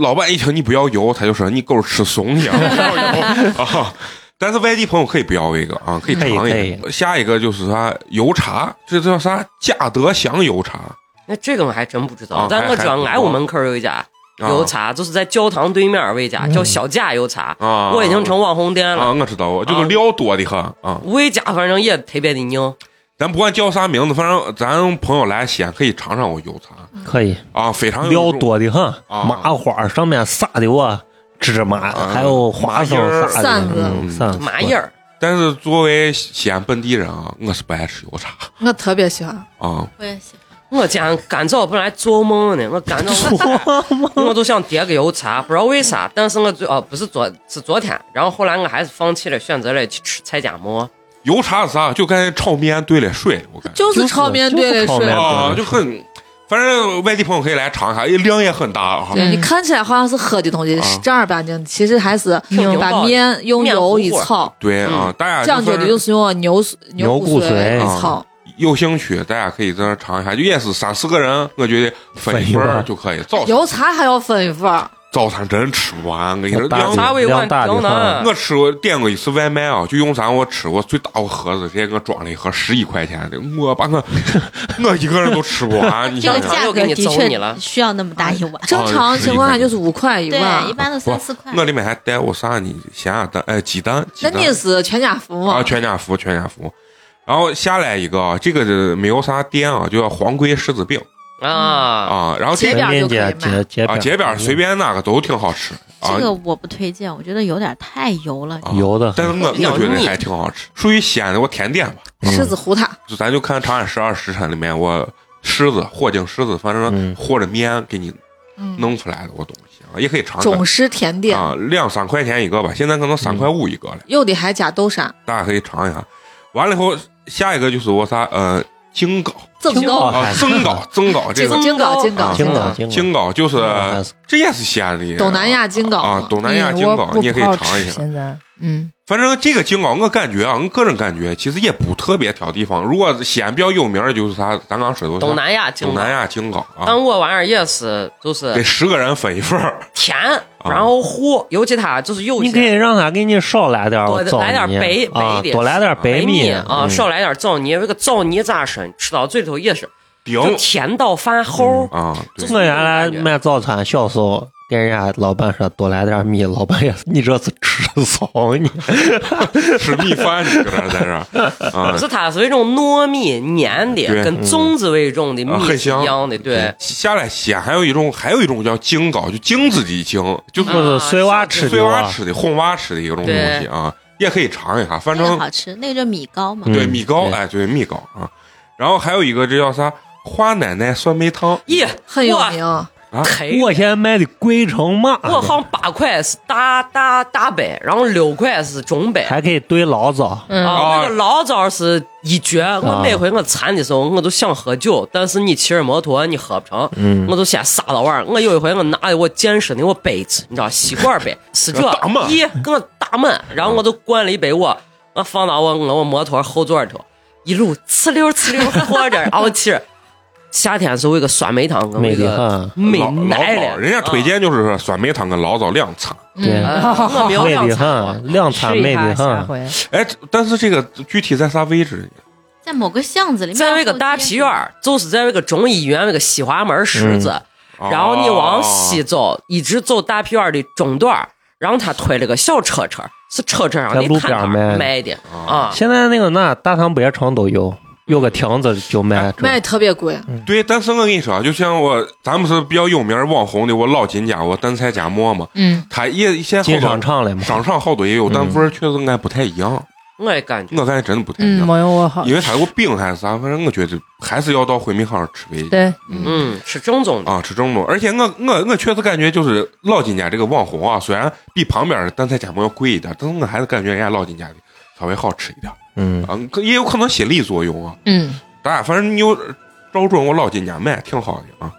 Speaker 1: 老板一听你不要油，他就说你狗吃怂 你啊，不要油啊。但是外地朋友可以不要一个啊，可以尝
Speaker 5: 嗯可
Speaker 1: 一
Speaker 5: 以
Speaker 1: 个。下一个就是啥油茶，这叫啥嘉德祥油茶
Speaker 2: 那这个我还真不知
Speaker 1: 啊
Speaker 2: 道。但我知道
Speaker 1: 还还
Speaker 2: 俺屋门口有一家
Speaker 1: 啊
Speaker 2: 油茶，就是在教堂对面有一家
Speaker 1: 嗯
Speaker 2: 叫小贾油茶，
Speaker 1: 啊，
Speaker 2: 我已经成网红店
Speaker 1: 啊，
Speaker 2: 了。
Speaker 1: 我知道，就是料多的很啊。
Speaker 2: 我一家反正也特别的硬，
Speaker 1: 咱不管叫啥名字，反正咱朋友来西安可以尝尝我油茶
Speaker 5: 可以，
Speaker 1: 啊，非常有
Speaker 5: 料
Speaker 1: 种
Speaker 5: 多的很，
Speaker 1: 啊
Speaker 5: 麻花上面撒的我芝麻，
Speaker 1: 啊
Speaker 5: 还有花生啥的
Speaker 6: 麻叶儿
Speaker 5: 嗯扇子
Speaker 2: 麻叶儿，
Speaker 1: 但是作为西安本地人啊，我是不爱吃油茶
Speaker 6: 我特别喜欢。
Speaker 1: 啊。
Speaker 4: 我也喜欢。
Speaker 2: 我今天干燥本来做梦呢，我干燥我都想点个油茶，不知道为啥。但是我最哦不是昨是昨天，然后后来我还是放弃了，选择了去吃菜夹馍。
Speaker 1: 油茶是啥？就跟炒面兑了水，我感觉
Speaker 6: 就是炒面兑
Speaker 5: 就是
Speaker 6: 了
Speaker 5: 炒面
Speaker 6: 水，
Speaker 1: 啊，就很，反正外地朋友可以来尝一下，哎量也很大啊。
Speaker 6: 对
Speaker 3: 嗯
Speaker 6: 你看起来好像是喝的东西，
Speaker 1: 啊
Speaker 6: 是正儿八经，其实还是
Speaker 2: 挺有
Speaker 6: 把
Speaker 2: 道理
Speaker 6: 面用
Speaker 2: 面糊
Speaker 6: 油
Speaker 2: 糊
Speaker 6: 一炒，
Speaker 1: 对
Speaker 2: 嗯
Speaker 1: 啊，大家
Speaker 6: 讲究的
Speaker 1: 是
Speaker 6: 就是用牛
Speaker 5: 牛
Speaker 6: 骨
Speaker 5: 骨髓
Speaker 6: 一
Speaker 1: 啊
Speaker 6: 炒。
Speaker 1: 有兴趣，大家可以在那儿尝一下，就也是三四个人，我觉得分一份儿就可以。早餐
Speaker 6: 油茶还要分一份儿，
Speaker 1: 早餐真吃不完， 我跟你 说，
Speaker 5: 我大
Speaker 1: 两
Speaker 5: 姐
Speaker 2: 茶为万
Speaker 5: 量大
Speaker 2: 刁
Speaker 5: 就
Speaker 2: 难
Speaker 5: 放，
Speaker 1: 我吃过点过一次外卖啊，就用啥我吃过最大个盒子，直接给我装了一盒十一块钱的，我把我我一个人都吃不完，你
Speaker 4: 这
Speaker 1: 想
Speaker 4: 个
Speaker 2: 想
Speaker 1: 想。
Speaker 4: 价
Speaker 2: 又
Speaker 4: 格的
Speaker 2: 给你揍你了哎
Speaker 4: 确需要那么大一碗，
Speaker 6: 正常情况下就是五块一
Speaker 2: 啊
Speaker 4: 对，一
Speaker 6: 碗。
Speaker 4: 般都三四块。
Speaker 1: 我里面还带我啥呢？咸鸭蛋，哎，鸡蛋，鸡
Speaker 6: 那
Speaker 1: 蛋
Speaker 6: 你是全家福
Speaker 1: 啊，
Speaker 6: 吗？
Speaker 1: 全家福，全家福。然后下来一个啊，这个是没有啥店啊，就叫皇龟狮子饼
Speaker 2: 啊，
Speaker 1: 啊。然后这
Speaker 6: 街边
Speaker 5: 全
Speaker 6: 儿
Speaker 5: 民
Speaker 6: 就可以
Speaker 5: 街
Speaker 6: 买。
Speaker 5: 街街
Speaker 1: 啊，街边儿随便哪个都挺好吃啊
Speaker 4: 这。个我不推荐，我觉得有点太油了。
Speaker 1: 啊
Speaker 5: 油嗯的
Speaker 1: 但是我我
Speaker 2: 比较
Speaker 1: 觉得
Speaker 2: 腻
Speaker 1: 还挺好吃，属于西安的我甜点吧。
Speaker 5: 嗯
Speaker 6: 狮子胡塔，
Speaker 1: 就咱就看《长安十二时辰》里面我狮子火警狮子，反正
Speaker 5: 嗯
Speaker 1: 和着面给你
Speaker 6: 嗯，
Speaker 1: 弄出来的我东西啊，也可以尝尝
Speaker 6: 中式甜点，
Speaker 1: 啊，两三块钱一个吧，现在可能三块五一个了，
Speaker 6: 有的还加豆沙，
Speaker 1: 大家可以尝一下。完了以后，下一个就是我啥呃京糕
Speaker 6: 增
Speaker 5: 挺好
Speaker 6: 高，
Speaker 1: 啊，
Speaker 5: 哎
Speaker 1: 蒸糕，蒸 糕这个
Speaker 6: 精糕，精糕，
Speaker 1: 啊
Speaker 5: 京
Speaker 6: 精
Speaker 5: 港
Speaker 6: 糕，
Speaker 5: 京
Speaker 1: 京糕就是
Speaker 2: 嗯
Speaker 5: 还是
Speaker 1: 这也是西安的
Speaker 6: 东南亚京哎糕
Speaker 1: 啊，东南亚
Speaker 7: 嗯
Speaker 1: 京
Speaker 7: 我
Speaker 1: 糕
Speaker 7: 不
Speaker 1: 你也可以
Speaker 7: 好
Speaker 1: 尝一
Speaker 7: 吃
Speaker 1: 下。
Speaker 7: 现在，嗯，
Speaker 1: 反正这个京糕，我感觉啊，我个人感觉其实也不特别挑地方。如果西安比较有名儿，就是啥，咱刚说的
Speaker 2: 东南亚经
Speaker 1: 东南
Speaker 2: 亚。
Speaker 1: 亚京糕啊，
Speaker 2: 但我玩意儿也是，就 是
Speaker 1: 给十个人分一份儿。
Speaker 2: 甜，然后
Speaker 1: 啊
Speaker 2: 糊，尤其它就是柚
Speaker 5: 你可以
Speaker 2: 子，
Speaker 5: 让他给你少来点儿
Speaker 2: 多
Speaker 5: 枣
Speaker 2: 来点
Speaker 5: 泥
Speaker 2: 白白
Speaker 5: 啊
Speaker 2: 的，
Speaker 5: 多来点儿白
Speaker 2: 米
Speaker 5: 米
Speaker 2: 啊，
Speaker 5: 嗯
Speaker 2: 少来点枣泥，这个枣泥咋说呢？吃到嘴里头也是，
Speaker 1: 顶
Speaker 2: 就甜到饭齁。
Speaker 1: 啊，对
Speaker 5: 我原来卖早餐，小时候跟人家老板说多来点米，老板也是你这是吃骚你。
Speaker 2: 啊
Speaker 1: 吃米饭你搁这儿在这儿啊
Speaker 2: 可，是它是一种糯米粘的，
Speaker 1: 对
Speaker 2: 跟粽子为一种的
Speaker 1: 啊
Speaker 2: 米
Speaker 1: 很
Speaker 2: 是
Speaker 1: 香嗯
Speaker 2: 一样的， 对。
Speaker 1: 下来西安还有一种，还有一种叫京糕，就京子的京，就
Speaker 5: 就是是碎娃吃
Speaker 1: 碎
Speaker 5: 的
Speaker 1: 娃
Speaker 5: 哇，
Speaker 1: 吃的、哄娃吃的一种东西
Speaker 2: 嗯对
Speaker 1: 啊，也可以尝一下。反
Speaker 4: 那个
Speaker 1: 正
Speaker 4: 好吃，那个叫米糕嘛。
Speaker 5: 嗯
Speaker 1: 对米糕，
Speaker 5: 对
Speaker 1: 哎，对米糕啊，然后还有一个这叫啥花奶奶酸梅汤，
Speaker 2: 咦，
Speaker 6: 很有
Speaker 2: 哇
Speaker 6: 名。
Speaker 2: 嘿，
Speaker 5: 我现在卖的贵成嘛，
Speaker 2: 我好像八块是大大大白，然后六块是中白。
Speaker 5: 还可以兑醪糟。
Speaker 1: 哦
Speaker 2: 啊，那个醪糟是一绝。我
Speaker 5: 啊
Speaker 2: 那回我馋的时候，我都想喝酒，但是你骑着摩托你喝不成，
Speaker 5: 嗯
Speaker 2: 我都先撒到碗儿。我有一回我拿的我健身的我杯子，你知道吸管杯，是这
Speaker 1: 打满
Speaker 2: 一给我打满，然后我都灌了一杯我，我放到我我我摩托后座里头，一路呲溜呲溜喝着，然后骑着。夏天时候有一个酸梅汤跟那
Speaker 5: 美的
Speaker 2: 个
Speaker 5: 很，
Speaker 2: 美
Speaker 1: 老老
Speaker 2: 奶
Speaker 1: 早
Speaker 2: 了，嗯
Speaker 1: 人家推荐就是说酸梅汤跟醪糟两餐。
Speaker 5: 对，
Speaker 2: 啊， 我没有
Speaker 5: 美的
Speaker 2: 两餐啊
Speaker 5: 很，量产
Speaker 7: 试一
Speaker 5: 美
Speaker 7: 下
Speaker 5: 的
Speaker 7: 下
Speaker 5: 很。
Speaker 7: 回。
Speaker 1: 哎，但是这个具体在啥位置呢？
Speaker 4: 在某个巷子里面，
Speaker 2: 在那个大皮院儿，就是在那个中医院那个西华门十
Speaker 1: 嗯
Speaker 2: 字，
Speaker 5: 哦
Speaker 2: 然后你
Speaker 1: 啊
Speaker 2: 往西走，一直走大皮院儿的中段儿，然后他推了个小车车，是车车上
Speaker 5: 在路边
Speaker 2: 的摊
Speaker 5: 儿
Speaker 2: 摊
Speaker 5: 卖
Speaker 2: 儿卖的啊。
Speaker 5: 现在那个那大唐不夜城都有，有个亭子就卖这。
Speaker 6: 卖特别贵，
Speaker 1: 对，但是我跟你说啊，就像我，咱们是比较有名儿网红的，我老金家，我蛋菜夹馍嘛，
Speaker 6: 嗯，
Speaker 1: 他也现在
Speaker 5: 进
Speaker 1: 好多
Speaker 5: 商场了嘛？
Speaker 1: 商场好多也有，但
Speaker 5: 嗯
Speaker 1: 味儿确实俺不太一样，
Speaker 2: 我也感觉，
Speaker 1: 我感觉真的不太一
Speaker 7: 嗯，
Speaker 1: 样，
Speaker 7: 没有我好
Speaker 1: 因。为它有个饼还是啥，反正我觉得还是要到回民巷吃为
Speaker 7: 对，
Speaker 2: 嗯，是正宗的。
Speaker 1: 啊，吃正宗。而且我我我确实感觉就是老金家这个网红啊，虽然比旁边的蛋菜夹馍要贵一点，但是我还是感觉人家老金家的稍微好吃一点
Speaker 5: 嗯，
Speaker 1: 啊，可也有可能心理作用啊。
Speaker 6: 嗯，
Speaker 1: 咱俩反正你有照准我老金家买，挺好的啊。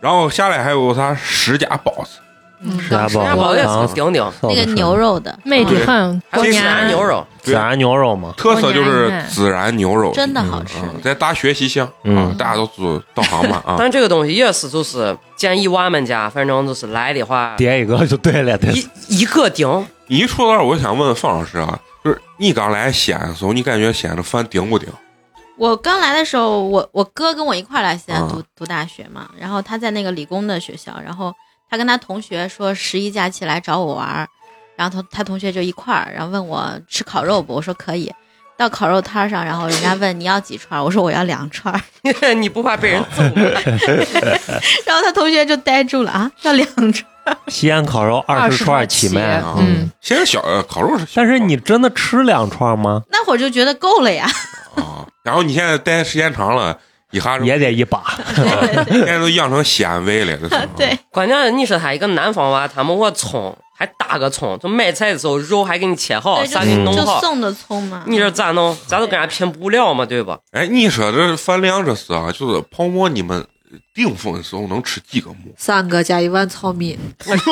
Speaker 1: 然后下来还有啥石家包子，
Speaker 6: 嗯
Speaker 5: 石家包
Speaker 6: 当时？
Speaker 5: 子
Speaker 2: 人家包也
Speaker 5: 啊
Speaker 2: 是顶顶，
Speaker 4: 那个牛肉的，嗯
Speaker 7: 美
Speaker 1: 哦啊对
Speaker 7: 的很，
Speaker 2: 还有孜然牛肉，
Speaker 5: 孜然牛肉嘛，
Speaker 1: 特色
Speaker 4: 哦
Speaker 1: 就是孜然牛肉，
Speaker 4: 真的好吃。
Speaker 1: 啊，在大学习乡啊
Speaker 5: 嗯，
Speaker 1: 大家都做导航嘛
Speaker 4: 嗯
Speaker 1: 啊。
Speaker 2: 但这个东西也是就是建议娃们家，反正就是来的话，
Speaker 5: 点一个就对了，对。
Speaker 2: 啊一一个顶，
Speaker 1: 你一说到这儿，我想问方老师啊，就是你刚来西安的时候，你感觉西安的饭顶不顶？
Speaker 4: 我刚来的时候，我我哥跟我一块儿来西安读、
Speaker 1: 啊
Speaker 4: 读大学嘛，然后他在那个理工的学校，然后他跟他同学说十一假期来找我玩儿，然后他他同学就一块儿，然后问我吃烤肉不，我说可以。到烤肉摊儿上，然后人家问你要几串儿，我说我要两串儿，
Speaker 2: 你不怕被人揍吗？
Speaker 4: 然后他同学就呆住了啊，要两串儿，
Speaker 5: 西安烤肉二十串起卖，啊
Speaker 1: 20串起
Speaker 7: 嗯，
Speaker 1: 西安啊小呃烤肉是小，
Speaker 5: 但是你真的吃两串吗？
Speaker 4: 那会儿就觉得够了呀。
Speaker 1: 啊，然后你现在待时间长了，一哈
Speaker 5: 也得一把。
Speaker 1: 现在都养成西安味了，这是啊
Speaker 4: 对，
Speaker 2: 关键你说他一个南方娃，他们我葱还大个葱，就买菜的时候肉还给你切好，
Speaker 4: 对，就
Speaker 2: 啥给你弄
Speaker 4: 就
Speaker 2: 好，
Speaker 4: 送的葱嘛。。
Speaker 2: 你这咋弄？咱都跟人家拼布料嘛，对吧？
Speaker 1: 哎，你说这饭量这是啊，就是泡馍你们顶峰的时候能吃几个馍
Speaker 6: 三个加一碗糙米，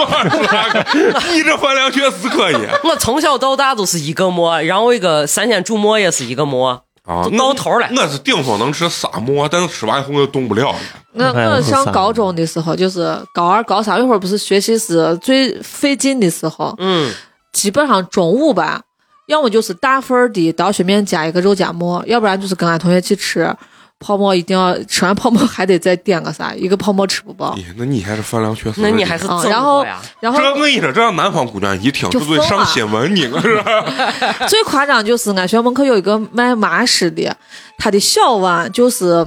Speaker 1: 你这饭量确实可以
Speaker 2: 我从小到大都是一个馍，然后一个三鲜煮馍也是一个馍，
Speaker 1: 啊
Speaker 2: 就，到头了。
Speaker 1: 我是顶峰能吃仨馍，但是吃完以后我就动不了了。
Speaker 6: 我
Speaker 5: 哎我
Speaker 6: 我
Speaker 5: 是
Speaker 6: 上
Speaker 5: 三
Speaker 6: 高中的时候，就是高二、高三那会儿，不是学习是最费劲的时候，
Speaker 2: 嗯，
Speaker 6: 基本上中午吧，要么就是大份儿的刀削面加一个肉夹馍，要不然就是跟俺同学去吃泡馍，一定要吃完泡馍 还得再点个啥，一个泡馍吃不饱。
Speaker 1: 你哎那你还是饭量确实，
Speaker 2: 那你还是
Speaker 6: 啊
Speaker 2: 挣
Speaker 6: 然后
Speaker 2: 呀？
Speaker 6: 然后
Speaker 1: 这我跟你说，这让南方姑娘一听
Speaker 6: 就
Speaker 1: 就得
Speaker 6: 疯
Speaker 1: 上
Speaker 6: 了
Speaker 1: 新闻，你我是
Speaker 6: 最夸张就是俺学校门口有一个卖麻食的，他的小碗就是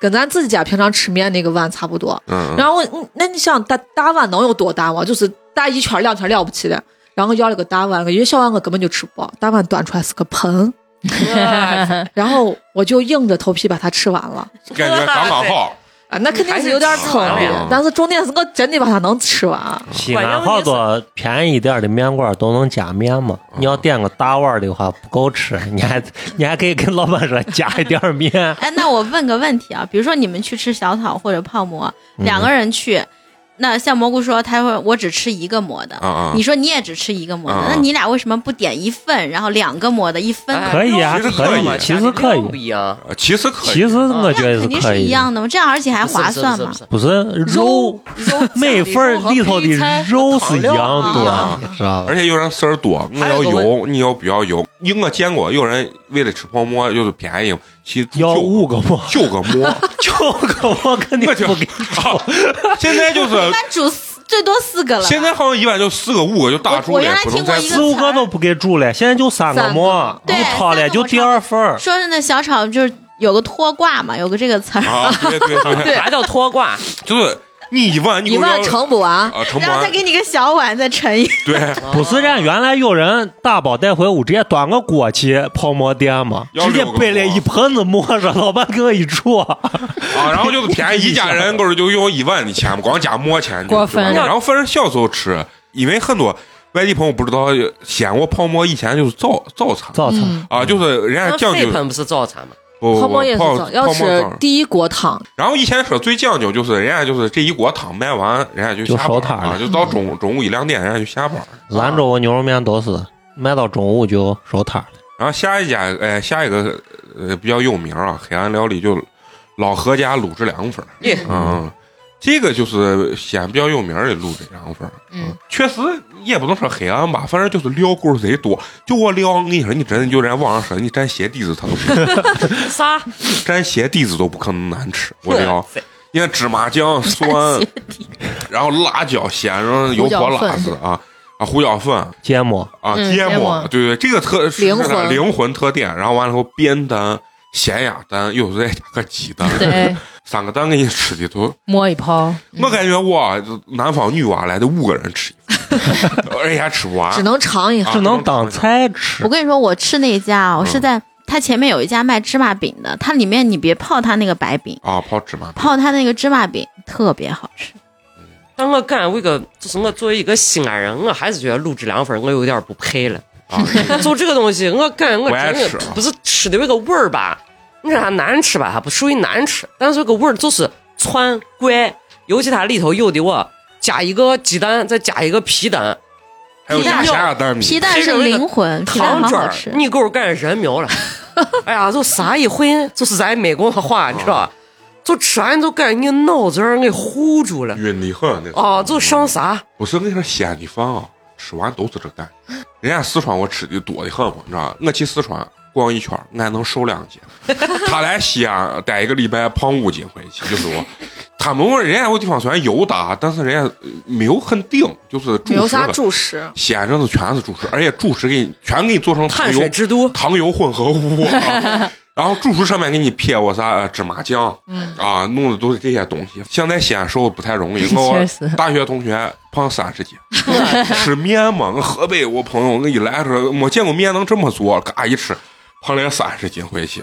Speaker 6: 跟咱自己家平常吃面那个碗差不多。
Speaker 1: 嗯，
Speaker 6: 然后我嗯那你想大大碗能有多大嘛？就是大一圈儿两圈儿了不起的。然后要了个大碗，因为小碗我根本就吃不饱，大碗端出来是个 盆，然后我就硬着头皮把它吃完了。
Speaker 1: 感觉刚刚好。
Speaker 6: 啊，那肯定是有点坑
Speaker 1: 还是吃完了
Speaker 6: 的，但是重点是我真的把它能吃完。
Speaker 5: 西安好多便宜一点的面馆都能加面嘛，你要点个大碗的话不够吃，你还你还可以跟老板说加一点儿面
Speaker 4: 哎，那我问个问题啊，比如说你们去吃小草或者泡馍，
Speaker 1: 嗯
Speaker 4: 两个人去，那像蘑菇说他会我只吃一个馍的，
Speaker 1: 啊啊
Speaker 4: 你说你也只吃一个馍的，
Speaker 1: 啊啊
Speaker 4: 那你俩为什么不点一份，然后两个馍的一分呢？
Speaker 2: 哎
Speaker 5: 可以啊，
Speaker 1: 其实
Speaker 5: 可
Speaker 1: 可以
Speaker 5: 以，其实可
Speaker 2: 不
Speaker 5: 以，
Speaker 2: 一样，
Speaker 1: 呃其实可以，啊
Speaker 5: 其实我
Speaker 4: 那
Speaker 5: 觉得
Speaker 4: 肯定
Speaker 5: 可
Speaker 4: 是一
Speaker 5: 以。
Speaker 4: 样的嘛，这样而且还
Speaker 2: 不是不是
Speaker 4: 划算
Speaker 2: 不是
Speaker 4: 嘛
Speaker 2: 不。是
Speaker 5: 不是肉，每份儿里头的肉是一样
Speaker 1: 肉
Speaker 5: 多
Speaker 1: 啊，
Speaker 5: 你知道吧
Speaker 1: 而？且有人事儿多，我要油，你要不要油？因为我见过有人为了吃泡馍就是便宜，其实
Speaker 5: 要
Speaker 1: 就
Speaker 5: 五个 馍，
Speaker 1: 就个馍。
Speaker 5: 就个馍肯定
Speaker 1: 我就
Speaker 5: 不给你
Speaker 1: 好，现在就是
Speaker 4: 一般煮四最多四个了吧，
Speaker 1: 现在好像一般就四个五个就打住
Speaker 4: 我我
Speaker 1: 了
Speaker 4: 原来，
Speaker 1: 不能
Speaker 4: 听过
Speaker 1: 再
Speaker 4: 一
Speaker 5: 四五个都不给煮了，现在就三个馍，
Speaker 4: 三
Speaker 5: 你
Speaker 4: 个对
Speaker 5: 掏
Speaker 4: 三
Speaker 5: 了
Speaker 4: 个
Speaker 5: 就第二份儿。
Speaker 4: 说是那小炒就是有个拖挂嘛，有个这个词儿，
Speaker 1: 啊！对对对，
Speaker 2: 啥叫拖挂？
Speaker 1: 就是你一碗你
Speaker 6: 一
Speaker 1: 给我
Speaker 6: 碗
Speaker 1: 要
Speaker 6: 盛不完，
Speaker 1: 啊盛
Speaker 4: 然后
Speaker 1: 完
Speaker 4: 再，给你个小碗再盛一
Speaker 1: 对，
Speaker 5: 不
Speaker 4: 嗯
Speaker 5: 是，人原来有人打包带回屋，直接端个锅去泡馍店嘛，
Speaker 1: 要
Speaker 5: 直接
Speaker 1: 六个
Speaker 5: 备了
Speaker 1: 锅
Speaker 5: 一盆子馍，让老板给我一煮。
Speaker 4: 嗯
Speaker 1: 啊，然后就是便宜一家人，够是就用一万的钱，不光加馍钱，
Speaker 7: 过分
Speaker 1: 对吧然后反正小时候吃，因为很多外地朋友不知道，西安我泡馍以前就是早早餐
Speaker 5: 早餐
Speaker 6: 嗯
Speaker 1: 啊，就是人家
Speaker 2: 那
Speaker 1: 讲
Speaker 2: 肺
Speaker 1: 究
Speaker 2: 盆不是早餐吗？
Speaker 1: 不不
Speaker 6: 泡
Speaker 1: 不
Speaker 6: 馍也是
Speaker 1: 泡
Speaker 6: 早，要
Speaker 1: 泡馍
Speaker 6: 吃
Speaker 1: 早
Speaker 6: 第一锅汤，
Speaker 1: 然后以前说最讲究就是人家就是这一锅汤卖完，人家就
Speaker 5: 就
Speaker 1: 下
Speaker 5: 收
Speaker 1: 班
Speaker 5: 摊
Speaker 1: 啊，
Speaker 5: 了
Speaker 1: 就到中午中午一两点人家就下班。
Speaker 5: 兰州牛肉面都是卖到中午就收摊儿了。
Speaker 1: 然后下一家，哎，下一个呃比较有名啊，黑暗料理就老何家卤制凉粉儿，
Speaker 2: 耶
Speaker 1: 嗯，这个就是西安比较有名的卤制凉粉儿，
Speaker 3: 嗯，
Speaker 1: 确实也不能说黑暗吧，反正就是料够贼多。就我料，我跟你说，你真的就人家网上说你蘸鞋底子它都不，
Speaker 2: 啥？
Speaker 1: 蘸鞋底子都不可能难吃，我哦料。
Speaker 2: 塞
Speaker 1: 因为芝麻酱、蒜，然后辣椒、咸肉、油泼辣子啊啊，胡椒粉
Speaker 5: 芥末
Speaker 1: 啊，
Speaker 7: 嗯
Speaker 1: 芥
Speaker 7: 芥
Speaker 1: 末
Speaker 7: 末，
Speaker 1: 对对，这个特是
Speaker 6: 灵
Speaker 1: 它的
Speaker 6: 魂
Speaker 1: 灵魂特点。然后完了以后，煸蛋、咸鸭蛋，有时候再加个鸡蛋，
Speaker 7: 对，
Speaker 1: 三个蛋给你吃的都，
Speaker 7: 摸一泡，
Speaker 1: 我感觉我南方女娃来的五个人吃一份， 人家吃不完
Speaker 6: 只，能尝一下。
Speaker 1: 啊
Speaker 5: 只能当。菜吃
Speaker 4: 我。跟你说，我吃那一家啊，我是
Speaker 1: 嗯
Speaker 4: 在它前面有一家卖芝麻饼的，它里面你别泡它那个白饼，
Speaker 1: 啊，泡芝麻
Speaker 4: 泡它那个芝麻饼特别好吃。
Speaker 2: 但我感觉为个，就是我作为一个西安人，我还是觉得卤制凉粉我有点不配了。
Speaker 1: 啊，
Speaker 2: 就这个东西，我感觉我
Speaker 1: 不爱
Speaker 2: 真的
Speaker 1: 吃啊
Speaker 2: 不是吃的那个味儿吧？你说它难吃吧，它不属于难吃，但是这个味儿就是窜怪，尤其它里头有的我加一个鸡蛋，再加一个皮蛋，
Speaker 1: 还有
Speaker 4: 皮
Speaker 1: 加
Speaker 4: 蛋
Speaker 1: 咸鸭蛋
Speaker 4: 皮
Speaker 1: 饼，
Speaker 4: 蛋
Speaker 2: 这
Speaker 4: 是
Speaker 2: 种那个
Speaker 4: 灵魂，皮蛋
Speaker 2: 糖
Speaker 4: 好
Speaker 2: 卷
Speaker 4: 好
Speaker 2: 儿
Speaker 4: 吃，。
Speaker 2: 你给我感觉人苗了。 哎呀，就啥一会，就是咱美国话，你知
Speaker 1: 哦
Speaker 2: 道吧？就吃完就感觉你脑子让给糊住了。
Speaker 1: 晕的很那种
Speaker 2: 啊，就上啥？
Speaker 1: 不是，我跟你说，西安的饭啊，吃完都是这感觉。人家四川我吃的多的很，你知道吧？我去四川逛一圈，俺能瘦两 斤。他来西安待一个礼拜，胖五斤回去，就是我。他们问人家有地方虽然有的，但是人家呃没有很顶，就是主
Speaker 6: 没有
Speaker 1: 食
Speaker 6: 啥
Speaker 1: 的。
Speaker 6: 主食，
Speaker 1: 西安这是全是主食，而且主食给你全给你做成
Speaker 2: 碳
Speaker 1: 糖
Speaker 2: 水
Speaker 1: 油
Speaker 2: 之都，
Speaker 1: 糖油混合物、啊。然后住宿上面给你撇我仨呃芝麻酱，
Speaker 6: 嗯
Speaker 1: 啊，弄的都是这些东西。现在西安瘦不太容易，我
Speaker 7: 确实，
Speaker 1: 大学同学胖三十斤，吃面嘛，我河北我朋友我一来说没见过面能这么做，嘎一吃，胖了三十斤回去。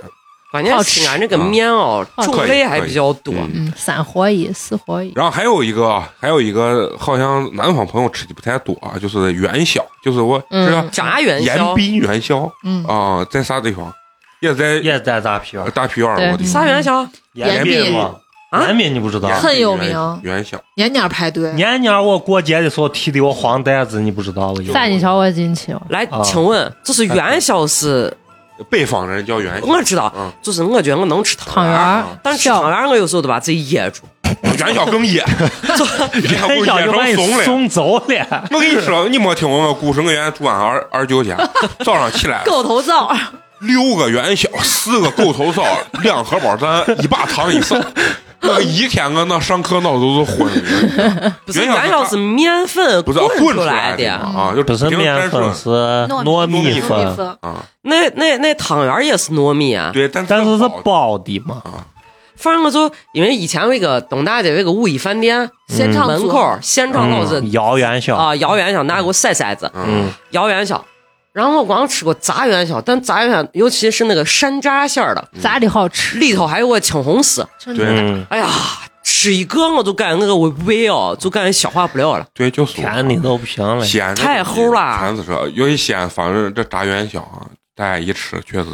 Speaker 2: 关键西安这个面哦，种类还比较多。
Speaker 1: 嗯
Speaker 7: 嗯，三活一，四活一，
Speaker 1: 然后还有一个，还有一个，好像南方朋友吃的不太多啊，就是元宵，就是我知道
Speaker 7: 嗯
Speaker 2: 炸元
Speaker 1: 延
Speaker 2: 宵，
Speaker 1: 滨元宵
Speaker 6: 嗯，
Speaker 1: 啊，在啥地方？也在呃
Speaker 5: 也在大皮儿，
Speaker 1: 大皮院儿，
Speaker 7: 对
Speaker 1: 我的
Speaker 2: 啥元宵？
Speaker 5: 延
Speaker 6: 延
Speaker 5: 边
Speaker 6: 边
Speaker 5: 嘛，
Speaker 2: 啊
Speaker 5: 延边你不知道
Speaker 1: 延？
Speaker 6: 很有
Speaker 1: 滨元
Speaker 6: 名
Speaker 1: 元宵。
Speaker 6: 年年排队，
Speaker 5: 年年我过节的时候提的我黄袋子，你不知道我有。
Speaker 7: 范你瞧我进去了，
Speaker 2: 来，
Speaker 5: 啊
Speaker 2: 请问这是元宵是？
Speaker 1: 北方人叫元宵，
Speaker 2: 我知道
Speaker 1: 嗯，
Speaker 2: 就是我觉得我能吃汤
Speaker 7: 汤圆
Speaker 2: 圆，
Speaker 7: 儿，
Speaker 2: 但吃汤圆儿我有时候都把自己噎住。
Speaker 1: 元宵更 野，元宵
Speaker 5: 元宵就把
Speaker 1: 成怂
Speaker 5: 你
Speaker 1: 了。
Speaker 5: 送走了，
Speaker 1: 我跟你说，你没听我故事，我原来住俺二二舅家，早上起来
Speaker 6: 狗头灶，
Speaker 1: 六个元宵，四个狗头灶，两荷包蛋，一把糖一 勺。我一天我那上课脑子都昏了，
Speaker 2: 不是
Speaker 1: 元宵
Speaker 2: 元宵是面粉
Speaker 1: 不
Speaker 2: 混
Speaker 1: 是混
Speaker 2: 出
Speaker 1: 来
Speaker 2: 的，
Speaker 1: 啊，就
Speaker 5: 不是
Speaker 1: 平
Speaker 5: 面
Speaker 1: 时
Speaker 5: 粉是糯米
Speaker 6: 米
Speaker 5: 粉，
Speaker 6: 粉，
Speaker 1: 啊，
Speaker 2: 那那那汤圆儿也是糯米啊。
Speaker 1: 对，但
Speaker 5: 但是是
Speaker 1: 好
Speaker 5: 包的嗯嘛。
Speaker 2: 反正我就因为以前有一个东大街有一个五一饭店
Speaker 7: 嗯
Speaker 6: 先唱
Speaker 2: 门
Speaker 6: 组
Speaker 2: 口儿现场老子
Speaker 5: 嗯，摇元宵，
Speaker 2: 啊摇元宵，拿给我筛筛子，
Speaker 1: 嗯
Speaker 5: 嗯，
Speaker 2: 摇元宵。然后我光吃过炸元宵，但炸元宵尤其是那个山楂馅儿
Speaker 1: 嗯
Speaker 2: 的，
Speaker 7: 咋的好吃？
Speaker 2: 里头还有个青红丝，
Speaker 6: 真的
Speaker 1: 对
Speaker 5: 嗯，
Speaker 2: 哎呀，吃一个我都感觉那个胃哦，就感觉消化不了了。
Speaker 1: 对，就啊俗
Speaker 5: 甜的都不行了。
Speaker 1: 西安这
Speaker 2: 太齁了
Speaker 1: 全是这，尤其西安，反正这炸元宵啊，大家一吃确实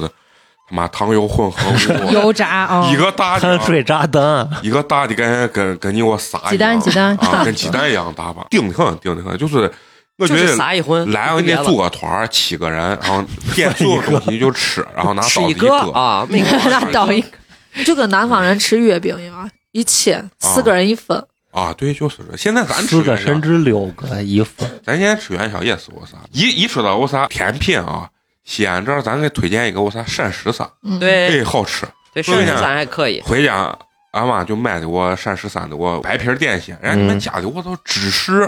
Speaker 1: 他妈糖油混合 物，
Speaker 7: 油炸啊
Speaker 1: 一，个大的
Speaker 5: 碳
Speaker 1: 啊
Speaker 5: 水炸弹，
Speaker 1: 一个大的跟跟跟你我撒一样
Speaker 7: 鸡蛋鸡蛋
Speaker 1: 啊，跟鸡蛋一样大吧，顶得很顶得很，就是我觉
Speaker 2: 就
Speaker 1: 得
Speaker 2: 是撒一荤，
Speaker 1: 来
Speaker 2: 就
Speaker 1: 我
Speaker 2: 是
Speaker 1: 给你
Speaker 2: 别了
Speaker 1: 组个团儿，七个人，然后 点所有东西就吃，然后拿
Speaker 2: 吃
Speaker 1: 刀子
Speaker 2: 一
Speaker 1: 割
Speaker 2: 个啊，每个
Speaker 1: 拿
Speaker 7: 倒一
Speaker 6: 就跟南方人吃月饼一样，一切四个人一份，
Speaker 1: 啊，对，就是这。现在咱吃
Speaker 5: 四个
Speaker 1: 元宵
Speaker 5: 甚至六个一份，
Speaker 1: 咱现在吃元宵也是我啥，一一说到我啥甜品啊，西安这儿咱给推荐一个我啥陕石三，
Speaker 6: 嗯，，
Speaker 2: 对
Speaker 1: 哎，好吃。
Speaker 2: 对，剩下咱还可以。
Speaker 1: 回家俺妈就买的我陕十三的我白皮儿点心，人家你们
Speaker 5: 嗯
Speaker 1: 家的我都芝士，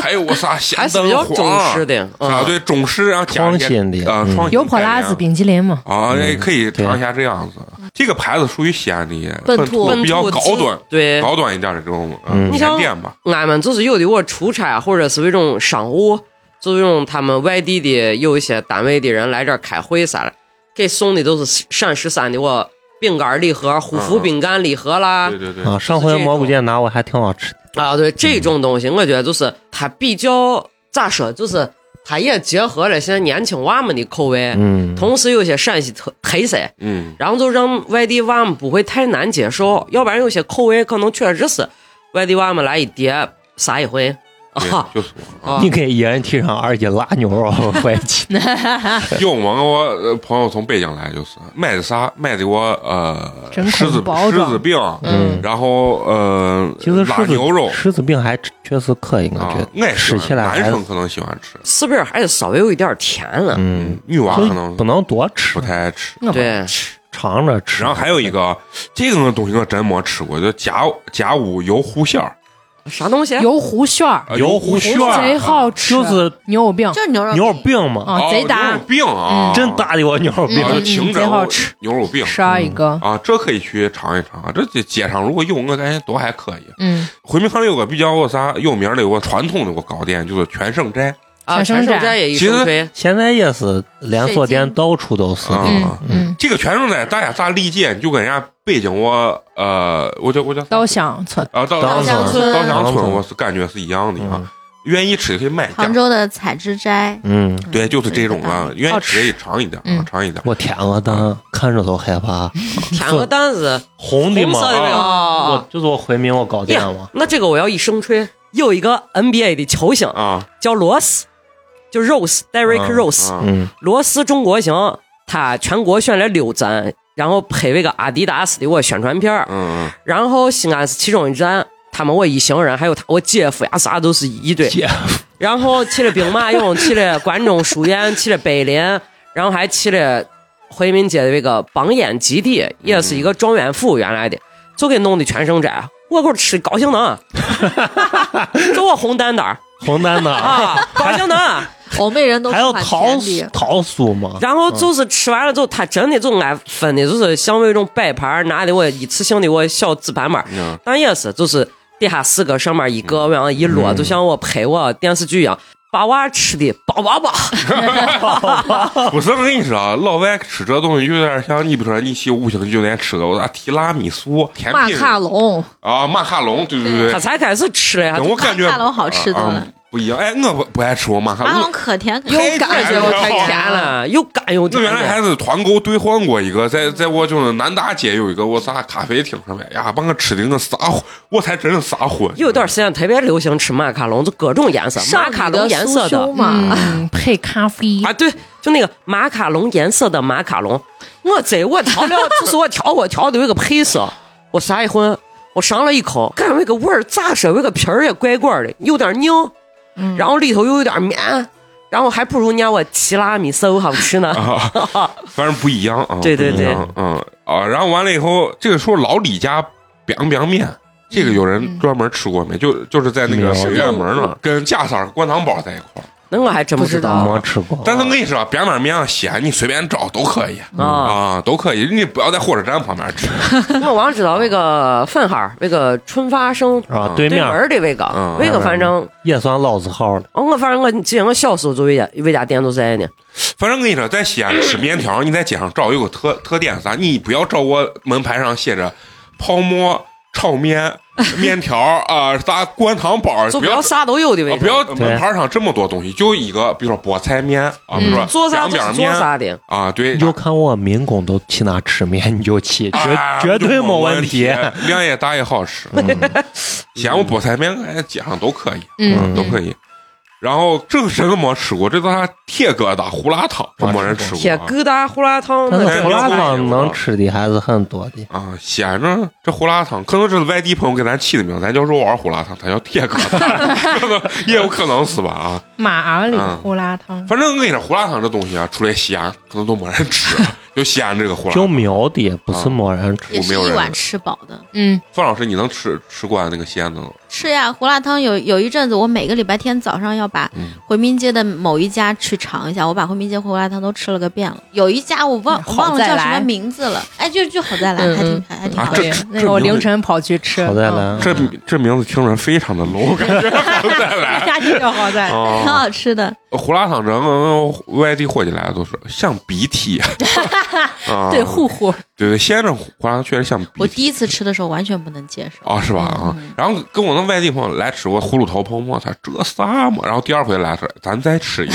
Speaker 1: 还有我啥
Speaker 2: 还
Speaker 1: 咸
Speaker 2: 是比
Speaker 1: 蛋
Speaker 2: 较中
Speaker 1: 黄
Speaker 2: 式的
Speaker 1: 啊，
Speaker 2: 嗯
Speaker 1: 对中式啊，加一
Speaker 5: 创
Speaker 1: 些
Speaker 5: 新的
Speaker 1: 啊，创
Speaker 5: 嗯
Speaker 1: 新
Speaker 7: 油泼辣
Speaker 1: 概念
Speaker 7: 子冰淇淋嘛，
Speaker 1: 啊，
Speaker 5: 嗯
Speaker 1: 也可以尝一下这样子。这个牌子属于西安的本
Speaker 6: 本土
Speaker 2: 嗯本
Speaker 1: 比较
Speaker 2: 土
Speaker 1: 高
Speaker 2: 自
Speaker 1: 端、
Speaker 2: 对，
Speaker 1: 高端一点的这种啊
Speaker 5: 嗯
Speaker 1: 甜点吧。
Speaker 2: 俺们就是有的我出差或者是为种商务，就是用他们外地的有一些单位的人来这儿开会啥的，给送的都是陕十三的我饼干礼盒、
Speaker 1: 啊
Speaker 2: 虎符饼干礼盒啦
Speaker 1: 对对对，
Speaker 5: 啊，上回蘑菇界拿我还挺好吃的，
Speaker 2: 啊，对这种东西，我觉得就是它比较咋说，就是它也结合了现在年轻娃们的口味，
Speaker 5: 嗯，
Speaker 2: 同时有些陕西特特色，
Speaker 1: 嗯，
Speaker 2: 然后就让外地娃们不会太难接受，要不然有些口味可能确实是外地娃们来一碟啥也会
Speaker 1: 对
Speaker 2: 啊，
Speaker 1: 就是我啊
Speaker 2: 啊
Speaker 5: 你给一人提上二斤腊牛肉 回去，
Speaker 1: 有我跟我呃朋友从北京来，就是买的啥，买的我呃
Speaker 7: 真空
Speaker 1: 狮子
Speaker 7: 包
Speaker 1: 狮
Speaker 7: 装
Speaker 1: 子饼，
Speaker 5: 嗯，
Speaker 1: 然后呃
Speaker 5: 其实
Speaker 1: 拉
Speaker 5: 狮子
Speaker 1: 牛肉
Speaker 5: 狮子饼还确实可以，我
Speaker 1: 啊
Speaker 5: 觉得，
Speaker 1: 我也喜
Speaker 5: 吃起
Speaker 1: 欢，
Speaker 5: 来还
Speaker 1: 男生可能喜欢吃，
Speaker 2: 是不是还是稍微有一点甜啊了？
Speaker 5: 嗯，
Speaker 1: 女娃可能
Speaker 5: 就不能嗯多吃
Speaker 1: 不，太爱吃。
Speaker 7: 我
Speaker 2: 对，
Speaker 5: 尝着吃。
Speaker 1: 然后还有一个，这个东西我真没吃过，叫甲甲午油糊馅儿，
Speaker 2: 啥东西？啊
Speaker 7: 油糊馅儿，
Speaker 1: 呃油糊馅儿
Speaker 7: 贼好吃，啊
Speaker 5: 就是
Speaker 7: 牛饼
Speaker 4: 就是牛肉
Speaker 5: 牛肉饼嘛，
Speaker 7: 啊，贼
Speaker 1: 牛
Speaker 7: 搭
Speaker 1: 哦肉，饼啊，
Speaker 5: 真大的我牛肉饼
Speaker 1: 啊，就
Speaker 7: 嗯
Speaker 1: 停着
Speaker 7: 贼好吃
Speaker 1: 牛肉饼
Speaker 7: 十二一个，
Speaker 1: 啊，这可以去尝一尝啊。这这街上如果有，我感觉都还可以。
Speaker 7: 嗯，
Speaker 1: 回民康有个比较有啥有名的，有个传统的有个糕点，就是全盛斋
Speaker 2: 啊，
Speaker 7: 小生
Speaker 2: 全盛
Speaker 7: 展
Speaker 2: 斋也一
Speaker 1: 其实
Speaker 2: 生推，
Speaker 5: 现在也是连锁店到处都是。
Speaker 1: 啊。
Speaker 7: 嗯嗯，
Speaker 1: 这个全盛斋大家咋理解？你就跟人家北京我呃，我叫我叫
Speaker 7: 稻香村，
Speaker 1: 啊稻
Speaker 5: 稻
Speaker 4: 香村
Speaker 1: 稻香
Speaker 5: 稻香
Speaker 1: 村，
Speaker 5: 村
Speaker 1: 我是感觉是一样的啊
Speaker 5: 嗯。
Speaker 1: 愿意吃的可以买一点
Speaker 4: 杭
Speaker 1: 儿，
Speaker 4: 州嗯的采枝斋，
Speaker 5: 嗯，
Speaker 1: 对，就是这种啊。愿意吃可以尝一点儿啊，
Speaker 7: 嗯
Speaker 1: 尝一点儿。
Speaker 5: 我天鹅
Speaker 1: 嗯
Speaker 5: 蛋看着都害怕，
Speaker 2: 天鹅蛋子
Speaker 5: 红的
Speaker 2: 红
Speaker 5: 嘛
Speaker 2: 色，的那个
Speaker 1: 哦
Speaker 5: 我
Speaker 2: 啊，
Speaker 5: 就是我回民我搞定嘛，
Speaker 2: 那这个我要一生吹。有一个 NBA 的球星
Speaker 1: 啊
Speaker 2: 叫罗斯，就 Rose Derrick
Speaker 5: 嗯
Speaker 2: Rose，
Speaker 1: 啊
Speaker 5: 嗯，
Speaker 2: 罗斯中国行，他全国选了六站，然后配那个阿迪达斯的我宣传片儿，
Speaker 1: 嗯
Speaker 2: 然后西安是其中一站，他们我一行人还有他我姐夫呀啥都是一队，
Speaker 5: 姐
Speaker 2: 然后去了兵马俑，去了关中书院，去了碑林，然后还去了回民街的那个榜眼基地，也是一个状元府原来的，就给弄的全盛斋，我给我吃的高兴呢，就我红蛋蛋儿，
Speaker 5: 邯郸的，
Speaker 2: 啊，高兴的。
Speaker 6: 欧美人都
Speaker 5: 还有
Speaker 6: 很
Speaker 5: 桃
Speaker 6: 甜的，
Speaker 5: 桃酥
Speaker 1: 啊
Speaker 5: 吗？
Speaker 2: 然后就是吃完了之后，他真的就俺分的，就是像那种摆盘儿拿的我一次性的我小纸板板儿，
Speaker 1: 嗯
Speaker 2: 但也是就是底下四个，上面一个，然后一摞，就像我拍我电视剧一样，把娃吃的饱饱饱。
Speaker 1: 不是，我跟你说啊，老外吃这东西有点像你，比如说你去五星酒店吃的，我咋提拉米苏、甜
Speaker 6: 马
Speaker 1: 品
Speaker 6: 卡龙，
Speaker 1: 啊、马卡龙，对对
Speaker 2: 他
Speaker 1: 对，
Speaker 2: 才开始吃嘞，他
Speaker 1: 我感觉
Speaker 4: 马卡龙好吃多了
Speaker 1: 啊啊不一样。哎，我不不爱吃我马卡
Speaker 4: 马卡龙
Speaker 1: 龙，
Speaker 4: 可甜可
Speaker 6: 有
Speaker 4: 甜，
Speaker 6: 感觉我
Speaker 1: 太
Speaker 6: 太甜
Speaker 2: 干
Speaker 6: 了。
Speaker 2: 了，又干又
Speaker 1: 那
Speaker 2: 甜
Speaker 1: 原来
Speaker 2: 的。
Speaker 1: 还是团购兑换过一个，在在我就是南大街有一个我啥咖啡厅上面哎呀，把我吃的那撒火，我才真是撒火。
Speaker 2: 有段时间特别流行吃马卡龙，就各种颜色，马
Speaker 6: 上
Speaker 2: 卡
Speaker 6: 你的
Speaker 2: 龙颜色
Speaker 6: 酥胸
Speaker 2: 的
Speaker 6: 嘛，
Speaker 7: 嗯，配咖啡，
Speaker 2: 啊，对，就那个马卡龙颜色的马卡龙，我这我调料就是我调我调的有一个配色，我啥一混，我尝了一口，感觉那个味儿咋说，那个皮儿也怪怪的，有点硬，然后里头又有点绵，然后还不如人家我提拉米苏好吃呢。
Speaker 1: 啊， 反正不一样啊。
Speaker 2: 对对
Speaker 1: 不一样嗯啊，然后完了以后，这个时候老李家 biang biang 面，这个有
Speaker 2: 嗯
Speaker 1: 人专门吃过没？就就是在那个
Speaker 5: 没有
Speaker 1: 水院门那儿，跟家三儿灌汤包在一块儿。
Speaker 2: 那我还真不知道
Speaker 5: 没吃过。
Speaker 1: 但是我跟你说，biang biang 面咸，你随便找都可以
Speaker 2: 啊，
Speaker 1: 啊，都可以。你不要在火车站旁边 吃，
Speaker 2: 我光知道那个粉哈儿，那个春发生
Speaker 5: 啊，对
Speaker 2: 对
Speaker 5: 面
Speaker 2: 门
Speaker 5: 儿
Speaker 2: 儿的那个
Speaker 1: 嗯，
Speaker 2: 那个反正
Speaker 5: 也算老字号了。
Speaker 2: 哦我反正我记得我小时候就为家为家店都在呢。
Speaker 1: 反正我跟你说，在西安吃面条，你在街上找有个特特点是啥？你不要找我门牌上写着泡馍、炒面、面条啊、啥灌汤包，
Speaker 2: 就
Speaker 1: 不
Speaker 2: 不要
Speaker 1: 要
Speaker 2: 啥都有的位
Speaker 1: 啊，
Speaker 2: 置，
Speaker 1: 不要门牌上这么多东西，就一个，比如说菠菜面啊，比如说
Speaker 2: 嗯做啥
Speaker 1: 凉
Speaker 2: 就是
Speaker 1: 面
Speaker 2: 做
Speaker 1: 面
Speaker 2: 啥的。
Speaker 1: 啊，对
Speaker 5: 你，就看我民工都去那吃面，你 就去，绝
Speaker 1: 啊
Speaker 5: 绝对
Speaker 1: 就
Speaker 5: 没
Speaker 1: 没
Speaker 5: 问题。
Speaker 1: 量也大也好吃。 咸我菠菜面，哎，街上都可以，
Speaker 5: 嗯
Speaker 1: 都可以。然后这个真的没吃过，这叫啥铁疙瘩胡辣汤，我没人吃过
Speaker 2: 铁
Speaker 1: 啊。
Speaker 2: 疙瘩胡辣汤，
Speaker 5: 但
Speaker 1: 哎
Speaker 5: 是胡辣汤
Speaker 1: 牛
Speaker 5: 能
Speaker 1: 排
Speaker 5: 吃的还是很多的。
Speaker 1: 啊，闲着这胡辣汤，可能这是外地朋友给咱起的名，咱叫肉丸胡辣汤，它叫铁疙瘩， 可能也有可能是吧啊。
Speaker 7: 马儿里
Speaker 1: 嗯
Speaker 7: 胡辣汤，
Speaker 1: 反正我跟你说，胡辣汤这东西啊，除了西安，可能都没人吃， 就西安这个胡辣
Speaker 5: 就
Speaker 1: 汤。
Speaker 5: 苗的，不是没人吃。
Speaker 4: 也是
Speaker 1: 我没有
Speaker 4: 一
Speaker 1: 人
Speaker 4: 碗吃饱的。
Speaker 3: 嗯，
Speaker 1: 范老师，你能吃吃惯那个西安的吗？
Speaker 4: 是呀，胡辣汤有有一阵子，我每个礼拜天早上要把
Speaker 1: 嗯
Speaker 4: 回民街的某一家去尝一下，我把回民街胡辣汤都吃了个遍了。有一家我忘
Speaker 3: 好
Speaker 4: 忘了
Speaker 3: 再
Speaker 4: 叫
Speaker 3: 来
Speaker 4: 什么名字了，哎，就就好在来，
Speaker 3: 嗯
Speaker 4: 还挺
Speaker 3: 嗯
Speaker 4: 还还挺
Speaker 1: 啊
Speaker 4: 好
Speaker 1: 这
Speaker 4: 吃。
Speaker 7: 对
Speaker 1: 这
Speaker 7: 那个我
Speaker 1: 这名字
Speaker 7: 凌晨跑去吃，嗯
Speaker 5: 好在呢，
Speaker 1: 这这名字听着非常的 low，感觉再来
Speaker 7: 家庭叫好在，
Speaker 1: 啊
Speaker 4: 挺好吃的，
Speaker 1: 胡辣汤这嗯外地伙计来的都是像鼻涕，啊，
Speaker 6: 对，户户
Speaker 1: 对对，西安这胡辣汤确实像鼻
Speaker 4: 我
Speaker 1: 涕
Speaker 4: 第一次吃的时候完全不能接受。
Speaker 1: 啊，是吧啊？然后跟我那外地朋友来吃过葫芦头泡馍，他说这啥嘛？然后第二回来说咱再吃一个，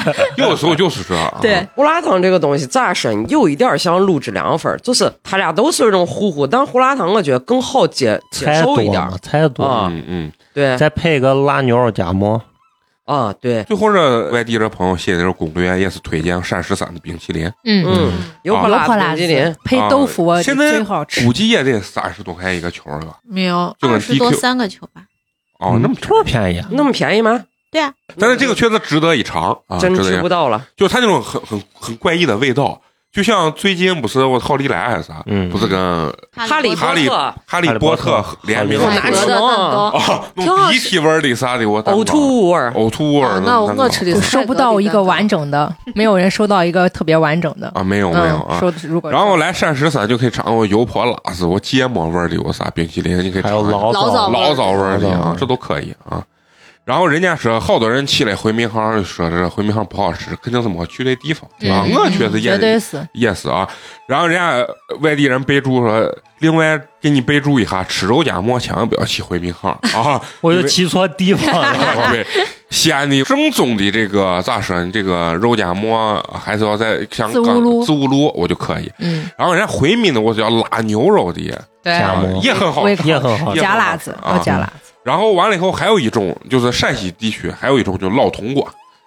Speaker 1: 有时候就是这，啊
Speaker 6: 对，
Speaker 2: 胡辣汤这个东西咋说呢？有一点像卤汁凉粉儿，就是它俩都是那种糊糊，但胡辣汤我觉得更好接接
Speaker 5: 菜
Speaker 2: 受
Speaker 5: 多
Speaker 2: 一点儿
Speaker 5: 嘛，。菜多
Speaker 2: 啊，
Speaker 1: 嗯嗯，
Speaker 2: 对
Speaker 5: 再配个辣牛肉夹馍。
Speaker 2: 啊，对，
Speaker 1: 最后这外地这朋友写的这攻略也是推荐陕十三的冰淇淋，
Speaker 3: 嗯，
Speaker 2: 嗯，油泼
Speaker 1: 啊
Speaker 7: 油
Speaker 2: 辣
Speaker 7: 泼
Speaker 2: 子
Speaker 7: 辣
Speaker 2: 冰淇淋
Speaker 7: 子，配豆腐，我
Speaker 1: 啊
Speaker 7: 觉
Speaker 1: 现
Speaker 7: 得
Speaker 1: 在
Speaker 7: 最好吃。
Speaker 1: 估计也得三十多块一个球了吧？
Speaker 6: 没有，
Speaker 1: 就
Speaker 4: 二
Speaker 1: 跟
Speaker 4: 十多
Speaker 1: DQ
Speaker 4: 三个球吧，
Speaker 1: 哦，那么
Speaker 5: 这么便宜啊？
Speaker 2: 那么便宜吗？
Speaker 4: 对啊，
Speaker 1: 但是这个确实值得一尝啊，
Speaker 2: 真
Speaker 1: 值得一
Speaker 2: 吃
Speaker 1: 尝
Speaker 2: 不到了。
Speaker 1: 就它那种很很很怪异的味道，就像最近不是我浩利来还是啥，
Speaker 5: 嗯
Speaker 1: 不是跟
Speaker 2: 哈利
Speaker 1: 哈
Speaker 2: 波
Speaker 1: 利
Speaker 2: 特
Speaker 1: 哈利波特联名
Speaker 5: 我
Speaker 6: 买
Speaker 5: 拿
Speaker 6: 格
Speaker 2: 起
Speaker 6: 的
Speaker 2: 来
Speaker 6: 蛋
Speaker 2: 了
Speaker 6: 糕，
Speaker 1: 啊，
Speaker 6: 挺好
Speaker 1: 弄鼻涕味儿的啥的，我蛋糕哦
Speaker 2: 呕吐味儿，
Speaker 1: 呕吐味儿
Speaker 6: 啊
Speaker 1: 的蛋
Speaker 6: 那
Speaker 1: 糕，
Speaker 6: 我我吃的
Speaker 7: 就是收不到一个完整的，没有人收到一个特别完整的。
Speaker 1: 啊，没有没有
Speaker 7: 嗯，
Speaker 1: 啊。
Speaker 7: 收如果
Speaker 1: 然后来陕十三就可以尝我油泼辣子，我芥末味儿的，我啥冰淇淋，你可以
Speaker 5: 还
Speaker 1: 尝
Speaker 5: 有
Speaker 1: 尝
Speaker 5: 醪
Speaker 6: 醪
Speaker 5: 糟
Speaker 6: 糟味
Speaker 1: 醪糟味儿的
Speaker 5: 醪糟味
Speaker 1: 啊
Speaker 5: 儿，
Speaker 1: 这都可以啊。然后人家说，好多人去了回民巷就说这回民巷不好吃，肯定是没去对地方啊。我确实也
Speaker 7: 绝对是
Speaker 1: yes 啊。然后人家呃外地人备注说，另外给你备注一下，吃肉夹馍千万不要去回民巷啊。
Speaker 5: 我就骑错地 方了。
Speaker 1: 对，西安的正宗的这个咋说呢？这个肉夹馍还是要在像
Speaker 6: 自乌
Speaker 1: 刚
Speaker 6: 路
Speaker 1: 自乌路我就可以。
Speaker 7: 嗯，
Speaker 1: 然后人家回民的我就要拉牛肉的，
Speaker 7: 对
Speaker 5: 夹
Speaker 1: 啊
Speaker 5: 馍
Speaker 1: 也很好
Speaker 7: 我也
Speaker 1: 吃。
Speaker 7: 看
Speaker 5: 也很好
Speaker 1: 也
Speaker 7: 加哦辣子，
Speaker 1: 啊
Speaker 7: 要加辣子。
Speaker 1: 然后完了以后，还有一种就是陕西地区还有一种就是老铜锅，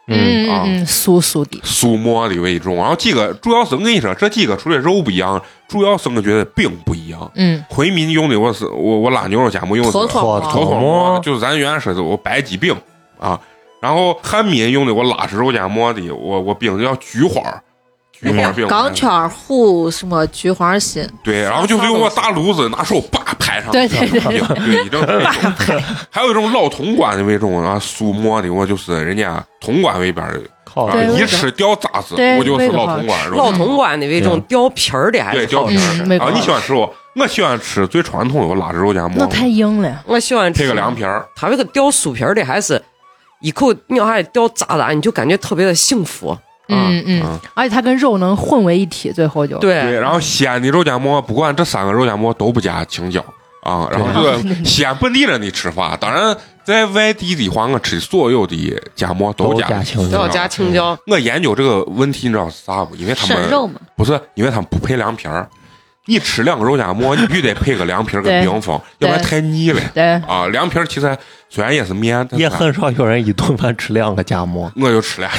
Speaker 5: 嗯，
Speaker 1: 啊
Speaker 7: 嗯，酥酥的，
Speaker 1: 苏馍的为重。然后几个主要是我跟你说，这几个除了肉不一样，主要是我觉得饼不一样。
Speaker 7: 嗯，
Speaker 1: 回民用的我是我我拉牛肉夹馍用的是
Speaker 6: 坨
Speaker 5: 坨坨
Speaker 6: 坨嘛
Speaker 1: 头
Speaker 5: 口
Speaker 1: 口
Speaker 5: 馍
Speaker 1: 馍，就是咱原来说的我白吉饼啊。然后汉民用的我拉是肉夹馍的，我我饼叫菊花儿，菊花并
Speaker 6: 港
Speaker 1: 排
Speaker 6: 犬护什么菊花心，
Speaker 1: 对，然后就用个大炉子拿手叭拍上，
Speaker 3: 对对对
Speaker 1: 对，一整 还有一种烙铜管的为种啊，苏摸的我就是人家铜管为边儿的，
Speaker 5: 靠，
Speaker 1: 啊
Speaker 3: 对
Speaker 1: 一吃雕渣子，
Speaker 3: 对
Speaker 1: 我就是
Speaker 3: 那个
Speaker 1: 烙
Speaker 3: 好
Speaker 1: 铜管肉，
Speaker 2: 烙铜管的为种雕皮儿的还
Speaker 1: 对
Speaker 2: 是
Speaker 1: 雕
Speaker 2: 好
Speaker 1: 皮
Speaker 2: 吃。
Speaker 1: 儿
Speaker 3: 嗯没
Speaker 1: 啊，
Speaker 3: 错
Speaker 1: 你喜欢吃不？我喜欢吃最传统的我腊汁肉夹馍
Speaker 7: 那，太硬了。
Speaker 2: 我喜欢
Speaker 1: 配
Speaker 2: 吃
Speaker 1: 个凉皮儿，
Speaker 2: 它那个雕酥皮儿的还是一口咬下去掉渣渣，你就感觉特别的幸福。
Speaker 1: 嗯
Speaker 7: 嗯嗯，而且它跟肉能混为一体，最后就
Speaker 2: 对，
Speaker 1: 对，然后西安的肉夹馍，不管这三个肉夹馍都不加青椒啊，然后这个西安本地人的吃法，当然在外地的话，我吃所有的夹馍
Speaker 5: 都
Speaker 1: 加
Speaker 5: 加青
Speaker 2: 都
Speaker 5: 椒
Speaker 2: 要加青椒。
Speaker 1: 我研究这个问题，你知道是啥不？因为他
Speaker 4: 省
Speaker 1: 们
Speaker 4: 肉嘛，
Speaker 1: 不是，因为他们不配凉皮儿。你吃两个肉夹馍，你必须得配个凉皮儿跟
Speaker 7: 对
Speaker 1: 冰峰，要不然
Speaker 7: 对
Speaker 1: 太腻了
Speaker 7: 对，
Speaker 1: 啊。凉皮儿其实虽然也是面，但
Speaker 5: 也
Speaker 1: 是
Speaker 5: 很少有人一顿饭吃两个夹馍。
Speaker 1: 我就 吃俩，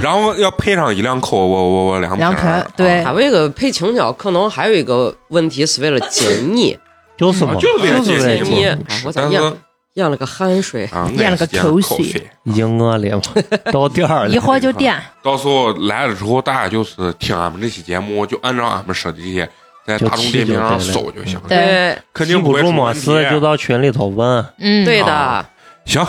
Speaker 1: 然后要配上一两口我我我凉皮
Speaker 7: 凉皮儿
Speaker 1: 儿，啊
Speaker 7: 对
Speaker 2: 它那个配青椒，可能还有一个问题是为了解腻，
Speaker 5: 就是嘛
Speaker 1: 啊， 就是 为了
Speaker 5: 就是
Speaker 1: 解
Speaker 5: 为了
Speaker 2: 腻。
Speaker 1: 腻
Speaker 5: 解
Speaker 2: 哎
Speaker 5: 腻。
Speaker 2: 我咋
Speaker 1: 但是
Speaker 2: 咽咽了个酣水？
Speaker 1: 啊，我也
Speaker 7: 咽了
Speaker 1: 是
Speaker 7: 个
Speaker 1: 咽了
Speaker 7: 口
Speaker 1: 口
Speaker 7: 水
Speaker 1: 水。
Speaker 5: 已经饿了嘛，到店儿
Speaker 7: 一
Speaker 5: 了。
Speaker 7: 会儿就点。
Speaker 1: 到时候来了之后，大家就是听俺们这期节目，就按照俺们说的这些，在大众点评上搜就行了，
Speaker 7: 对
Speaker 2: 对
Speaker 1: 肯定不
Speaker 5: 不
Speaker 1: 会
Speaker 5: 住
Speaker 1: 出
Speaker 5: 没
Speaker 1: 问题
Speaker 5: 事就到群里头问，
Speaker 7: 嗯，
Speaker 2: 对的
Speaker 1: 啊，行，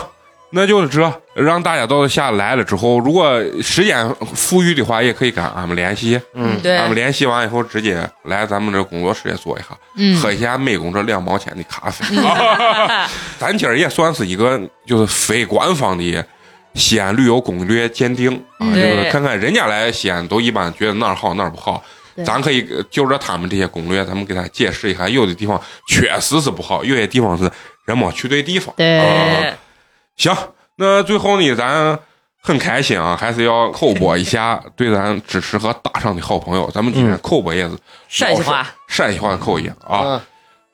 Speaker 1: 那就是这，让大家到下来了之后，如果时间富裕的话，也可以跟俺们联系。
Speaker 2: 嗯
Speaker 1: 俺们
Speaker 2: 对，
Speaker 1: 联系完以后，直接来咱们这工作室也坐一下，
Speaker 7: 嗯
Speaker 1: 喝一下美工这两毛钱的咖啡。 咱今儿也算是一个就是非官方的西安旅游攻略鉴定啊，
Speaker 7: 嗯
Speaker 1: 就是
Speaker 2: 对
Speaker 1: 看看人家来西安都一般觉得哪儿好哪儿不好。
Speaker 6: 对
Speaker 1: 咱可以呃就着他们这些攻略，咱们给他解释一下，有的地方确实是不好，有些地方是人没去对地方。
Speaker 7: 呃对
Speaker 1: 啊行，那最后呢，咱很开心啊，还是要扣播一下对咱支持和打赏的好朋友。咱们今天扣播也是
Speaker 2: 陕西话
Speaker 1: 陕西话口音啊。
Speaker 2: 嗯，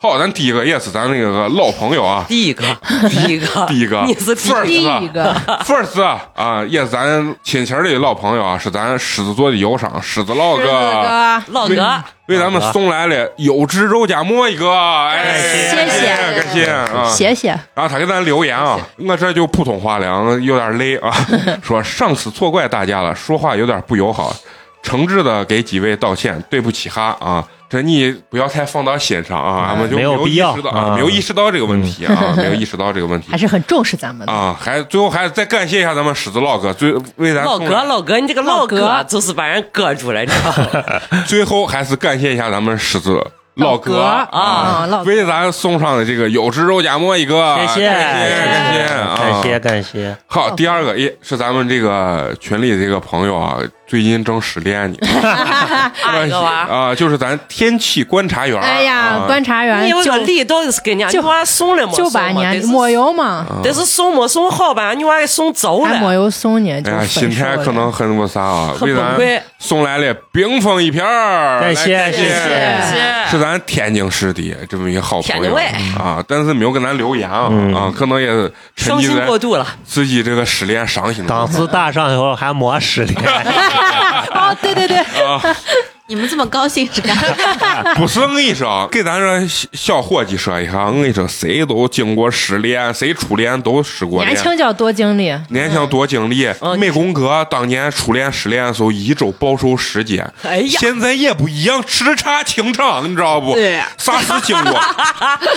Speaker 1: 好，咱第一个也是咱那个老朋友啊，
Speaker 2: 第 一个，第一个，
Speaker 1: 第一个
Speaker 2: 你是第
Speaker 1: 份儿
Speaker 7: 第一个
Speaker 1: first 啊啊，也是咱亲戚儿的老朋友啊，是咱狮子座的友商狮子老哥，
Speaker 7: 哥，
Speaker 2: 老哥，
Speaker 1: 为咱们送来了有汁肉夹馍一个，哎，
Speaker 7: 谢谢
Speaker 1: 感谢啊，
Speaker 7: 谢谢。
Speaker 1: 然后他给咱留言啊，我这就普通话了，我有点累啊。说上次错怪大家了，说话有点不友好，诚挚的给几位道歉，对不起哈啊。这你不要太放到心上啊，俺们就
Speaker 5: 没有
Speaker 1: 有
Speaker 5: 必
Speaker 1: 意
Speaker 5: 要
Speaker 1: 识到啊，
Speaker 5: 啊
Speaker 1: 没有意识到这个问题啊， 没有意识到这个问题
Speaker 7: 还是很重视咱们的。
Speaker 1: 啊。还最后还再感谢一下咱们狮子老哥，最为咱
Speaker 2: 老
Speaker 1: 送
Speaker 2: 哥，
Speaker 1: 来
Speaker 2: 老哥，你这个老
Speaker 7: 嗯
Speaker 2: 哥
Speaker 7: 老哥
Speaker 2: 就是把人搁住了，你知道吗？
Speaker 1: 最后还是感谢一下咱们狮子老哥
Speaker 2: 啊
Speaker 7: 老哥
Speaker 1: 为咱送上的这个有汁肉夹馍一个，
Speaker 5: 谢谢，
Speaker 1: 感谢感谢啊
Speaker 5: 感谢 感谢，
Speaker 2: 哦
Speaker 1: 好，第二个也是咱们这个群里这个朋友啊，最近正失恋 呢，
Speaker 2: 哪个娃？
Speaker 1: 啊，就是咱天气观察员儿，
Speaker 7: 哎呀，
Speaker 1: 啊
Speaker 7: 观察员
Speaker 2: 你
Speaker 7: 就
Speaker 2: 个礼到底是给人家，你
Speaker 7: 就
Speaker 2: 娃送了没送
Speaker 7: 就
Speaker 2: 嘛？
Speaker 7: 把
Speaker 2: 得
Speaker 7: 你
Speaker 2: 是
Speaker 7: 没有嘛，
Speaker 2: 但是送没送好吧，你娃给送走
Speaker 7: 还没
Speaker 2: 了，
Speaker 7: 有送你，就
Speaker 1: 哎呀，心
Speaker 7: 分手
Speaker 1: 态
Speaker 7: 了
Speaker 1: 可能很那个啥啊，
Speaker 2: 很
Speaker 1: 为
Speaker 2: 崩
Speaker 1: 咱
Speaker 2: 溃。
Speaker 1: 送来了冰封一瓶儿，
Speaker 5: 感谢
Speaker 1: 来感
Speaker 5: 谢
Speaker 1: 谢
Speaker 5: 谢，
Speaker 1: 是咱天津市的这么一个好朋
Speaker 2: 哎天津
Speaker 1: 友
Speaker 2: 卫
Speaker 1: 啊，但是没有跟咱留言啊，
Speaker 5: 嗯
Speaker 1: 啊，可能也是沉
Speaker 2: 伤
Speaker 1: 浸
Speaker 2: 心
Speaker 1: 在
Speaker 2: 过度了，
Speaker 1: 自己这个失恋伤心
Speaker 5: 档
Speaker 1: 的
Speaker 5: 次大上以后还没失 恋，
Speaker 7: 哦，对对对，
Speaker 1: 啊，
Speaker 4: 你们这么高兴是干啥？
Speaker 1: 不是，我跟你说啊，给咱这小小伙计说一下，我跟你说，谁都经过失恋，谁初恋都失过
Speaker 7: 年
Speaker 1: 恋。
Speaker 7: 轻叫多经历，
Speaker 1: 年轻多经历，
Speaker 2: 嗯
Speaker 1: 美工哥当年初恋失恋的时候，一周暴瘦十斤，
Speaker 2: 哎呀，
Speaker 1: 现在也不一样，叱咤情场，你知道不？
Speaker 2: 对
Speaker 1: 啥事经过，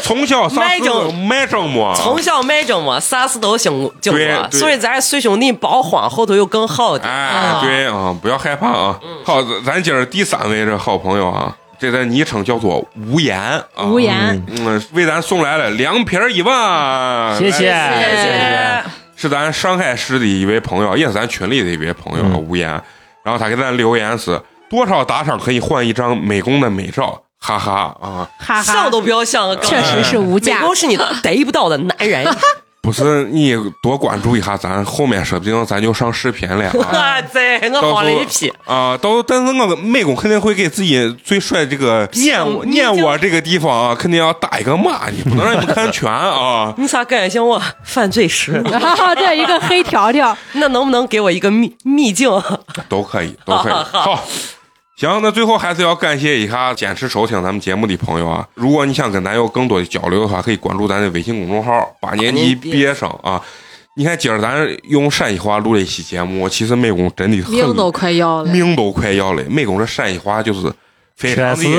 Speaker 1: 从小啥
Speaker 2: 卖
Speaker 1: 事
Speaker 2: 正
Speaker 1: 卖正么？
Speaker 2: 从小卖着嘛，啥事都经经
Speaker 1: 对
Speaker 2: 过，
Speaker 1: 对
Speaker 2: 所以咱水兄弟保荒后头有更好的。
Speaker 1: 哎，对啊、不要害怕啊。
Speaker 5: 嗯
Speaker 1: 好，咱咱今儿第三位这好朋友啊，这咱昵称叫做无言啊。
Speaker 7: 无言，
Speaker 1: 嗯，为咱送来了凉皮儿一万，
Speaker 5: 谢谢
Speaker 1: 来
Speaker 5: 哎谢谢，
Speaker 1: 是咱上海市的一位朋友，也是咱群里的一位朋友啊，
Speaker 5: 嗯
Speaker 1: 无言。然后他给咱留言是：多少打赏可以换一张美工的美照？哈哈啊，
Speaker 7: 哈哈
Speaker 2: 想，都不要想，
Speaker 7: 确实是无
Speaker 2: 美
Speaker 7: 价，
Speaker 2: 工是你逮不到的男 人，
Speaker 1: 不是你多关注一下咱，后面说不定咱就上视频了 啊。
Speaker 2: 哇塞，我
Speaker 1: 到
Speaker 2: 好了
Speaker 1: 时候
Speaker 2: 一批。。
Speaker 1: 啊，到时候但是我美工肯定会给自己最帅这个念我念我这个地方啊，肯定要打一个码，你不能让你们看全啊
Speaker 2: 你咋感觉像我犯罪时？
Speaker 7: 然后对一个黑条条，
Speaker 2: 那能不能给我一个秘秘境？
Speaker 1: 都可以，都可以。
Speaker 2: 好好
Speaker 1: 好，行，那最后还是要感谢一下坚持收听咱们节目的朋友啊！如果你想跟咱有更多的交流的话，可以关注咱的微信公众号“八年级
Speaker 2: 八年级
Speaker 1: 毕业生”啊。你看今儿咱用陕西话录了一期节目，其实美工真的很
Speaker 6: 命都快要了，
Speaker 1: 命都快要了。美工这陕西话就是非
Speaker 5: 确
Speaker 1: 常
Speaker 5: 实
Speaker 1: 的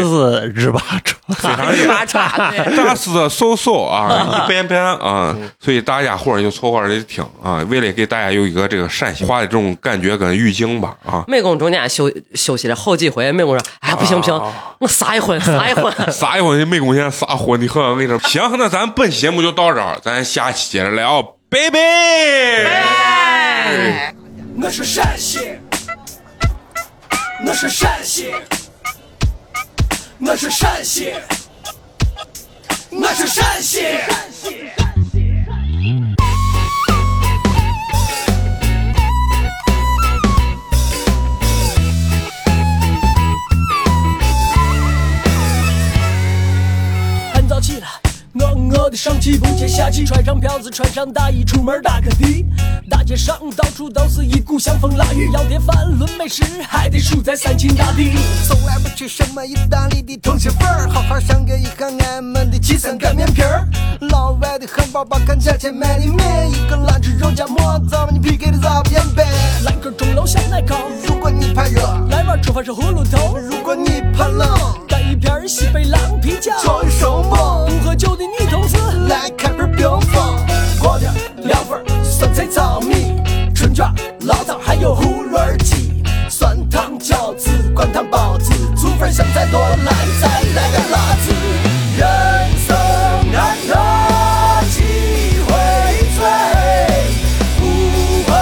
Speaker 5: 是日巴爪。
Speaker 1: 非常的
Speaker 2: 八 爪对，
Speaker 1: 扎实的瘦瘦 啊，一般般啊，所以大家伙儿就凑合着听啊，为了给大家有一个这个陕西话的这种感觉跟语境吧啊。
Speaker 2: 美工中间休休息了好几回，美工说：“哎，不行不行，
Speaker 9: 哦
Speaker 2: 我撒一混，撒 一混。
Speaker 1: 撒一会儿，美工现在撒火的很，我跟你说。行，那咱本期节目就到这儿，咱下期接着来啊，拜拜。
Speaker 9: 我是陕西，我是陕西，我是陕西，我是陕西。很早起来，我饿得上气不接下气，穿上票子，穿上大衣，出门打个的。大街上到处都是一股香风腊雨，要碟饭论美食，还得数在三秦大地。
Speaker 10: 从来不吃什么意大利的通心粉儿，好好上个一下俺们的岐山擀面皮儿。老外的汉堡包看价钱买的面，一个辣汁肉夹馍，咱们的 PK 的咋变呗？
Speaker 9: 来根钟楼香奶糕，
Speaker 10: 如果你怕热，
Speaker 9: 来碗吃饭是葫芦头，
Speaker 10: 如果你怕冷，
Speaker 9: 干一瓶西北狼啤酒。
Speaker 10: 找一首梦
Speaker 9: 不喝酒的女同志，
Speaker 10: 来开瓶冰峰，锅底凉粉儿、酸菜糙米、春卷儿、醪糟，还有葫芦儿鸡、酸汤饺子、灌汤包子、醋粉香菜多来，再来点辣子。人生难得几回醉，呼朋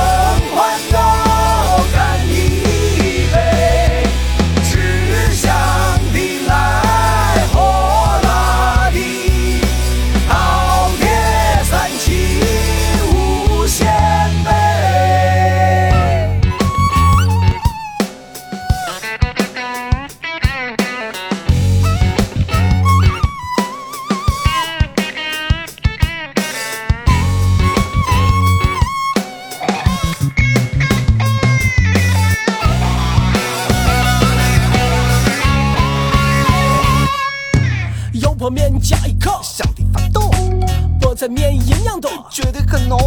Speaker 10: 唤友干一杯。吃香的来，喝辣的，饕餮三七无限杯。
Speaker 9: 油泼面加一口，
Speaker 10: 香的发抖，
Speaker 9: 菠菜面营养多，
Speaker 10: 觉得很浓，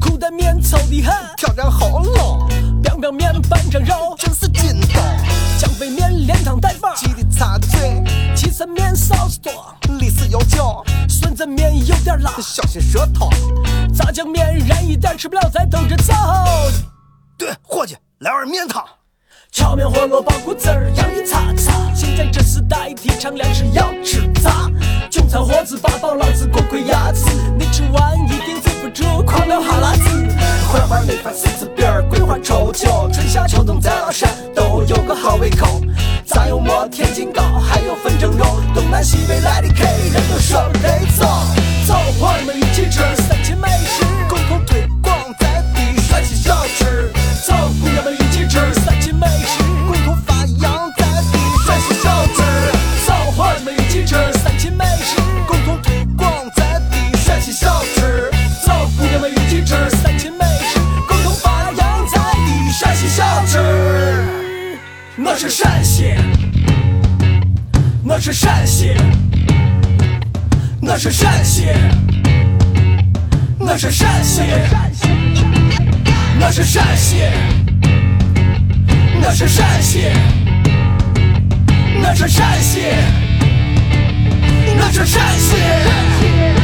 Speaker 9: 苦蛋面臭的很，
Speaker 10: 挑战喉咙，
Speaker 9: 凉拌面拌上肉，
Speaker 10: 真是劲道。
Speaker 9: 江北面连汤带粉儿，
Speaker 10: 记得插嘴，
Speaker 9: 岐山面臊子多，
Speaker 10: 历史悠久，
Speaker 9: 酸菜面有点辣，
Speaker 10: 小心舌头。
Speaker 9: 炸酱面燃一点吃不了咱兜着走。
Speaker 10: 对，伙计，来碗面汤。
Speaker 9: 炒面、火锅、包谷子儿，洋芋擦擦。现在这时代提倡粮食要吃杂，中餐盒子八宝老子锅盔鸭子，你吃完一定止不住狂流哈喇子。
Speaker 10: 槐花梅饭柿子饼儿，桂花稠酒，春夏秋冬在老陕都有个好胃口。炸油馍、天津糕，还有粉蒸肉，东南西北来的客人都舍不得走。走，伙儿们一起吃三秦美食，共同推广在地陕西小吃。走，姑娘们一起吃三秦美食，共同发扬在地陕西小吃。走，伙儿们一起吃三秦美食，共同推广在地陕西小吃。走，姑娘们一起吃三秦美食，共同发扬咱的陕西小吃。
Speaker 9: 我是陕西，我是陕西，我是陕西，我是陕西，我是陕西，我是陕西，我是陕西，我是陕西。